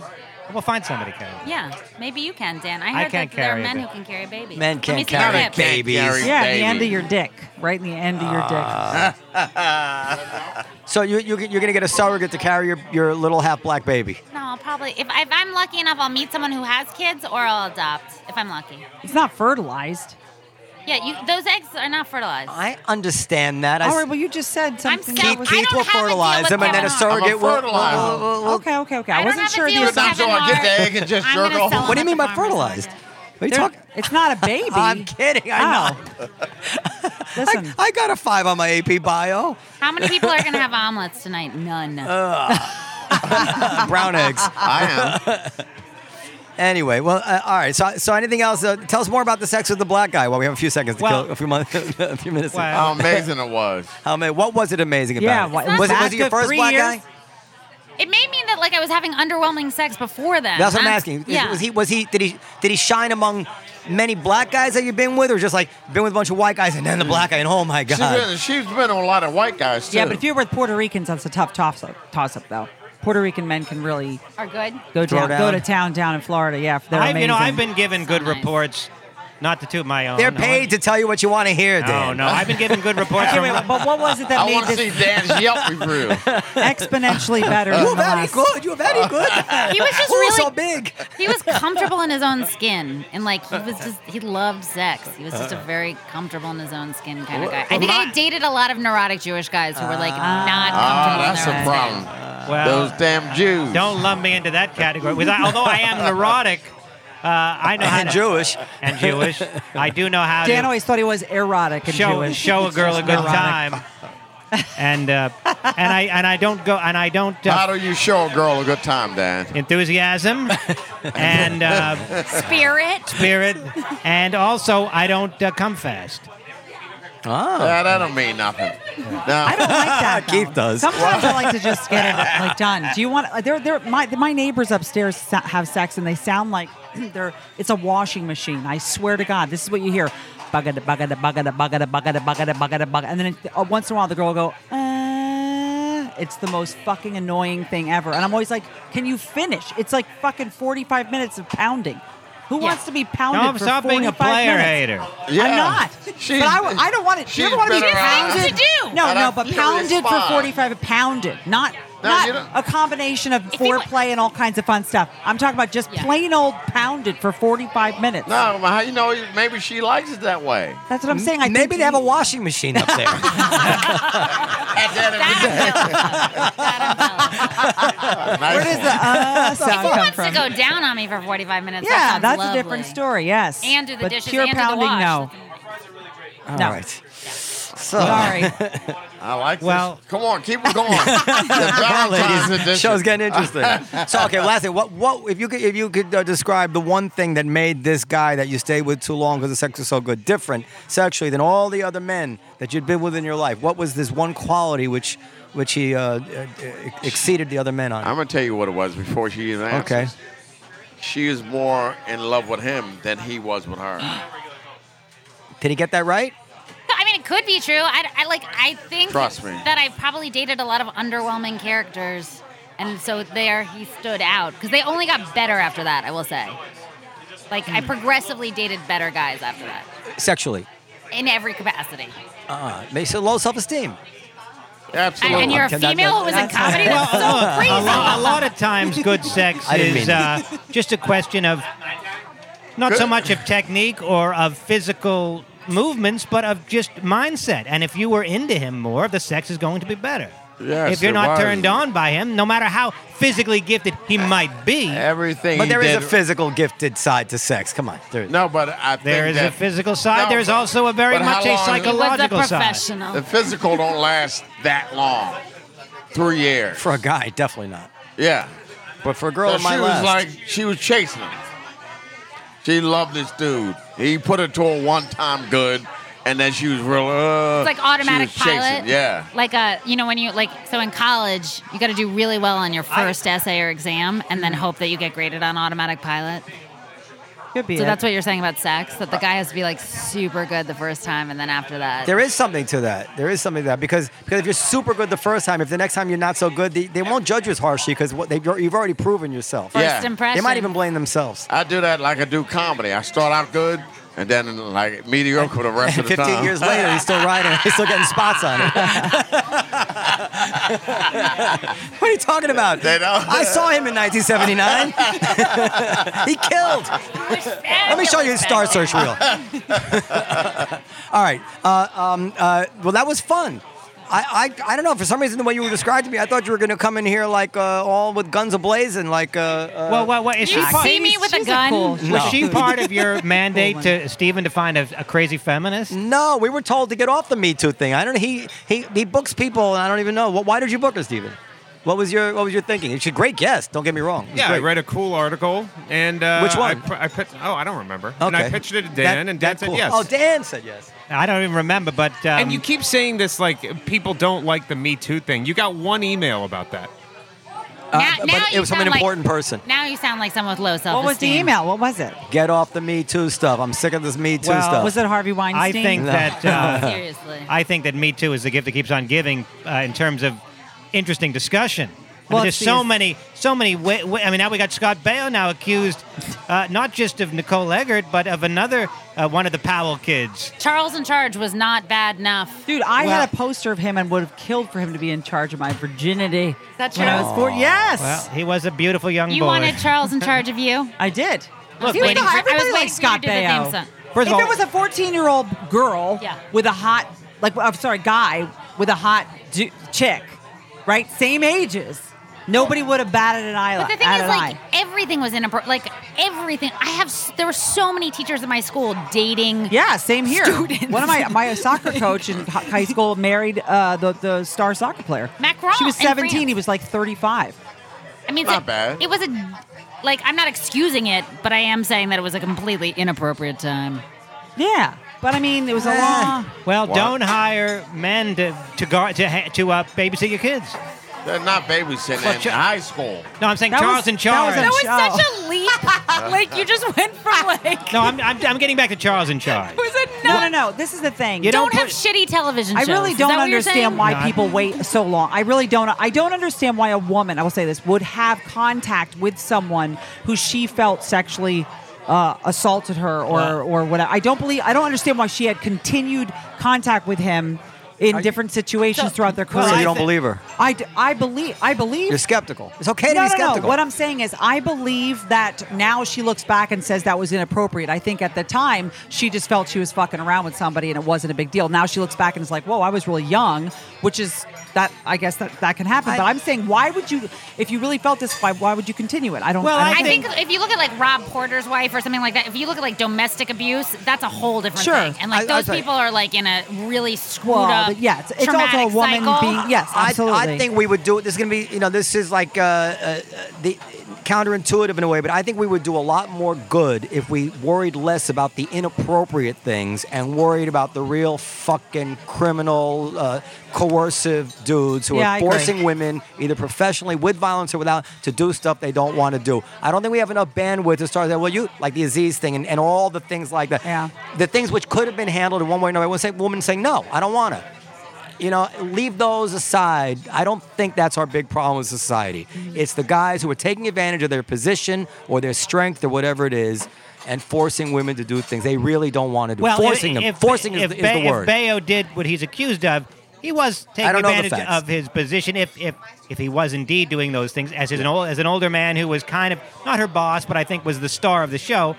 [SPEAKER 4] We'll find somebody to carry. it.
[SPEAKER 6] Yeah, maybe you can, Dan. I
[SPEAKER 4] I
[SPEAKER 6] heard
[SPEAKER 4] can't
[SPEAKER 6] that there are
[SPEAKER 4] carry a
[SPEAKER 6] men
[SPEAKER 4] ba-
[SPEAKER 6] who can carry babies.
[SPEAKER 1] Men
[SPEAKER 6] Let me
[SPEAKER 1] can't
[SPEAKER 6] see your
[SPEAKER 1] carry
[SPEAKER 6] hip.
[SPEAKER 2] can't
[SPEAKER 1] babies.
[SPEAKER 2] carry
[SPEAKER 8] yeah, the
[SPEAKER 2] baby.
[SPEAKER 8] end of your dick, right in the end of your dick.
[SPEAKER 1] So you, you, you're going to get a surrogate to carry your, your little half black baby.
[SPEAKER 6] No, I'll probably. If, if I'm lucky enough, I'll meet someone who has kids, or I'll adopt. If I'm lucky.
[SPEAKER 8] It's not fertilized.
[SPEAKER 6] Yeah, you, those eggs are not fertilized.
[SPEAKER 1] I understand that. I,
[SPEAKER 8] All
[SPEAKER 1] s-
[SPEAKER 8] right, well, you just said
[SPEAKER 6] I'm sick.
[SPEAKER 8] something. that
[SPEAKER 1] Keith,
[SPEAKER 8] was-
[SPEAKER 6] I
[SPEAKER 1] Keith
[SPEAKER 6] don't
[SPEAKER 1] will
[SPEAKER 6] have a deal
[SPEAKER 1] fertilise
[SPEAKER 6] with
[SPEAKER 1] him, and then
[SPEAKER 6] Kevin
[SPEAKER 1] a
[SPEAKER 6] Hart. I'm a
[SPEAKER 1] surrogate will. will-
[SPEAKER 2] fertilizer.
[SPEAKER 1] will- will-
[SPEAKER 8] okay, okay, okay.
[SPEAKER 6] I
[SPEAKER 8] I,
[SPEAKER 6] don't
[SPEAKER 8] wasn't
[SPEAKER 6] have a
[SPEAKER 8] sure
[SPEAKER 6] deal
[SPEAKER 8] the
[SPEAKER 6] with
[SPEAKER 8] assumption.
[SPEAKER 2] Sometimes so I
[SPEAKER 6] Kevin
[SPEAKER 2] get
[SPEAKER 6] Hart.
[SPEAKER 2] the egg and just
[SPEAKER 6] I'm
[SPEAKER 2] jerk
[SPEAKER 6] gonna
[SPEAKER 2] off.
[SPEAKER 6] sell
[SPEAKER 1] What do you
[SPEAKER 6] them
[SPEAKER 1] mean
[SPEAKER 6] at
[SPEAKER 1] by
[SPEAKER 6] the farmer's
[SPEAKER 1] fertilized?
[SPEAKER 6] market.
[SPEAKER 1] What are you
[SPEAKER 8] They're-
[SPEAKER 1] talking?
[SPEAKER 8] It's not a baby. Oh.
[SPEAKER 1] I'm kidding. I know.
[SPEAKER 8] Ow.
[SPEAKER 1] I,
[SPEAKER 8] Listen,
[SPEAKER 1] I got a five on my AP bio.
[SPEAKER 6] How many people are gonna have omelets tonight? None.
[SPEAKER 1] Uh, Brown eggs.
[SPEAKER 2] I am.
[SPEAKER 1] Anyway, well, uh, all right. So, so anything else? Uh, tell us more about the sex with the black guy. Well, we have a few seconds to
[SPEAKER 4] Well-
[SPEAKER 1] kill. A few, months, a few minutes.
[SPEAKER 4] Well-
[SPEAKER 2] How amazing it was.
[SPEAKER 1] How many- what was it amazing about?
[SPEAKER 8] Yeah,
[SPEAKER 1] it?
[SPEAKER 8] what-
[SPEAKER 1] was it was
[SPEAKER 8] back
[SPEAKER 1] it your
[SPEAKER 8] to
[SPEAKER 1] first
[SPEAKER 8] three
[SPEAKER 1] black
[SPEAKER 8] years?
[SPEAKER 1] guy?
[SPEAKER 6] it may mean that like I was having underwhelming sex before then.
[SPEAKER 1] That's what I'm
[SPEAKER 6] I'm-
[SPEAKER 1] asking. Is-
[SPEAKER 6] Uh-huh. Yeah.
[SPEAKER 1] Was he? Was he? Did he? Did he shine among many black guys that you've been with, or just like been with a bunch of white guys and then
[SPEAKER 8] Mm.
[SPEAKER 1] the black guy? And oh my
[SPEAKER 2] She's
[SPEAKER 1] god!
[SPEAKER 2] been, she's been on a lot of white guys too.
[SPEAKER 8] yeah, but if you're with Puerto Ricans, that's a tough toss up. Toss up though. Puerto Rican men can really
[SPEAKER 6] Are good.
[SPEAKER 8] go
[SPEAKER 1] Throw
[SPEAKER 8] down, go
[SPEAKER 1] down.
[SPEAKER 8] to town down in Florida. Yeah, they're
[SPEAKER 4] I've,
[SPEAKER 8] amazing.
[SPEAKER 4] you know, I've been given good
[SPEAKER 6] nice.
[SPEAKER 4] reports, not to toot my own.
[SPEAKER 1] They're paid to tell you what you want to hear,
[SPEAKER 4] No,
[SPEAKER 1] Dan.
[SPEAKER 4] no, I've been given good reports.
[SPEAKER 8] Okay,
[SPEAKER 4] from,
[SPEAKER 8] wait, wait, but what was it that
[SPEAKER 2] I
[SPEAKER 8] made
[SPEAKER 2] want to
[SPEAKER 8] this
[SPEAKER 2] see Dan's Yelp review.
[SPEAKER 8] exponentially better? than
[SPEAKER 1] Uh, You're
[SPEAKER 8] the
[SPEAKER 1] very
[SPEAKER 8] last?
[SPEAKER 1] good. You're very good.
[SPEAKER 6] He was just
[SPEAKER 1] Who
[SPEAKER 6] really
[SPEAKER 1] so big?
[SPEAKER 6] He was comfortable in his own skin, and like he was just he loved sex. He was just a very comfortable in his own skin kind of guy. I think I dated a lot of neurotic Jewish guys who were like not
[SPEAKER 2] Ah,
[SPEAKER 6] comfortable.
[SPEAKER 2] that's
[SPEAKER 6] in their
[SPEAKER 2] a
[SPEAKER 6] own
[SPEAKER 2] problem.
[SPEAKER 6] skin.
[SPEAKER 4] well,
[SPEAKER 2] Those damn Jews.
[SPEAKER 4] don't lump me into that category. With- although I am neurotic, uh, I know how
[SPEAKER 1] And
[SPEAKER 4] to-
[SPEAKER 1] Jewish.
[SPEAKER 4] and Jewish. I do know how
[SPEAKER 8] Dan
[SPEAKER 4] to
[SPEAKER 8] always thought he was erotic and
[SPEAKER 4] show
[SPEAKER 8] Jewish.
[SPEAKER 4] show a
[SPEAKER 8] It's
[SPEAKER 4] girl a
[SPEAKER 8] just
[SPEAKER 4] good
[SPEAKER 8] erotic.
[SPEAKER 4] time. And uh, and I and I don't go and I don't
[SPEAKER 2] How
[SPEAKER 4] uh,
[SPEAKER 2] do you show a girl a good time, Dan?
[SPEAKER 4] enthusiasm and uh,
[SPEAKER 6] Spirit.
[SPEAKER 4] spirit, and also I don't uh, come fast.
[SPEAKER 1] Oh.
[SPEAKER 2] Yeah, that don't mean nothing.
[SPEAKER 8] I don't
[SPEAKER 2] No.
[SPEAKER 8] like that.
[SPEAKER 1] Keith
[SPEAKER 8] though.
[SPEAKER 1] does.
[SPEAKER 8] Sometimes I like to just get it like done. Do you want? uh, They're, they're, my my neighbors upstairs sa- have sex, and they sound like they're. It's a washing machine. I swear to God, this is what you hear: bugga da bugga da bugga da bugga da bugga da bugga da bugga da bugga. And then it, uh, once in a while, the girl will go. Uh, it's the most fucking annoying thing ever, and I'm always like, "Can you finish?" It's like fucking 45 minutes of pounding. Who wants to be pounded
[SPEAKER 4] No,
[SPEAKER 8] for
[SPEAKER 4] stop
[SPEAKER 8] 45
[SPEAKER 4] being a player
[SPEAKER 8] minutes?
[SPEAKER 4] hater.
[SPEAKER 2] Yeah.
[SPEAKER 8] I'm not.
[SPEAKER 2] She's-
[SPEAKER 8] but I, w- I don't want it. You
[SPEAKER 2] she's
[SPEAKER 8] don't want to be
[SPEAKER 2] better off-
[SPEAKER 8] pounded.
[SPEAKER 6] Things to do.
[SPEAKER 8] No,
[SPEAKER 2] And
[SPEAKER 8] no,
[SPEAKER 2] I
[SPEAKER 8] but
[SPEAKER 2] feel your
[SPEAKER 8] pounded for
[SPEAKER 2] spine.
[SPEAKER 8] 45, pounded, not
[SPEAKER 2] No, you don't-
[SPEAKER 8] not a combination of
[SPEAKER 6] you want-
[SPEAKER 8] foreplay and all kinds of fun stuff. I'm talking about just
[SPEAKER 6] Yeah.
[SPEAKER 8] plain old pounded for 45 minutes.
[SPEAKER 2] No, but how you know? Maybe she likes it that way.
[SPEAKER 8] That's what I'm saying. I
[SPEAKER 1] Maybe
[SPEAKER 8] think
[SPEAKER 1] they have a
[SPEAKER 8] you-
[SPEAKER 1] washing machine up there.
[SPEAKER 8] Where does the uh, sound
[SPEAKER 6] Who
[SPEAKER 8] come
[SPEAKER 6] wants
[SPEAKER 8] from?
[SPEAKER 6] to go down on me for 45 minutes? That
[SPEAKER 8] yeah,
[SPEAKER 6] sounds
[SPEAKER 8] that's
[SPEAKER 6] lovely.
[SPEAKER 8] a different story. Yes,
[SPEAKER 6] And do the
[SPEAKER 8] but
[SPEAKER 6] dishes
[SPEAKER 8] pure
[SPEAKER 6] and do the
[SPEAKER 8] pounding,
[SPEAKER 6] wash.
[SPEAKER 8] no.
[SPEAKER 1] All
[SPEAKER 8] No.
[SPEAKER 1] right. So,
[SPEAKER 8] Sorry.
[SPEAKER 2] I like this.
[SPEAKER 4] Well-
[SPEAKER 2] come on, keep it going. the Valentine's edition.
[SPEAKER 1] show's getting interesting. so okay, last thing. What what if you could if you could uh, describe the one thing that made this guy that you stayed with too long because the sex was so good different sexually than all the other men that you'd been with in your life? What was this one quality which which he uh, uh, ex- exceeded the other men on?
[SPEAKER 2] I'm gonna tell you what it was before she even answers.
[SPEAKER 1] okay.
[SPEAKER 2] She is more in love with him than he was with her.
[SPEAKER 1] Did he get that right?
[SPEAKER 6] I mean, it could be true. I, I like. I think
[SPEAKER 2] Trust me.
[SPEAKER 6] that I probably dated a lot of underwhelming characters, and so there he stood out because they only got better after that. I will say, like
[SPEAKER 2] Hmm.
[SPEAKER 6] I progressively dated better guys after that
[SPEAKER 1] Sexually.
[SPEAKER 6] in every capacity.
[SPEAKER 1] Uh, makes it low self esteem.
[SPEAKER 6] And,
[SPEAKER 2] Absolutely.
[SPEAKER 6] and you're a
[SPEAKER 1] Can that-
[SPEAKER 6] female who was in
[SPEAKER 1] that's-
[SPEAKER 6] comedy. That's so
[SPEAKER 4] a,
[SPEAKER 6] crazy.
[SPEAKER 4] lo- a lot of times, good sex
[SPEAKER 1] I didn't
[SPEAKER 4] is
[SPEAKER 1] mean
[SPEAKER 4] uh, just a question of not so
[SPEAKER 2] Good.
[SPEAKER 4] much of technique or of physical movements, but of just mindset. And if you were into him more, the sex is going to be better.
[SPEAKER 2] Yes,
[SPEAKER 4] if you're
[SPEAKER 2] it
[SPEAKER 4] not
[SPEAKER 2] was.
[SPEAKER 4] turned on by him, no matter how physically gifted he might be,
[SPEAKER 2] Everything.
[SPEAKER 1] But
[SPEAKER 2] he
[SPEAKER 1] there is
[SPEAKER 2] did,
[SPEAKER 1] a physical gifted side to sex. Come on. There-
[SPEAKER 2] No, but I think
[SPEAKER 4] there is a
[SPEAKER 2] that
[SPEAKER 4] physical side.
[SPEAKER 2] No,
[SPEAKER 4] there is
[SPEAKER 2] but-
[SPEAKER 4] also a very
[SPEAKER 2] but how
[SPEAKER 4] much a
[SPEAKER 2] long-
[SPEAKER 6] he was a
[SPEAKER 4] psychological side.
[SPEAKER 6] professional.
[SPEAKER 2] the physical don't last that long. Three years.
[SPEAKER 1] For a guy, definitely not.
[SPEAKER 2] yeah.
[SPEAKER 1] But for a girl,
[SPEAKER 2] So
[SPEAKER 1] it might
[SPEAKER 2] she was
[SPEAKER 1] last.
[SPEAKER 2] like she was chasing him. She loved this dude. He put her to a one-time good, and then she was real. Uh,
[SPEAKER 6] It's like automatic
[SPEAKER 2] she was chasing.
[SPEAKER 6] pilot.
[SPEAKER 2] Yeah.
[SPEAKER 6] Like a, you know, when you like, so in college, you got to do really well on your first essay or exam, and then hope that you get graded on automatic pilot.
[SPEAKER 8] Could be
[SPEAKER 6] So
[SPEAKER 8] it.
[SPEAKER 6] that's what you're saying about sex, that the guy has to be like super good the first time, and then after that,
[SPEAKER 1] There is something to that. There is something to that because because if you're super good the first time, if the next time you're not so good, they, they won't judge you as harshly because what they you've already proven yourself.
[SPEAKER 6] first
[SPEAKER 2] Yeah.
[SPEAKER 6] impression.
[SPEAKER 1] They might even blame themselves.
[SPEAKER 2] I do that like I do comedy. I start out good, and then like mediocre the rest of the
[SPEAKER 1] 15
[SPEAKER 2] time.
[SPEAKER 1] years later, he's still riding. He's still getting spots on it. what are you talking about?
[SPEAKER 2] They don't.
[SPEAKER 1] I saw him in 1979. he killed. Let me show you his star search wheel. All right. Uh, um, uh, well, that was fun. I, I, I don't know. For some reason, the way you were described to me, I thought you were going to come in here like uh, all with guns ablazing, like. Uh, uh,
[SPEAKER 4] Well, well, well, is she
[SPEAKER 6] You
[SPEAKER 4] part-
[SPEAKER 6] see me with a
[SPEAKER 8] She's
[SPEAKER 6] gun.
[SPEAKER 8] cool-
[SPEAKER 4] was she
[SPEAKER 8] cool
[SPEAKER 4] part of your mandate
[SPEAKER 8] one.
[SPEAKER 4] to Stephen to find a, a crazy feminist?
[SPEAKER 1] no, we were told to get off the Me Too thing. I don't. He he he books people, and I don't even know. Well, why did you book her, Steven? What was your What was your thinking? It's a great guest. Don't get me wrong. It was
[SPEAKER 7] Yeah, I
[SPEAKER 1] great.
[SPEAKER 7] read a cool article, and uh,
[SPEAKER 1] Which one?
[SPEAKER 7] I, pu- I put, oh, I don't remember. And I
[SPEAKER 1] Okay.
[SPEAKER 7] pitched it to Dan,
[SPEAKER 1] That-
[SPEAKER 7] and Dan
[SPEAKER 1] that
[SPEAKER 7] said
[SPEAKER 1] cool.
[SPEAKER 7] yes.
[SPEAKER 1] Oh, Dan said yes.
[SPEAKER 4] I don't even remember, but um,
[SPEAKER 7] and you keep saying this like people don't like the Me Too thing. You got one email about that.
[SPEAKER 6] Now,
[SPEAKER 1] Uh, but
[SPEAKER 6] now
[SPEAKER 1] it
[SPEAKER 6] you
[SPEAKER 1] was from an
[SPEAKER 6] sound like-
[SPEAKER 1] important person.
[SPEAKER 6] Now you sound like someone with low self-esteem.
[SPEAKER 8] what was the email? What was it?
[SPEAKER 1] Get off the Me Too stuff. I'm sick of this Me Too
[SPEAKER 8] well,
[SPEAKER 1] stuff.
[SPEAKER 8] was it Harvey
[SPEAKER 4] I
[SPEAKER 8] Weinstein?
[SPEAKER 4] think
[SPEAKER 1] No.
[SPEAKER 4] that uh,
[SPEAKER 6] Seriously.
[SPEAKER 4] I think that Me Too is the gift that keeps on giving uh, in terms of interesting discussion. I mean,
[SPEAKER 8] Well,
[SPEAKER 4] there's
[SPEAKER 8] it's
[SPEAKER 4] so
[SPEAKER 8] these-
[SPEAKER 4] many, so many. Wa- wa- I mean, now we got Scott Baio now accused, uh, not just of Nicole Eggert, but of another uh, one of the Powell kids.
[SPEAKER 6] Charles in charge was not bad enough.
[SPEAKER 8] Dude, I
[SPEAKER 4] Well-
[SPEAKER 8] had a poster of him and would have killed for him to be in charge of my virginity.
[SPEAKER 6] That's
[SPEAKER 8] when I was
[SPEAKER 6] true.
[SPEAKER 8] four. Yes,
[SPEAKER 4] Well, he was a beautiful young
[SPEAKER 6] You
[SPEAKER 4] boy.
[SPEAKER 6] wanted Charles in charge of you.
[SPEAKER 8] I did.
[SPEAKER 4] Look,
[SPEAKER 8] See, we
[SPEAKER 4] waiting
[SPEAKER 8] know
[SPEAKER 6] for- I
[SPEAKER 8] everybody
[SPEAKER 6] was waiting
[SPEAKER 8] likes
[SPEAKER 6] for you
[SPEAKER 8] Scott
[SPEAKER 6] to do the theme
[SPEAKER 8] Baio.
[SPEAKER 6] song.
[SPEAKER 4] First
[SPEAKER 8] if
[SPEAKER 4] of all-
[SPEAKER 8] it was a 14-year-old girl
[SPEAKER 6] Yeah.
[SPEAKER 8] with a hot, oh, like I'm sorry, guy with a hot du- chick, right? Same ages. Nobody would have batted an eye.
[SPEAKER 6] But the thing
[SPEAKER 8] at
[SPEAKER 6] is,
[SPEAKER 8] an
[SPEAKER 6] like
[SPEAKER 8] eye.
[SPEAKER 6] everything was inappropriate. Like everything. I have. s- There were so many teachers in my school dating.
[SPEAKER 8] Yeah, same here.
[SPEAKER 6] Students.
[SPEAKER 8] One of my my soccer coach in hi- high school married uh, the the star soccer player.
[SPEAKER 6] Macron
[SPEAKER 8] She was
[SPEAKER 6] Oh, in
[SPEAKER 8] seventeen.
[SPEAKER 6] France.
[SPEAKER 8] He was like thirty five.
[SPEAKER 6] I mean, it's
[SPEAKER 2] Not
[SPEAKER 6] like,
[SPEAKER 2] bad.
[SPEAKER 6] It was a. Like I'm not excusing it, but I am saying that it was a completely inappropriate time.
[SPEAKER 8] Yeah, but I mean, it was a
[SPEAKER 6] Ah.
[SPEAKER 8] long.
[SPEAKER 4] Well,
[SPEAKER 2] What?
[SPEAKER 4] don't hire men to to guard to ha- to uh, babysit your kids.
[SPEAKER 2] They're not babysitting in
[SPEAKER 4] Ch-
[SPEAKER 2] high school.
[SPEAKER 4] No, I'm saying
[SPEAKER 8] That
[SPEAKER 4] Charles
[SPEAKER 8] was-
[SPEAKER 4] and
[SPEAKER 8] that
[SPEAKER 4] Charge.
[SPEAKER 8] was a- That was- Oh.
[SPEAKER 6] a leap. like you just went from like.
[SPEAKER 4] no, I'm, I'm I'm getting back to Charles and Charge.
[SPEAKER 6] a
[SPEAKER 8] No, no, no. This is the thing.
[SPEAKER 4] You
[SPEAKER 6] don't,
[SPEAKER 4] Don't
[SPEAKER 6] have
[SPEAKER 4] put-
[SPEAKER 6] shitty television
[SPEAKER 8] I
[SPEAKER 6] shows.
[SPEAKER 8] really
[SPEAKER 6] Is that
[SPEAKER 8] don't
[SPEAKER 6] what you're saying?
[SPEAKER 8] understand why
[SPEAKER 4] No, I-
[SPEAKER 8] people wait so long. I really don't. I don't understand why a woman, I will say this, would have contact with someone who she felt sexually uh, assaulted her or or whatever. I don't believe. I don't understand why she had continued contact with him in different situations throughout their career.
[SPEAKER 1] So you don't believe her?
[SPEAKER 8] I, d- I believe. I believe.
[SPEAKER 1] You're skeptical. It's okay to
[SPEAKER 8] no,
[SPEAKER 1] be
[SPEAKER 8] no,
[SPEAKER 1] skeptical.
[SPEAKER 8] no. What I'm saying is, I believe that now she looks back and says that was inappropriate. I think at the time she just felt she was fucking around with somebody and it wasn't a big deal. Now she looks back and is like, "Whoa, I was really young," which is that I guess that that can happen. but I'm saying, why would you, if you really felt this, why, why would you continue it? I don't.
[SPEAKER 4] Well,
[SPEAKER 8] I,
[SPEAKER 4] I
[SPEAKER 8] don't
[SPEAKER 6] I think if you look at like Rob Porter's wife or something like that, if you look at like domestic abuse, that's a whole different
[SPEAKER 8] Sure.
[SPEAKER 6] thing. And like
[SPEAKER 1] I- I
[SPEAKER 6] those
[SPEAKER 1] think-
[SPEAKER 6] people are like in a really screwed
[SPEAKER 8] Well,
[SPEAKER 6] up.
[SPEAKER 8] but yeah, it's- it's also a
[SPEAKER 6] traumatic
[SPEAKER 8] woman
[SPEAKER 6] cycle.
[SPEAKER 8] being- yes.
[SPEAKER 1] I,
[SPEAKER 8] Absolutely.
[SPEAKER 1] I think we would do it. This is going to be, you know, this is like uh, uh, the counterintuitive in a way, but I think we would do a lot more good if we worried less about the inappropriate things and worried about the real fucking criminal, uh, coercive dudes who
[SPEAKER 8] Yeah, I
[SPEAKER 1] are
[SPEAKER 8] agree.
[SPEAKER 1] forcing women, either professionally with violence or without, to do stuff they don't want to do. I don't think we have enough bandwidth to start that. Well, you like the Aziz thing and, and all the things like that.
[SPEAKER 8] Yeah.
[SPEAKER 1] The things which could have been handled in one way or another. One say, woman saying, no, I don't want to you know, leave those aside. I don't think that's our big problem with society. It's the guys who are taking advantage of their position or their strength or whatever it is and forcing women to do things they really don't want to do.
[SPEAKER 4] well,
[SPEAKER 1] forcing
[SPEAKER 4] if,
[SPEAKER 1] them.
[SPEAKER 4] If,
[SPEAKER 1] forcing
[SPEAKER 4] if
[SPEAKER 1] is, is
[SPEAKER 4] Ba-
[SPEAKER 1] the word.
[SPEAKER 4] If Bayo did what he's accused of, he was
[SPEAKER 1] I
[SPEAKER 4] taking
[SPEAKER 1] don't know the
[SPEAKER 4] advantage
[SPEAKER 1] facts.
[SPEAKER 4] of his position. If if if he was indeed doing those things as his an old, as an older man who was kind of not her boss, but I think was the star of the show,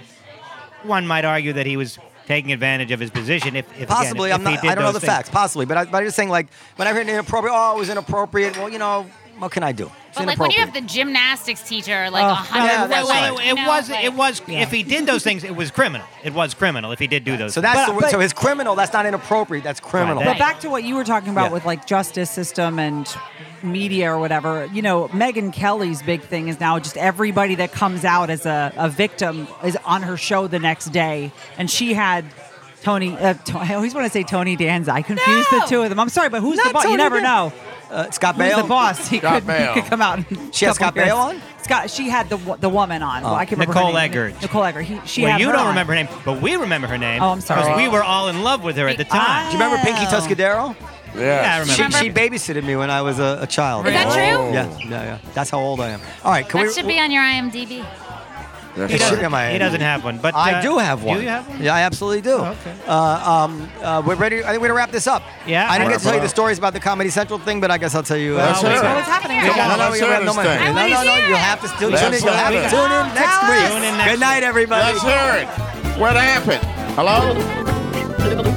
[SPEAKER 4] one might argue that he was taking advantage of his position. If, if again,
[SPEAKER 1] Possibly,
[SPEAKER 4] if- if
[SPEAKER 1] I'm
[SPEAKER 4] he
[SPEAKER 1] not.
[SPEAKER 4] did
[SPEAKER 1] I don't know the
[SPEAKER 4] those things.
[SPEAKER 1] facts. Possibly, but, I, but I'm just saying, like, when I heard inappropriate, oh, it was inappropriate. Well, you know, what can I do? It's
[SPEAKER 6] But like when you
[SPEAKER 1] inappropriate.
[SPEAKER 6] have the gymnastics teacher, like
[SPEAKER 8] Oh,
[SPEAKER 6] a
[SPEAKER 4] No,
[SPEAKER 6] hundred.
[SPEAKER 1] Yeah,
[SPEAKER 4] it-
[SPEAKER 1] that's
[SPEAKER 4] well,
[SPEAKER 1] right.
[SPEAKER 4] it,
[SPEAKER 6] You know,
[SPEAKER 4] was.
[SPEAKER 6] like-
[SPEAKER 4] it was. If he did those things, it was criminal. It was criminal if he did do those.
[SPEAKER 1] so
[SPEAKER 4] things.
[SPEAKER 1] that's the
[SPEAKER 8] But-
[SPEAKER 1] word.
[SPEAKER 8] but-
[SPEAKER 1] so his criminal. That's not inappropriate. That's criminal.
[SPEAKER 4] Right,
[SPEAKER 8] But back to what you were talking about
[SPEAKER 1] Yeah.
[SPEAKER 8] with like justice system and media or whatever. You know, Megan Kelly's big thing is now just everybody that comes out as a, a victim is on her show the next day, and she had. Tony, uh, to- I always want to say Tony Danza. I confuse
[SPEAKER 6] No!
[SPEAKER 8] the two of them. I'm sorry, but who's the
[SPEAKER 1] Not
[SPEAKER 8] boss? You
[SPEAKER 1] Tony
[SPEAKER 8] never
[SPEAKER 1] Dan-
[SPEAKER 8] know.
[SPEAKER 1] uh, Scott
[SPEAKER 8] Who's
[SPEAKER 1] Baio.
[SPEAKER 8] the boss? He
[SPEAKER 2] Scott
[SPEAKER 8] could,
[SPEAKER 2] Baio.
[SPEAKER 8] he could come out. in a
[SPEAKER 1] She has
[SPEAKER 8] couple
[SPEAKER 1] Scott Baio on?
[SPEAKER 8] years. Scott. She had the wo- the woman on. Well, I can remember her
[SPEAKER 4] Nicole
[SPEAKER 8] name.
[SPEAKER 4] Eggert.
[SPEAKER 8] Nicole Eggert. He, she
[SPEAKER 4] well,
[SPEAKER 8] had
[SPEAKER 4] you
[SPEAKER 8] her
[SPEAKER 4] don't
[SPEAKER 8] on.
[SPEAKER 4] remember her name, but we remember her name.
[SPEAKER 8] Oh, I'm sorry.
[SPEAKER 4] Because we were all in love with her at the time.
[SPEAKER 1] Do you remember Pinky Tuscadero?
[SPEAKER 4] Yeah, I
[SPEAKER 2] Yeah.
[SPEAKER 4] remember.
[SPEAKER 1] She, she babysitted me when I was a, a child.
[SPEAKER 6] Is that
[SPEAKER 2] Really?
[SPEAKER 6] true?
[SPEAKER 2] Oh.
[SPEAKER 1] Yeah, yeah, yeah. That's how old I am. All right, can
[SPEAKER 6] That
[SPEAKER 1] we?
[SPEAKER 6] should be on your IMDb.
[SPEAKER 2] That's
[SPEAKER 4] he,
[SPEAKER 1] It
[SPEAKER 4] doesn't,
[SPEAKER 1] should be on my-
[SPEAKER 4] he doesn't have one, but
[SPEAKER 1] I
[SPEAKER 4] uh,
[SPEAKER 1] do have one.
[SPEAKER 4] Do you have one?
[SPEAKER 1] Yeah, I absolutely do.
[SPEAKER 4] okay.
[SPEAKER 1] Uh, um, uh, we're ready. I think we're gonna wrap this up.
[SPEAKER 4] Yeah,
[SPEAKER 1] I didn't
[SPEAKER 4] I-
[SPEAKER 1] get to tell you
[SPEAKER 2] Wrap it
[SPEAKER 1] the
[SPEAKER 2] up.
[SPEAKER 1] stories about the Comedy Central thing, but I guess I'll tell you. uh,
[SPEAKER 2] That's
[SPEAKER 4] Well,
[SPEAKER 2] it.
[SPEAKER 4] we-
[SPEAKER 8] What was happening?
[SPEAKER 1] No,
[SPEAKER 2] Come
[SPEAKER 1] no,
[SPEAKER 2] on,
[SPEAKER 1] no,
[SPEAKER 2] let's
[SPEAKER 1] you have
[SPEAKER 2] hear
[SPEAKER 1] no
[SPEAKER 2] this
[SPEAKER 1] money.
[SPEAKER 2] thing.
[SPEAKER 1] No, no, no,
[SPEAKER 6] hear
[SPEAKER 1] You
[SPEAKER 6] it.
[SPEAKER 1] have to still
[SPEAKER 2] Let's
[SPEAKER 1] tune in. You'll have
[SPEAKER 2] hear
[SPEAKER 1] to
[SPEAKER 2] it.
[SPEAKER 1] tune in next
[SPEAKER 8] Tell us.
[SPEAKER 1] week.
[SPEAKER 4] Tune in next
[SPEAKER 1] Good night, everybody.
[SPEAKER 2] Let's hear it. What happened? Hello?